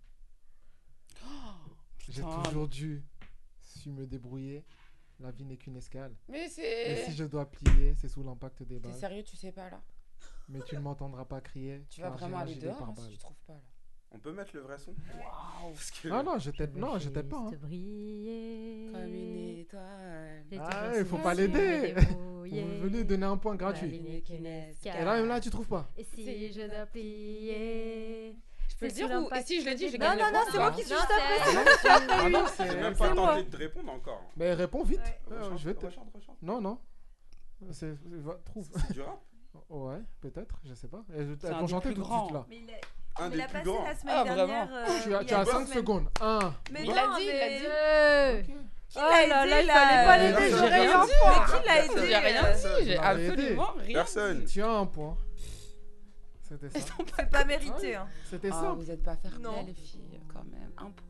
S4: J'ai
S12: putain.
S4: toujours dû su me débrouiller. La vie n'est qu'une escale.
S12: Mais
S4: Et
S12: c'est.
S4: si je Bah. dois plier, c'est sous l'impact des
S12: T'es
S4: balles.
S12: sérieux, tu sais pas là
S4: Mais tu ne m'entendras pas crier.
S12: Tu vas
S4: car j'ai
S12: vraiment aller
S4: agi de
S12: dehors
S4: par
S12: hein, si
S4: balle.
S12: tu trouves pas là.
S7: On peut mettre le vrai son
S12: Waouh
S7: Parce que
S4: Ah Non, non, je t'aide,
S6: veux
S4: non, je t'aide pas. hein.
S6: juste briller.
S12: Comme une étoile.
S6: J'ai
S4: Ah
S6: toujours
S4: ouais, faut
S6: su
S4: pas
S6: me
S4: l'aider.
S6: débrouiller.
S4: Vous venez donner un point gratuit.
S12: Marine Kines.
S6: Et
S4: Et là, même là, tu trouves pas.
S6: Et si je dois plier
S12: Je peux le
S6: C'est
S12: dire
S6: sous
S12: ou
S6: l'impact
S12: et si je le dis, je
S6: des-
S12: gagne
S4: Non,
S12: le
S4: non,
S12: point,
S4: non,
S12: ça
S4: moi
S12: va
S4: qui
S6: suis juste après.
S4: Ah non,
S7: j'ai
S4: c'est.
S7: même pas
S4: c'est moi.
S7: tenté de te répondre encore.
S4: Mais réponds vite.
S5: Ouais.
S4: Euh, je vais te.
S7: Rechante, rechante.
S4: Non, non. C'est. c'est- va- Trouve.
S7: C'est du rap
S4: Ouais, peut-être, je sais pas. Elles elles
S12: un
S4: t'ont
S12: des
S4: chanté
S12: plus
S4: tout de
S12: grands.
S4: suite là.
S5: Mais il a,
S7: Un
S5: il
S7: des
S5: l'a
S7: plus
S5: passé
S7: grands.
S5: la semaine
S12: Ah, vraiment
S5: dernière. euh,
S4: Tu as,
S5: il
S4: tu
S5: y a
S4: as
S5: deux
S4: 5
S5: semaines.
S4: secondes. 1.
S5: Mais
S12: Il
S5: non,
S12: l'a dit, il l'a
S5: mais-
S12: dit.
S6: Euh,
S5: Qui
S6: Oh
S5: l'a
S6: là
S5: aidé,
S6: là, il
S5: là
S6: fallait
S5: Euh,
S6: pas
S4: l'aider,
S5: Mais
S4: j'ai
S12: rien dit,
S5: qui l'a aidé
S12: Ah,
S5: euh,
S12: J'ai rien dit, j'ai
S4: Vous l'avez aidé.
S12: absolument rien.
S7: Personne.
S4: Tu as un point. C'était ça.
S5: C'est pas mérité. Hein.
S4: C'était
S12: Ah,
S4: simple.
S12: vous êtes pas fair
S5: Non.
S12: play les filles euh, quand même. Un point.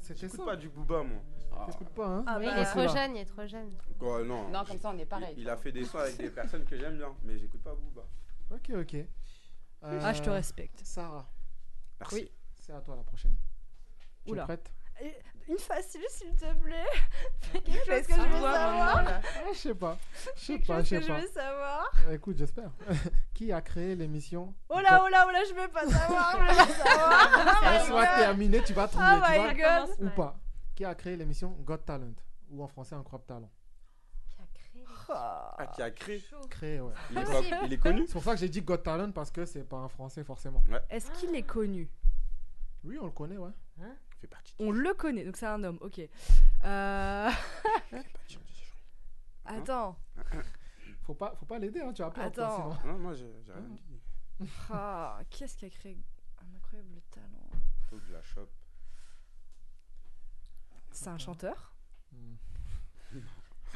S4: C'était
S7: J'écoute pas
S4: simple.
S7: du Booba, moi.
S4: T'écoutes pas, hein
S5: Ah
S6: mais
S5: bah,
S6: il est trop
S4: Celui-là.
S6: jeune, il est trop jeune.
S7: Oh, non.
S12: Non, comme ça on est
S7: Il-
S12: pareil.
S7: Il a fait des sons avec des personnes que j'aime bien, mais j'écoute pas Booba.
S4: hein. Ok, ok. Euh,
S8: Ah, je te respecte.
S4: Sarah.
S8: Merci. Oui.
S4: C'est à toi la prochaine. Tu es
S8: Oula.
S4: prête
S13: Une facile, s'il te plaît. Fais quelque
S4: Je vais
S13: chose que je veux
S4: savoir
S13: savoir.
S4: maintenant, là. Ouais, Je sais pas. Je sais
S13: Quelque
S4: pas,
S13: chose
S4: je sais
S13: que je
S4: pas.
S13: veux savoir.
S4: Euh, Écoute, j'espère. Qui a créé l'émission
S13: Oh là, oh là, oh là, je veux pas savoir. Je veux pas savoir. Oh
S4: Elle
S13: my
S4: sera
S13: God.
S4: terminée, tu vas trouver.
S13: Oh
S4: tu
S13: my
S4: vas-
S13: God.
S4: Ou pas. Qui a créé l'émission God Talent Ou en français, Incroyable Talent
S7: Ah, qui a créé
S4: Créé, ouais.
S7: Il est pas- il est connu
S4: C'est pour ça que j'ai dit God Talent parce que c'est pas un français forcément.
S8: Est-ce qu'il est connu
S4: Oui, on le connaît, ouais.
S8: On le connaît, donc c'est un homme, ok.
S4: Hein
S8: Euh... Attends.
S4: Faut pas, faut pas l'aider, hein, tu vas pas.
S8: Attends.
S7: Non, moi, j'ai j'ai rien dit.
S8: Ah, qui est-ce qui a créé un incroyable talent
S7: Faut que je la chope.
S8: C'est un chanteur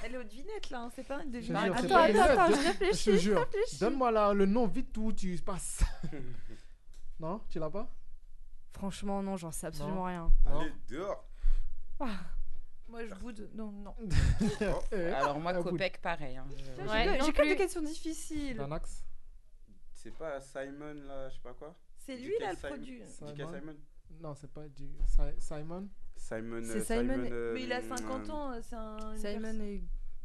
S5: Elle est aux devinettes là, hein, c'est pas une
S4: Je te
S5: devinette.
S4: jure, c'est pas une note, je- Je te jure. Donne-moi la- le nom vite où tu passes. non, tu l'as pas
S8: Franchement, non, j'en sais absolument
S4: Non.
S8: rien.
S7: Allez, dehors
S5: Moi je boude. Non, non.
S4: Eh.
S12: Euh, Alors moi,
S5: Ah,
S12: Copec, pareil. hein.
S5: J'ai
S12: Je-
S5: Ouais, que- non j'ai que des plus.
S12: questions
S5: difficiles.
S4: Danax
S7: C'est pas Simon, là, je sais pas quoi
S5: C'est lui,
S7: DK
S5: là, le
S7: Simon-
S5: produit.
S7: DK Simon
S4: Non, c'est pas du. Si- Simon
S7: Simon.
S4: C'est
S7: euh,
S4: Simon
S7: Simon
S4: et-
S7: euh,
S5: Mais il a
S7: hum,
S5: 50
S7: hum.
S5: ans, euh, c'est un.
S8: Simon et.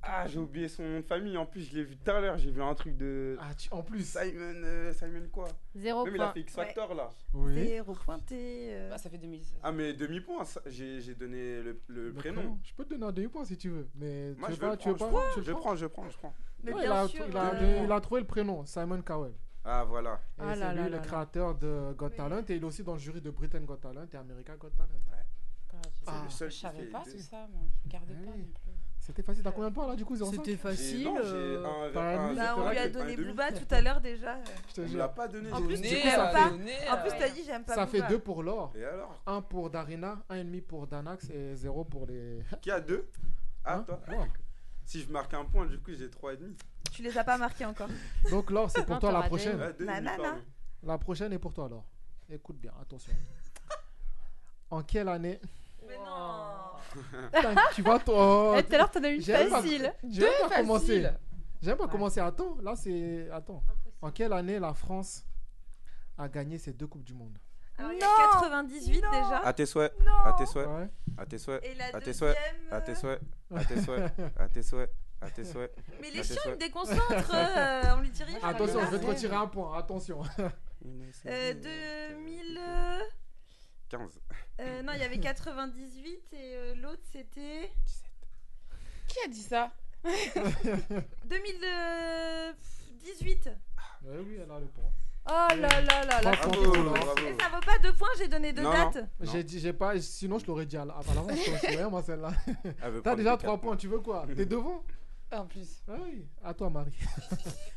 S7: Ah, j'ai oublié son nom de famille. En plus, je l'ai vu tout à l'heure. J'ai vu un truc de.
S4: Ah, en plus.
S7: Simon, euh, Simon quoi
S6: Zéro
S7: Même il a
S6: point.
S7: fait X Factor là.
S5: Zéro pointé. euh.
S12: Bah, ça fait 2016.
S7: Ah, mais demi-point. ça- J'ai j'ai donné le, le prénom.
S4: prénom. Je peux te donner un demi-point si tu veux. Mais
S7: Moi,
S4: tu
S7: je
S4: veux
S7: veux
S4: pas,
S7: le
S4: tu veux
S7: prendre,
S4: pas.
S7: je
S4: tu
S7: prends, je
S4: le
S7: prends, je prends, je prends. Mais
S4: Ouais,
S7: bien
S4: il, a,
S7: sûr,
S5: bah,
S4: il a-
S7: euh,
S4: il a trouvé le prénom, Simon Cowell.
S7: Ah, voilà.
S4: Et
S7: Ah
S4: c'est
S7: là
S4: lui
S7: là
S4: le
S7: là là.
S4: créateur de God Talent et il est aussi dans le jury de Britain God Talent et America God Talent.
S7: C'est le seul
S12: Ah, je
S7: qui
S12: savais
S7: fait
S12: pas
S7: deux.
S12: tout ça, moi. Je regardais pas non plus.
S4: C'était facile,
S7: Euh,
S4: t'as combien de points là du coup 0,5?
S8: C'était
S7: J'ai- non, j'ai un-
S4: euh, t'as
S7: un-
S4: mis-
S5: Bah, on
S7: vrai
S5: lui a
S7: que-
S5: donné
S7: un demi-
S5: Booba tout à l'heure déjà.
S4: te
S7: On me
S4: jure.
S7: l'a pas donné.
S5: En plus,
S4: Du
S5: tu
S4: coup,
S5: j'aime
S4: ça
S5: pas.
S4: fait-
S12: euh,
S5: En plus, t'as dit j'aime pas.
S4: Ça fait
S5: Booba.
S4: 2 pour Laure.
S7: Et alors
S4: 1 pour Darina, 1,5 pour Danax et 0 pour les. hein?
S7: Qui a deux Ah, toi Si je marque un point, du coup, j'ai trois et demi.
S5: Tu les as pas marqués encore.
S4: Donc Laure, c'est pour
S5: Non,
S4: toi la
S5: t'auras
S4: prochaine.
S5: des- Ah, deux et demi, Nanana. pardon.
S4: La prochaine est pour toi Laure. Écoute bien, attention. En quelle année
S5: Mais non
S4: Putain, tu vas toi.
S5: Eh, tout à l'heure, t'en as une
S4: J'ai même pas-
S5: facile.
S4: j'ai même
S5: Deux
S4: pas commencé.
S5: faciles.
S4: J'ai même pas commencé. Attends, là c'est. Attends. En quelle année la France a gagné ses deux Coupes du Monde
S5: Alors, il y a 98 déjà.
S7: À tes souhaits. À tes souhaits. À tes souhaits.
S5: Et la
S7: à tes souhaits.
S5: deuxième, euh,
S7: À tes souhaits. À tes souhaits. À tes souhaits. À tes souhaits.
S4: Ah,
S5: Mais
S7: À
S5: les
S7: tes
S5: chiens, ils me
S7: souhaits.
S5: déconcentrent. euh, on lui dit rien.
S4: Attention, je vais
S5: regarde.
S4: te retirer un point. Attention.
S5: Euh, 2000. euh,
S7: 15.
S5: euh, non, il y avait 98 et euh, l'autre c'était.
S12: Qui a dit ça
S5: 2018.
S4: Ouais, Eh oui, elle a le point.
S5: euh, Oh là là là là.
S4: Trois points
S7: Bravo,
S4: pour Laure.
S7: bravo.
S5: Et ça vaut pas deux points, j'ai donné deux
S4: Non,
S5: dates.
S4: J'ai dit, j'ai pas, sinon je l'aurais dit à la- à l'avance, je t'en souviens, moi celle-là.
S7: veut
S4: T'as
S7: Ah, prendre
S4: déjà
S7: des
S4: 3
S7: quatre
S4: points, tu veux quoi T'es devant Ah
S12: En plus.
S4: Oui, à toi Marie.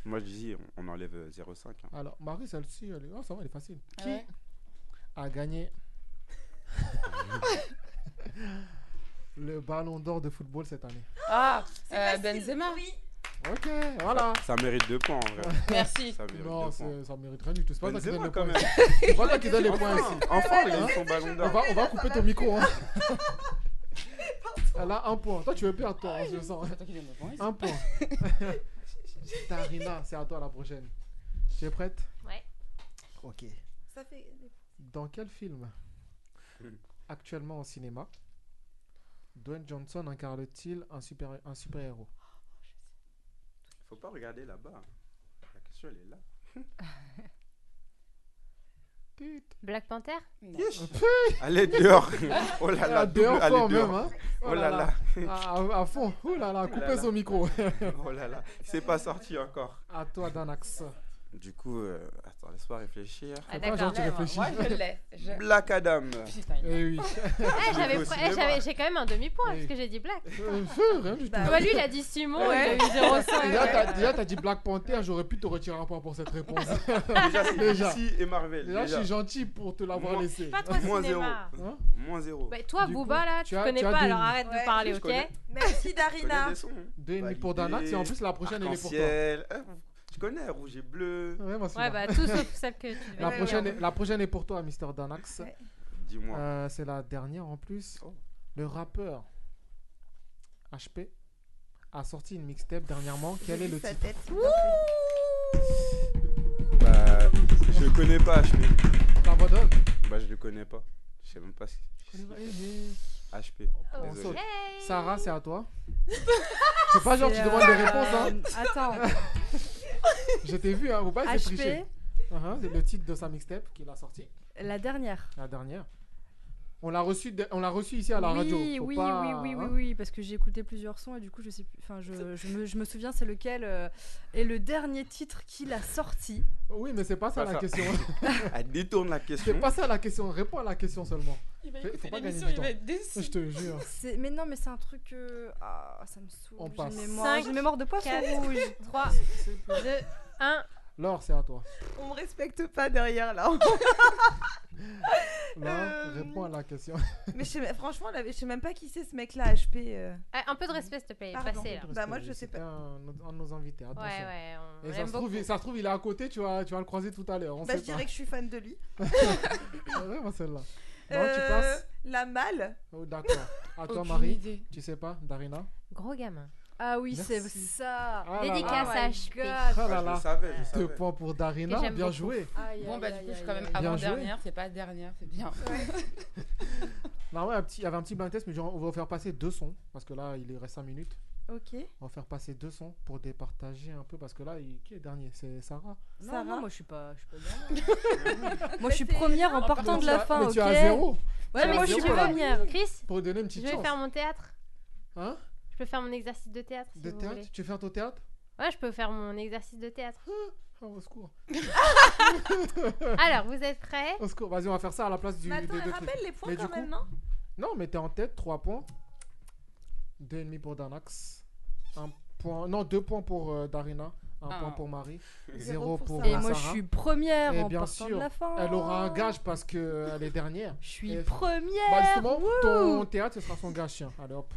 S7: Moi, je dis, on on enlève euh, 0,5. hein.
S4: Alors, Marie, celle-ci, elle est... oh, ça va, elle est facile.
S12: Ah
S4: Qui
S12: ouais
S4: a gagné le ballon d'or de football cette année
S12: Ah, euh, Benzema.
S4: Ok, voilà.
S7: Ça mérite 2 points en vrai.
S12: Merci.
S7: Ça mérite
S4: Non,
S7: deux points.
S4: c'est- ça mérite rien du tout. C'est pas toi qui
S7: Benzema,
S4: donne les
S7: quand
S4: points
S7: même.
S4: ici. C'est pas toi qui donne les points ici.
S7: Enfin, il a
S4: Hein
S7: eu son ballon
S4: on
S7: d'or.
S4: va, on va couper ton micro. Hein. Elle a un point. Toi, tu veux perdre, toi, hein, je le sens. Un point. Tarina, c'est à toi la prochaine. Tu es prête
S6: Ouais.
S4: Ok.
S5: Ça fait.
S4: Dans quel film actuellement au cinéma Dwayne Johnson incarne-t-il un super un super héros
S7: Faut pas regarder là-bas. hein. La question, elle est là.
S6: Black Panther
S7: Allez dehors. Oh là là,
S4: Ah,
S7: double,
S4: dehors
S7: allez,
S4: fort
S7: dehors.
S4: même hein.
S7: Oh là là.
S4: À, à- à fond. Oh là là,
S7: Oh là
S4: coupez
S7: là.
S4: son micro. hein.
S7: Oh là là, c'est pas sorti encore.
S4: à toi Danax.
S7: Du coup, euh, attends, laisse-moi réfléchir.
S4: Ah, Pourquoi, d'accord. genre, tu réfléchis
S12: Moi, je l'ai. Je-
S7: Black Adam.
S4: Eh oui.
S6: Eh, j'avais
S7: Au
S6: pre- eh,
S7: cinéma.
S6: j'avais- j'ai quand même un demi-point parce que j'ai dit Black.
S4: Euh, feu, rien du tout.
S6: Bah, ouais, lui, il a dit Simon,
S4: Ouais.
S6: il a eu 0,5.
S4: Déjà, t'as- Déjà, t'as dit Black Panther, j'aurais pu te retirer un point pour cette réponse.
S7: Déjà, c'est DC et Marvel.
S4: Déjà, je
S7: déjà.
S4: suis gentil pour te l'avoir
S7: Moins-
S4: laissé.
S6: Pas trop
S7: Moins zéro.
S6: cinéma.
S4: Hein
S7: Moins zéro.
S6: Bah, toi,
S4: Du
S6: Booba,
S4: coup,
S6: là,
S4: tu
S6: tu
S4: as-
S6: connais
S4: tu as
S6: pas,
S4: des-
S6: alors arrête de parler,
S7: je
S6: ok
S7: connais.
S5: Merci
S7: Je connais
S5: Darina.
S7: les sons. hein.
S4: Deux et demi
S7: Validé,
S4: pour Danax et en plus la prochaine elle est pour toi.
S7: arc-en-ciel. Eh, Tu connais rouge et bleu.
S4: Ouais, moi, c'est
S6: Ouais,
S4: bon.
S6: bah, tout sauf celle que tu
S4: la,
S6: veux.
S4: prochaine est, la prochaine est pour toi, Mister Danax.
S5: Ouais.
S7: Dis-moi.
S4: Euh, c'est la dernière en plus.
S7: Oh.
S4: Le rappeur HP a sorti une mixtape dernièrement. Quel est le
S5: Sa
S4: titre
S5: tête.
S7: Bah, je Je le connais pas, HP.
S4: T'abandonnes
S7: Bah, je le connais pas. Je sais même pas si.
S6: Oh,
S7: HP.
S4: On
S7: désolé.
S4: saute. Sarah, c'est à toi. C'est pas genre tu demandes des réponses, hein.
S8: euh, Attends.
S4: Je t'ai vu, hein, faut pas essayer de
S8: HP.
S4: tricher. Uh-huh, c'est le titre de sa mixtape qu'il a sorti,
S8: La dernière.
S4: la dernière. On l'a reçu, de- on l'a reçu ici à la
S8: oui,
S4: radio.
S8: Oui,
S4: faut
S8: oui,
S4: pas-
S8: oui, oui, oui,
S4: hein.
S8: oui, parce que j'ai écouté plusieurs sons et du coup, je sais plus. Enfin, je, je me, je me souviens, c'est lequel euh, est le dernier titre qu'il a sorti.
S4: Oui, mais c'est pas ça
S7: Pas
S4: la
S7: ça.
S4: question.
S7: Elle détourne la question.
S4: c'est pas ça la question. Réponds à la question seulement.
S8: Il va
S4: Faut-
S8: écouter
S4: faut pas gagner
S8: l'émission,
S4: du
S8: il va
S4: temps.
S8: être déçu.
S4: Je te jure.
S8: C'est- Mais non, mais c'est un truc. euh, Ah, ça me saoule.
S4: On
S8: j'ai
S4: passe.
S8: Une mémoire, j'ai une mémoire de poisson rouge.
S6: 3, 2, 1.
S4: Laure, c'est à toi.
S5: On me respecte pas derrière là.
S4: Laure,
S5: Euh,
S4: réponds à la question.
S5: Mais je sais même- franchement, là, je sais même pas qui c'est ce mec-là, HP. euh.
S6: Un peu de respect, s'il te plaît.
S5: Pardon.
S6: Passez, là.
S5: Bah, moi, je sais
S4: C'était
S5: pas.
S4: Un, un de nos invités, attention.
S6: ouais, on
S4: Et ça,
S6: l'aime
S4: se trouve,
S6: beaucoup.
S4: il- ça se trouve, il est à côté, tu vas, tu vas le croiser tout à l'heure. On
S5: Bah,
S4: sait
S5: je dirais
S4: pas.
S5: que je suis fan de lui.
S4: C'est vraiment celle-là. Non, tu
S5: Euh,
S4: passes.
S5: La malle.
S4: Oh, D'accord. À toi,
S5: Aucune
S4: Marie.
S5: idée.
S4: Tu sais pas, Darina
S6: Gros gamin.
S8: Ah oui, c'est
S4: Merci.
S8: ça. Oh
S4: Ah là là. Dédicace
S6: à
S8: HP.
S4: Ah là
S7: je
S4: là.
S7: le savais, je
S4: Deux
S7: savais.
S4: points pour Darina.
S6: Que
S4: Bien
S6: j'aime beaucoup.
S4: joué.
S12: Bon, bah, du coup, je suis quand même
S4: aïe. Bien joué.
S12: avant-dernière, c'est pas dernière, c'est bien.
S4: Non, Bah ouais, un petit- il y avait un petit blind test, mais genre, on va vous faire passer deux sons. Parce que là, il reste 5 minutes.
S5: Ok.
S4: On va faire passer deux sons pour départager un peu. Parce que là, il- qui est dernier C'est Sarah.
S8: Non,
S5: Sarah.
S8: non, moi je suis pas, je suis pas dernière. moi je suis première en partant de la
S4: Mais Ah, tu as-
S8: fin,
S4: mais
S8: ok.
S4: tu as zéro.
S8: Ouais,
S4: Tu
S8: mais
S4: as
S8: moi je suis
S4: zéro, là. Ah,
S8: première.
S6: Chris,
S4: Pour donner une
S6: je
S4: petite
S6: vais
S4: chance.
S6: faire mon théâtre.
S4: Hein
S6: Je peux faire mon exercice de théâtre si
S4: De
S6: vous
S4: théâtre
S6: voulez.
S4: Tu veux faire ton théâtre
S6: Ouais, je peux faire mon exercice de théâtre.
S4: Ah, Au secours.
S6: Alors, vous êtes prêts
S4: Au secours. Vas-y, on va faire ça à la place du.
S5: Mais attends,
S4: des deux
S5: elle rappelle
S4: trucs.
S5: les points
S4: Mais
S5: quand
S4: du coup-
S5: même, non
S4: Non, mais t'es en tête, 3 points. 2,5 pour Danax. Un point... Non, 2 points pour euh, Darina. 1
S12: Ah.
S4: point pour Marie.
S5: Zéro
S4: 0 pour,
S5: pour
S4: euh,
S8: Et moi je
S4: Sarah.
S8: suis première
S4: Et
S8: en
S4: bien
S8: partant
S4: sûr,
S8: de la fin.
S4: elle aura un gage parce qu'elle est dernière.
S8: Je suis
S4: Et-
S6: Eh,
S8: première.
S4: Bah justement, ton
S8: Wouh
S4: théâtre, ce sera son gage chien. Allez hop.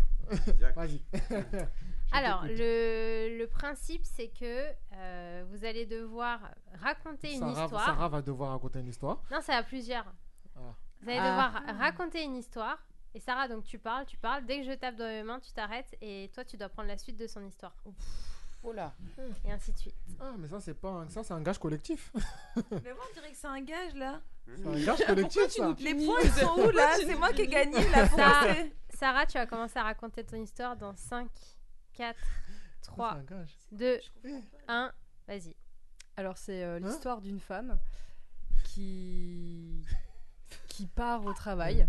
S7: Direct.
S4: Vas-y. Je
S6: Alors,
S4: t'écoute.
S6: le, le principe, c'est que euh, vous allez devoir raconter une
S4: Sarah,
S6: histoire.
S4: Sarah va devoir raconter une histoire.
S6: Non, ça à plusieurs.
S4: Ah.
S6: Vous allez
S12: Ah.
S6: devoir raconter une histoire. Et Sarah, donc tu parles, tu parles. Dès que je tape dans mes mains, tu t'arrêtes. Et toi, tu dois prendre la suite de son histoire.
S12: Oh là.
S6: Et ainsi de suite.
S4: Ah, mais ça, c'est pas un... ça, c'est un gage collectif.
S5: Mais moi, on dirait que c'est un gage là.
S4: C'est un gage collectif, ça.
S5: Les points, ils sont où là C'est moi qui ai gagné là. Pour
S6: Ça-
S5: rester.
S6: Sarah, tu vas commencer à raconter ton histoire dans 5, 4,
S4: Ça,
S6: 3,
S4: C'est un gage.
S6: 2, 1. Vas-y.
S8: Alors c'est euh, l'histoire d'une femme qui qui part au travail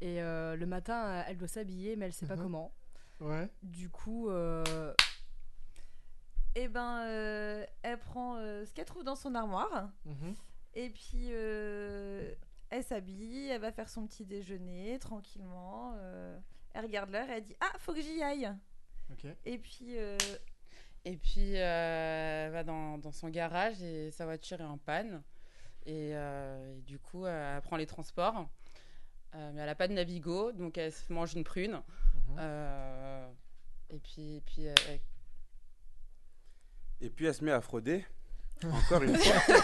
S8: et euh, le matin elle doit s'habiller mais elle sait pas
S4: Mhm.
S8: comment.
S4: Ouais.
S8: Du coup, euh,
S5: Et ben, euh, elle prend euh, ce qu'elle trouve dans son armoire.
S4: Mhm.
S5: Et puis, euh, elle s'habille, elle va faire son petit déjeuner tranquillement. euh, elle regarde l'heure et elle dit Ah, faut que j'y aille.
S4: Ok.
S5: Et puis, euh,
S12: Et puis, euh, elle va dans, dans son garage et sa voiture est en panne. Et, euh, et du coup, euh, elle prend les transports. Euh, mais elle n'a pas de Navigo, donc elle se mange une prune.
S4: Mhm.
S12: Euh, et puis, et puis euh, elle-
S7: Et puis elle se met à frauder, encore une fois.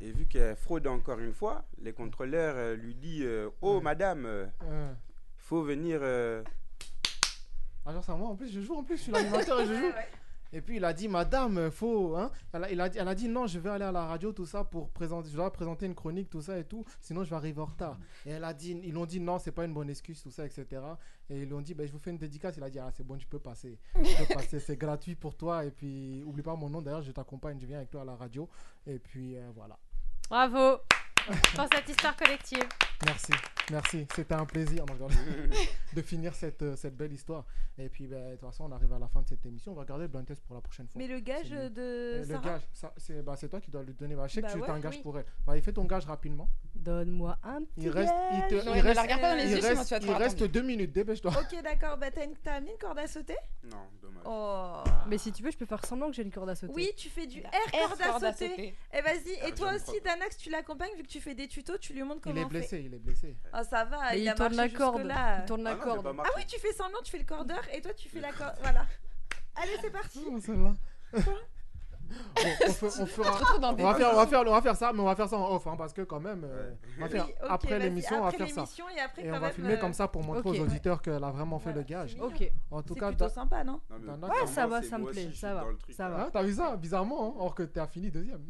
S7: Et vu qu'elle fraude encore une fois, les contrôleurs euh, lui disent euh, Oh madame, euh,
S4: Euh.
S7: faut venir. euh,
S4: Ah, genre, c'est à moi en plus, je joue en plus, je suis l'animateur et je joue. Et puis il a dit, Madame, faut. Hein. Elle, a, il a dit, elle a dit, non, je vais aller à la radio, tout ça, pour présenter. Je dois présenter une chronique, tout ça et tout, sinon je vais arriver en retard. Et elle a dit, ils l'ont dit, non, c'est pas une bonne excuse, tout ça, etc. Et ils l'ont dit, ben, je vous fais une dédicace. Il a dit, ah, c'est bon, tu peux passer. Tu peux passer, c'est gratuit pour toi. Et puis, oublie pas mon nom, d'ailleurs, je t'accompagne, je viens avec toi à la radio. Et puis, euh, voilà.
S6: Bravo pour cette histoire collective.
S4: Merci, merci. C'était un plaisir non, je rigole, de finir cette, euh, cette belle histoire. Et puis, ben, de toute façon, on arrive à la fin de cette émission. On va garder le blind test pour la prochaine fois.
S5: mais le gage
S4: C'est mieux.
S5: de
S4: Euh, le
S5: Sarah.
S4: gage, ça, c'est, bah, c'est toi qui dois le donner. Bah, je sais
S5: Bah
S4: que tu
S5: ouais,
S4: t'engages gage
S5: oui.
S4: pour elle. Bah, il fait ton gage rapidement.
S8: donne-moi un petit
S4: Il reste, il te-
S12: Non,
S4: il
S12: elle me
S4: reste,
S12: la regarde pas dans les
S4: il
S12: yeux, sinon
S4: reste,
S12: tu vas te
S4: il
S12: faire
S4: reste
S12: attendre.
S4: deux minutes. Dépêche-toi.
S5: Ok, d'accord. Bah, t'as, une, t'as mis une corde à sauter
S7: Non, dommage.
S5: Oh.
S8: Mais si tu veux, je peux faire semblant que j'ai une corde à sauter.
S5: Oui, tu fais du air corde à
S12: corde à
S5: sauter.
S12: sauter.
S5: Et Eh, vas-y. Et
S7: Ah,
S5: toi
S7: j'aime
S5: aussi,
S7: trop.
S5: Danax, tu l'accompagnes vu que tu fais des tutos, tu lui montres
S4: Il
S5: comment
S4: est
S5: on fait.
S4: blessé, il est blessé.
S5: Oh, ça va.
S8: Mais
S5: il,
S8: il
S5: a
S8: tourne la
S5: marché
S8: corde.
S5: jusque-là.
S8: Il tourne
S7: Ah
S8: la
S7: non, j'ai pas
S8: corde.
S5: Ah
S7: marqué.
S5: oui, tu fais semblant, tu fais le cordeur et toi tu fais la corde. Voilà. Allez, c'est parti.
S4: Comment celle-là Bon, on, fe- on fera.
S12: dans
S4: On va, faire, on, va faire, on va faire ça, mais on va faire ça en off, hein, parce que quand même, euh, on va
S5: Oui,
S4: faire,
S5: ok,
S4: après
S5: vas-y,
S4: l'émission, on va
S5: après
S4: faire ça.
S5: l'émission et après
S4: Et
S5: quand
S4: on va
S5: même,
S4: filmer
S5: euh,
S4: comme ça pour montrer
S8: ok.
S4: aux auditeurs qu'elle a vraiment fait
S5: Voilà,
S4: le gage.
S5: c'est
S8: Ok.
S4: En tout
S5: C'est
S4: cas,
S5: plutôt
S4: Da-
S5: sympa, non
S7: Non, mais
S4: T'en as-
S7: bizarrement,
S8: Ouais, ça va,
S7: c'est
S8: ça me
S7: moi aussi,
S8: plaît,
S7: je suis
S8: ça va,
S7: dans le truc,
S8: ça
S7: là.
S8: va.
S4: Hein, t'as vu ça Bizarrement, hein, alors que t'as fini deuxième.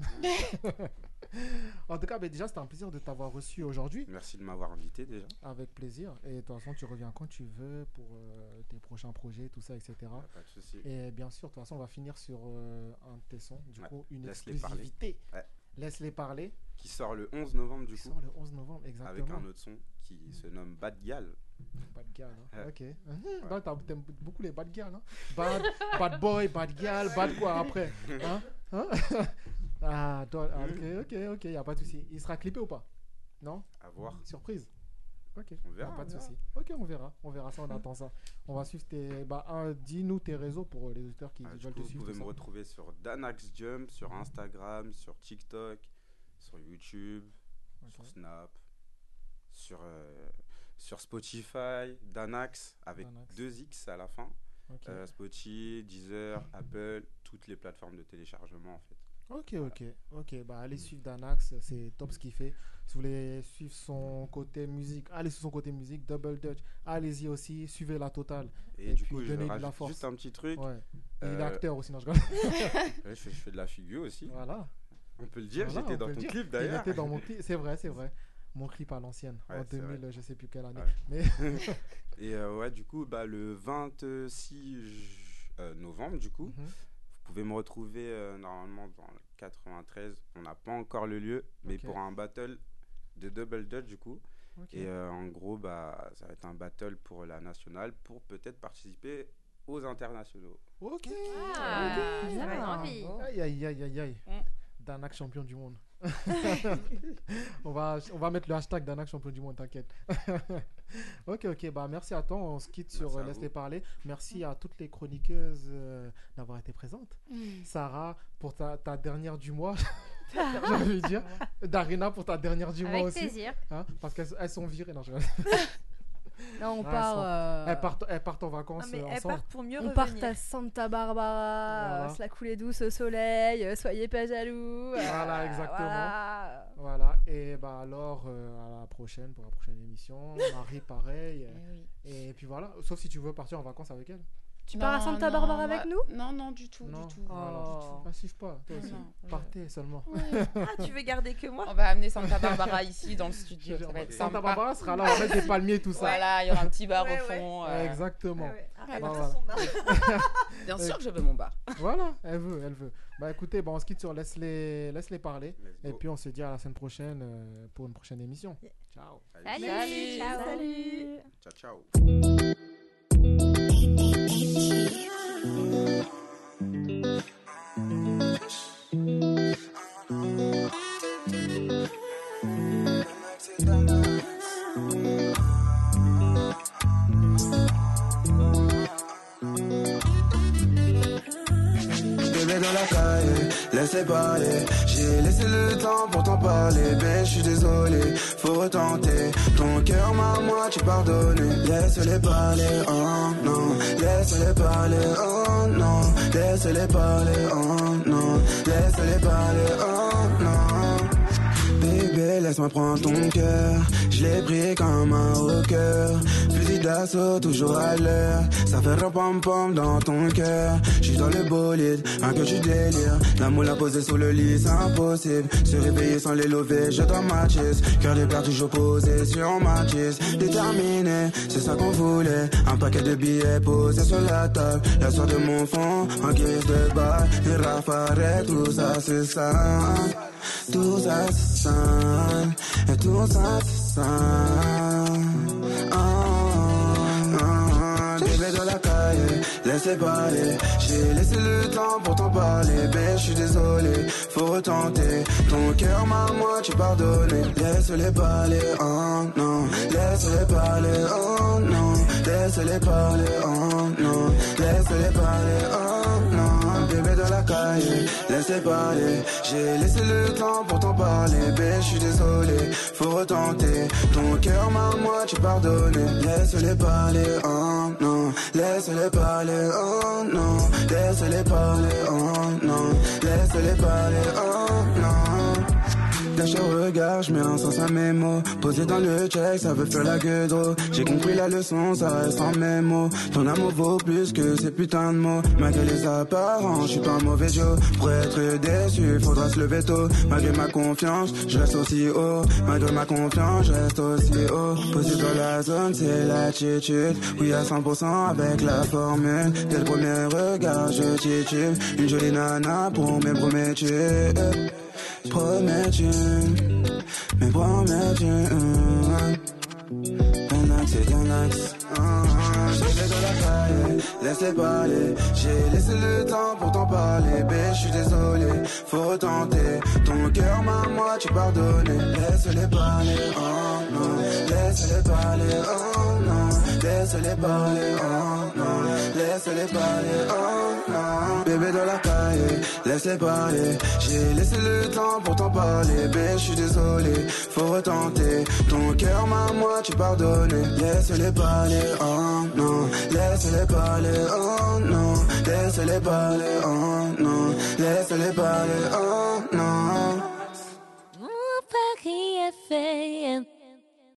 S4: En tout cas, ben, déjà, c'était un plaisir de t'avoir reçu aujourd'hui.
S7: Merci de m'avoir invité déjà.
S4: Avec plaisir. Et de toute façon, tu reviens quand tu veux pour euh, tes prochains projets, tout ça, etc.
S7: pas de souci.
S4: Hein Et bien sûr, de toute façon, on va finir sur euh, un de tes sons. Du
S7: Ouais,
S4: coup, une
S7: laisse-les parler.
S4: exclusivité.
S7: Ouais.
S4: Laisse-les parler.
S7: Qui sort le 11 novembre du
S4: Qui
S7: coup.
S4: sort le 11 novembre,
S7: Avec
S4: exactement.
S7: un autre son qui se nomme Bad Gal.
S4: Bad girl. hein.
S7: Ouais.
S4: Ok. Mhm. Non, t'as- T'aimes beaucoup les bad girls. Hein. Bad, bad boy, bad girl, bad quoi après. Hein Hein ah, toi, ah, ok, ok, ok, y a pas de souci. Il sera clippé ou pas Non
S7: À voir.
S4: Surprise. Ok.
S7: On verra,
S4: Y a pas de
S7: on verra.
S4: souci. Ok, on verra. On verra ça, on attend ça. On va suivre tes. Bah, un, dis-nous tes réseaux pour euh, les auditeurs qui
S7: Ah, du
S4: veulent
S7: coup,
S4: te
S7: vous
S4: suivre.
S7: pouvez
S4: tout
S7: me
S4: ça.
S7: retrouver sur Danax Jump, sur Instagram, sur TikTok, sur YouTube, sur Snap, sur, euh, sur Spotify, Danax avec
S4: Danax.
S7: deux X à la fin.
S4: Ok.
S7: Euh, Spotify, Deezer, Apple, toutes les plateformes de téléchargement en fait.
S4: Ok, ok, ok. Bah, allez suivre Danax, c'est top ce qu'il fait. Si vous voulez suivre son côté musique, allez sur son côté musique, Double Dutch. Allez-y aussi, suivez la totale.
S7: Et, du coup, je
S4: donnez de la
S7: rajoute
S4: force.
S7: juste un petit truc.
S4: Ouais. Et Il est
S7: Euh,
S4: acteur aussi, non, je
S7: ouais,
S4: rigole.
S7: je, fais, je fais de la figure aussi.
S4: Voilà.
S7: On peut le dire,
S4: Voilà,
S7: j'étais
S4: on
S7: dans
S4: peut
S7: ton
S4: le dire.
S7: clip d'ailleurs.
S4: Il était dans mon clip, c'est vrai, c'est vrai. Mon clip à l'ancienne,
S7: Ouais,
S4: en
S7: c'est vrai.
S4: 2000, je sais plus quelle année.
S7: Ouais.
S4: Mais
S7: Et euh, ouais, du coup, bah, le 26 ju- euh, novembre, du coup,
S4: Mhm.
S7: vous pouvez me retrouver euh, normalement dans le 93. On n'a pas encore le lieu, mais
S14: Ok.
S7: pour un battle de double dutch, du coup.
S14: Ok.
S7: Et euh, en gros, bah, ça va être un battle pour la nationale pour peut-être participer aux internationaux.
S4: ok.
S6: Ah,
S4: Ok.
S6: ça va être envie.
S4: Aïe, aïe, aïe, aïe, aïe. Danak champion du monde. on, va, on va mettre le hashtag Danak champion du monde, t'inquiète. ok, ok, bah merci à toi. On se quitte sur
S9: Merci à
S4: euh, Laisse-les
S9: vous.
S4: parler. Merci à toutes les chroniqueuses euh, d'avoir été présentes.
S9: Mm.
S4: Sarah, pour ta, ta dernière du mois. J'ai envie de dire. Darina, pour ta dernière du
S6: Ah. Avec
S4: mois aussi.
S6: plaisir.
S4: Hein, parce qu'elles elles sont virées. Non, je
S8: Là,
S4: Ah,
S8: on
S4: elles
S8: part.
S4: sont-
S8: euh,
S4: elles, partent, elles partent en
S5: Ah,
S4: vacances euh, ensemble.
S8: on part à Santa Barbara,
S4: Voilà.
S8: euh, se la couler douce au soleil, euh, soyez pas jaloux. euh,
S4: Voilà, exactement.
S8: voilà.
S4: Voilà. Et bah alors, euh, à la prochaine pour la prochaine émission. Marie, pareil.
S12: Eh
S4: Et puis voilà. Sauf si tu veux partir en vacances avec elle.
S8: Tu pars à Santa Barbara avec nous
S12: Non, non, du tout,
S4: Non,
S12: du tout. Oh.
S4: voilà, du tout. Ah, siffle pas, toi aussi. Partez seulement.
S5: Ah, tu veux garder que moi
S12: On va amener Santa Barbara ici dans le studio.
S4: Je veux
S12: ça
S4: dire,
S12: va être
S4: Santa
S12: sympa.
S4: Barbara sera là, on va mettre des palmiers, tout ça.
S12: Voilà, il y aura un petit bar
S4: Ouais,
S12: au fond.
S4: ouais.
S12: euh,
S4: Exactement.
S12: Ah ouais.
S4: Bah,
S12: Ah, elle veut
S4: voilà.
S12: son bar. Bien sûr que je veux mon bar.
S4: Voilà, elle veut, elle veut. Bah écoutez, bah, on se quitte sur laisse-les laisse -les parler. Et puis on se dit à la semaine prochaine euh, pour une prochaine émission. Ciao.
S6: Salut.
S12: Salut.
S6: Ciao.
S12: Salut.
S7: Ciao, ciao.
S10: Bébé dans la caille, laissez parler. J'ai laissé le temps pour t'en parler, mais je suis désolé, faut retenter. Ton cœur m'a moi, tu pardonnes. Laisse-les parler, oh non. Laisse-les parler, oh non. Laisse-les parler, oh non. Laisse-les parler, oh non. Bébé, laisse-moi prendre ton cœur. Je l'ai pris comme un rocker. Fusil d'assaut, toujours à l'heure. Ça fait ram-pam-pam dans ton cœur. J'suis dans le bolide, un que tu délires. L'amour l'a posé sur le lit, c'est impossible. Se réveiller sans les lever, je dois matches. Cœur de père toujours posé sur matches. Déterminé, c'est ça qu'on voulait. Un paquet de billets posés sur la table. La soeur de mon fond, en guise de balle. Une rafale, tout ça, c'est ça. Tout ça, c'est ça. Et tout ça, c'est ça. Ah, ah, ah. Bébé dans la caille, laissez parler. J'ai laissé le temps pour t'en parler. Ben, je suis désolé, faut retenter. Ton cœur m'a moi, tu pardonné. Laisse-les parler, oh non. Laisse-les parler, oh non. Laisse-les parler, oh non. Laisse-les parler, oh non. Bébé dans la caille, laissez parler. J'ai laissé le temps pour t'en parler. Ben, je suis désolé, faut retenter. Ton cœur m'a moi, tu pardonné. Laisse-les parler, oh non. Laisse-les parler, oh non. Laisse-les parler, oh non. Laisse-les parler, oh non. Cache au regard, je mets un sens à mes mots. Posé dans le check, ça veut faire la gueule J'ai compris la leçon, ça reste en mes mots. Ton amour vaut plus que ces putains de mots. Malgré les apparences, je suis pas un mauvais Joe. Pour être déçu, faudra se lever tôt. Malgré ma confiance, je reste aussi haut. Malgré ma confiance, je reste aussi haut. Posé dans la zone, c'est l'attitude. Oui, à 100% avec la formule. Dès le premier regard, je titube. Une jolie nana pour mes premiers tubes. Promets-tu, mais promets-tu Ton axe est ton axe Uh-huh. Je vais dans la caille, laisse-les parler J'ai laissé le temps pour t'en parler Mais je suis désolé, faut retenter Ton cœur m'a moi, tu pardonné Laisse-les parler, oh non Laisse-les parler, oh non Laisse-les parler, oh non Laisse-les parler, oh non Bébé dans la caille, laisse-les parler J'ai laissé le temps pour t'en parler Mais je suis désolé, faut retenter Ton cœur m'a moi, tu pardonné Laisse-les parler, oh non Laisse-les parler, oh non Laisse-les parler, oh non Laisse-les parler, oh non
S2: Mon Paris est fait.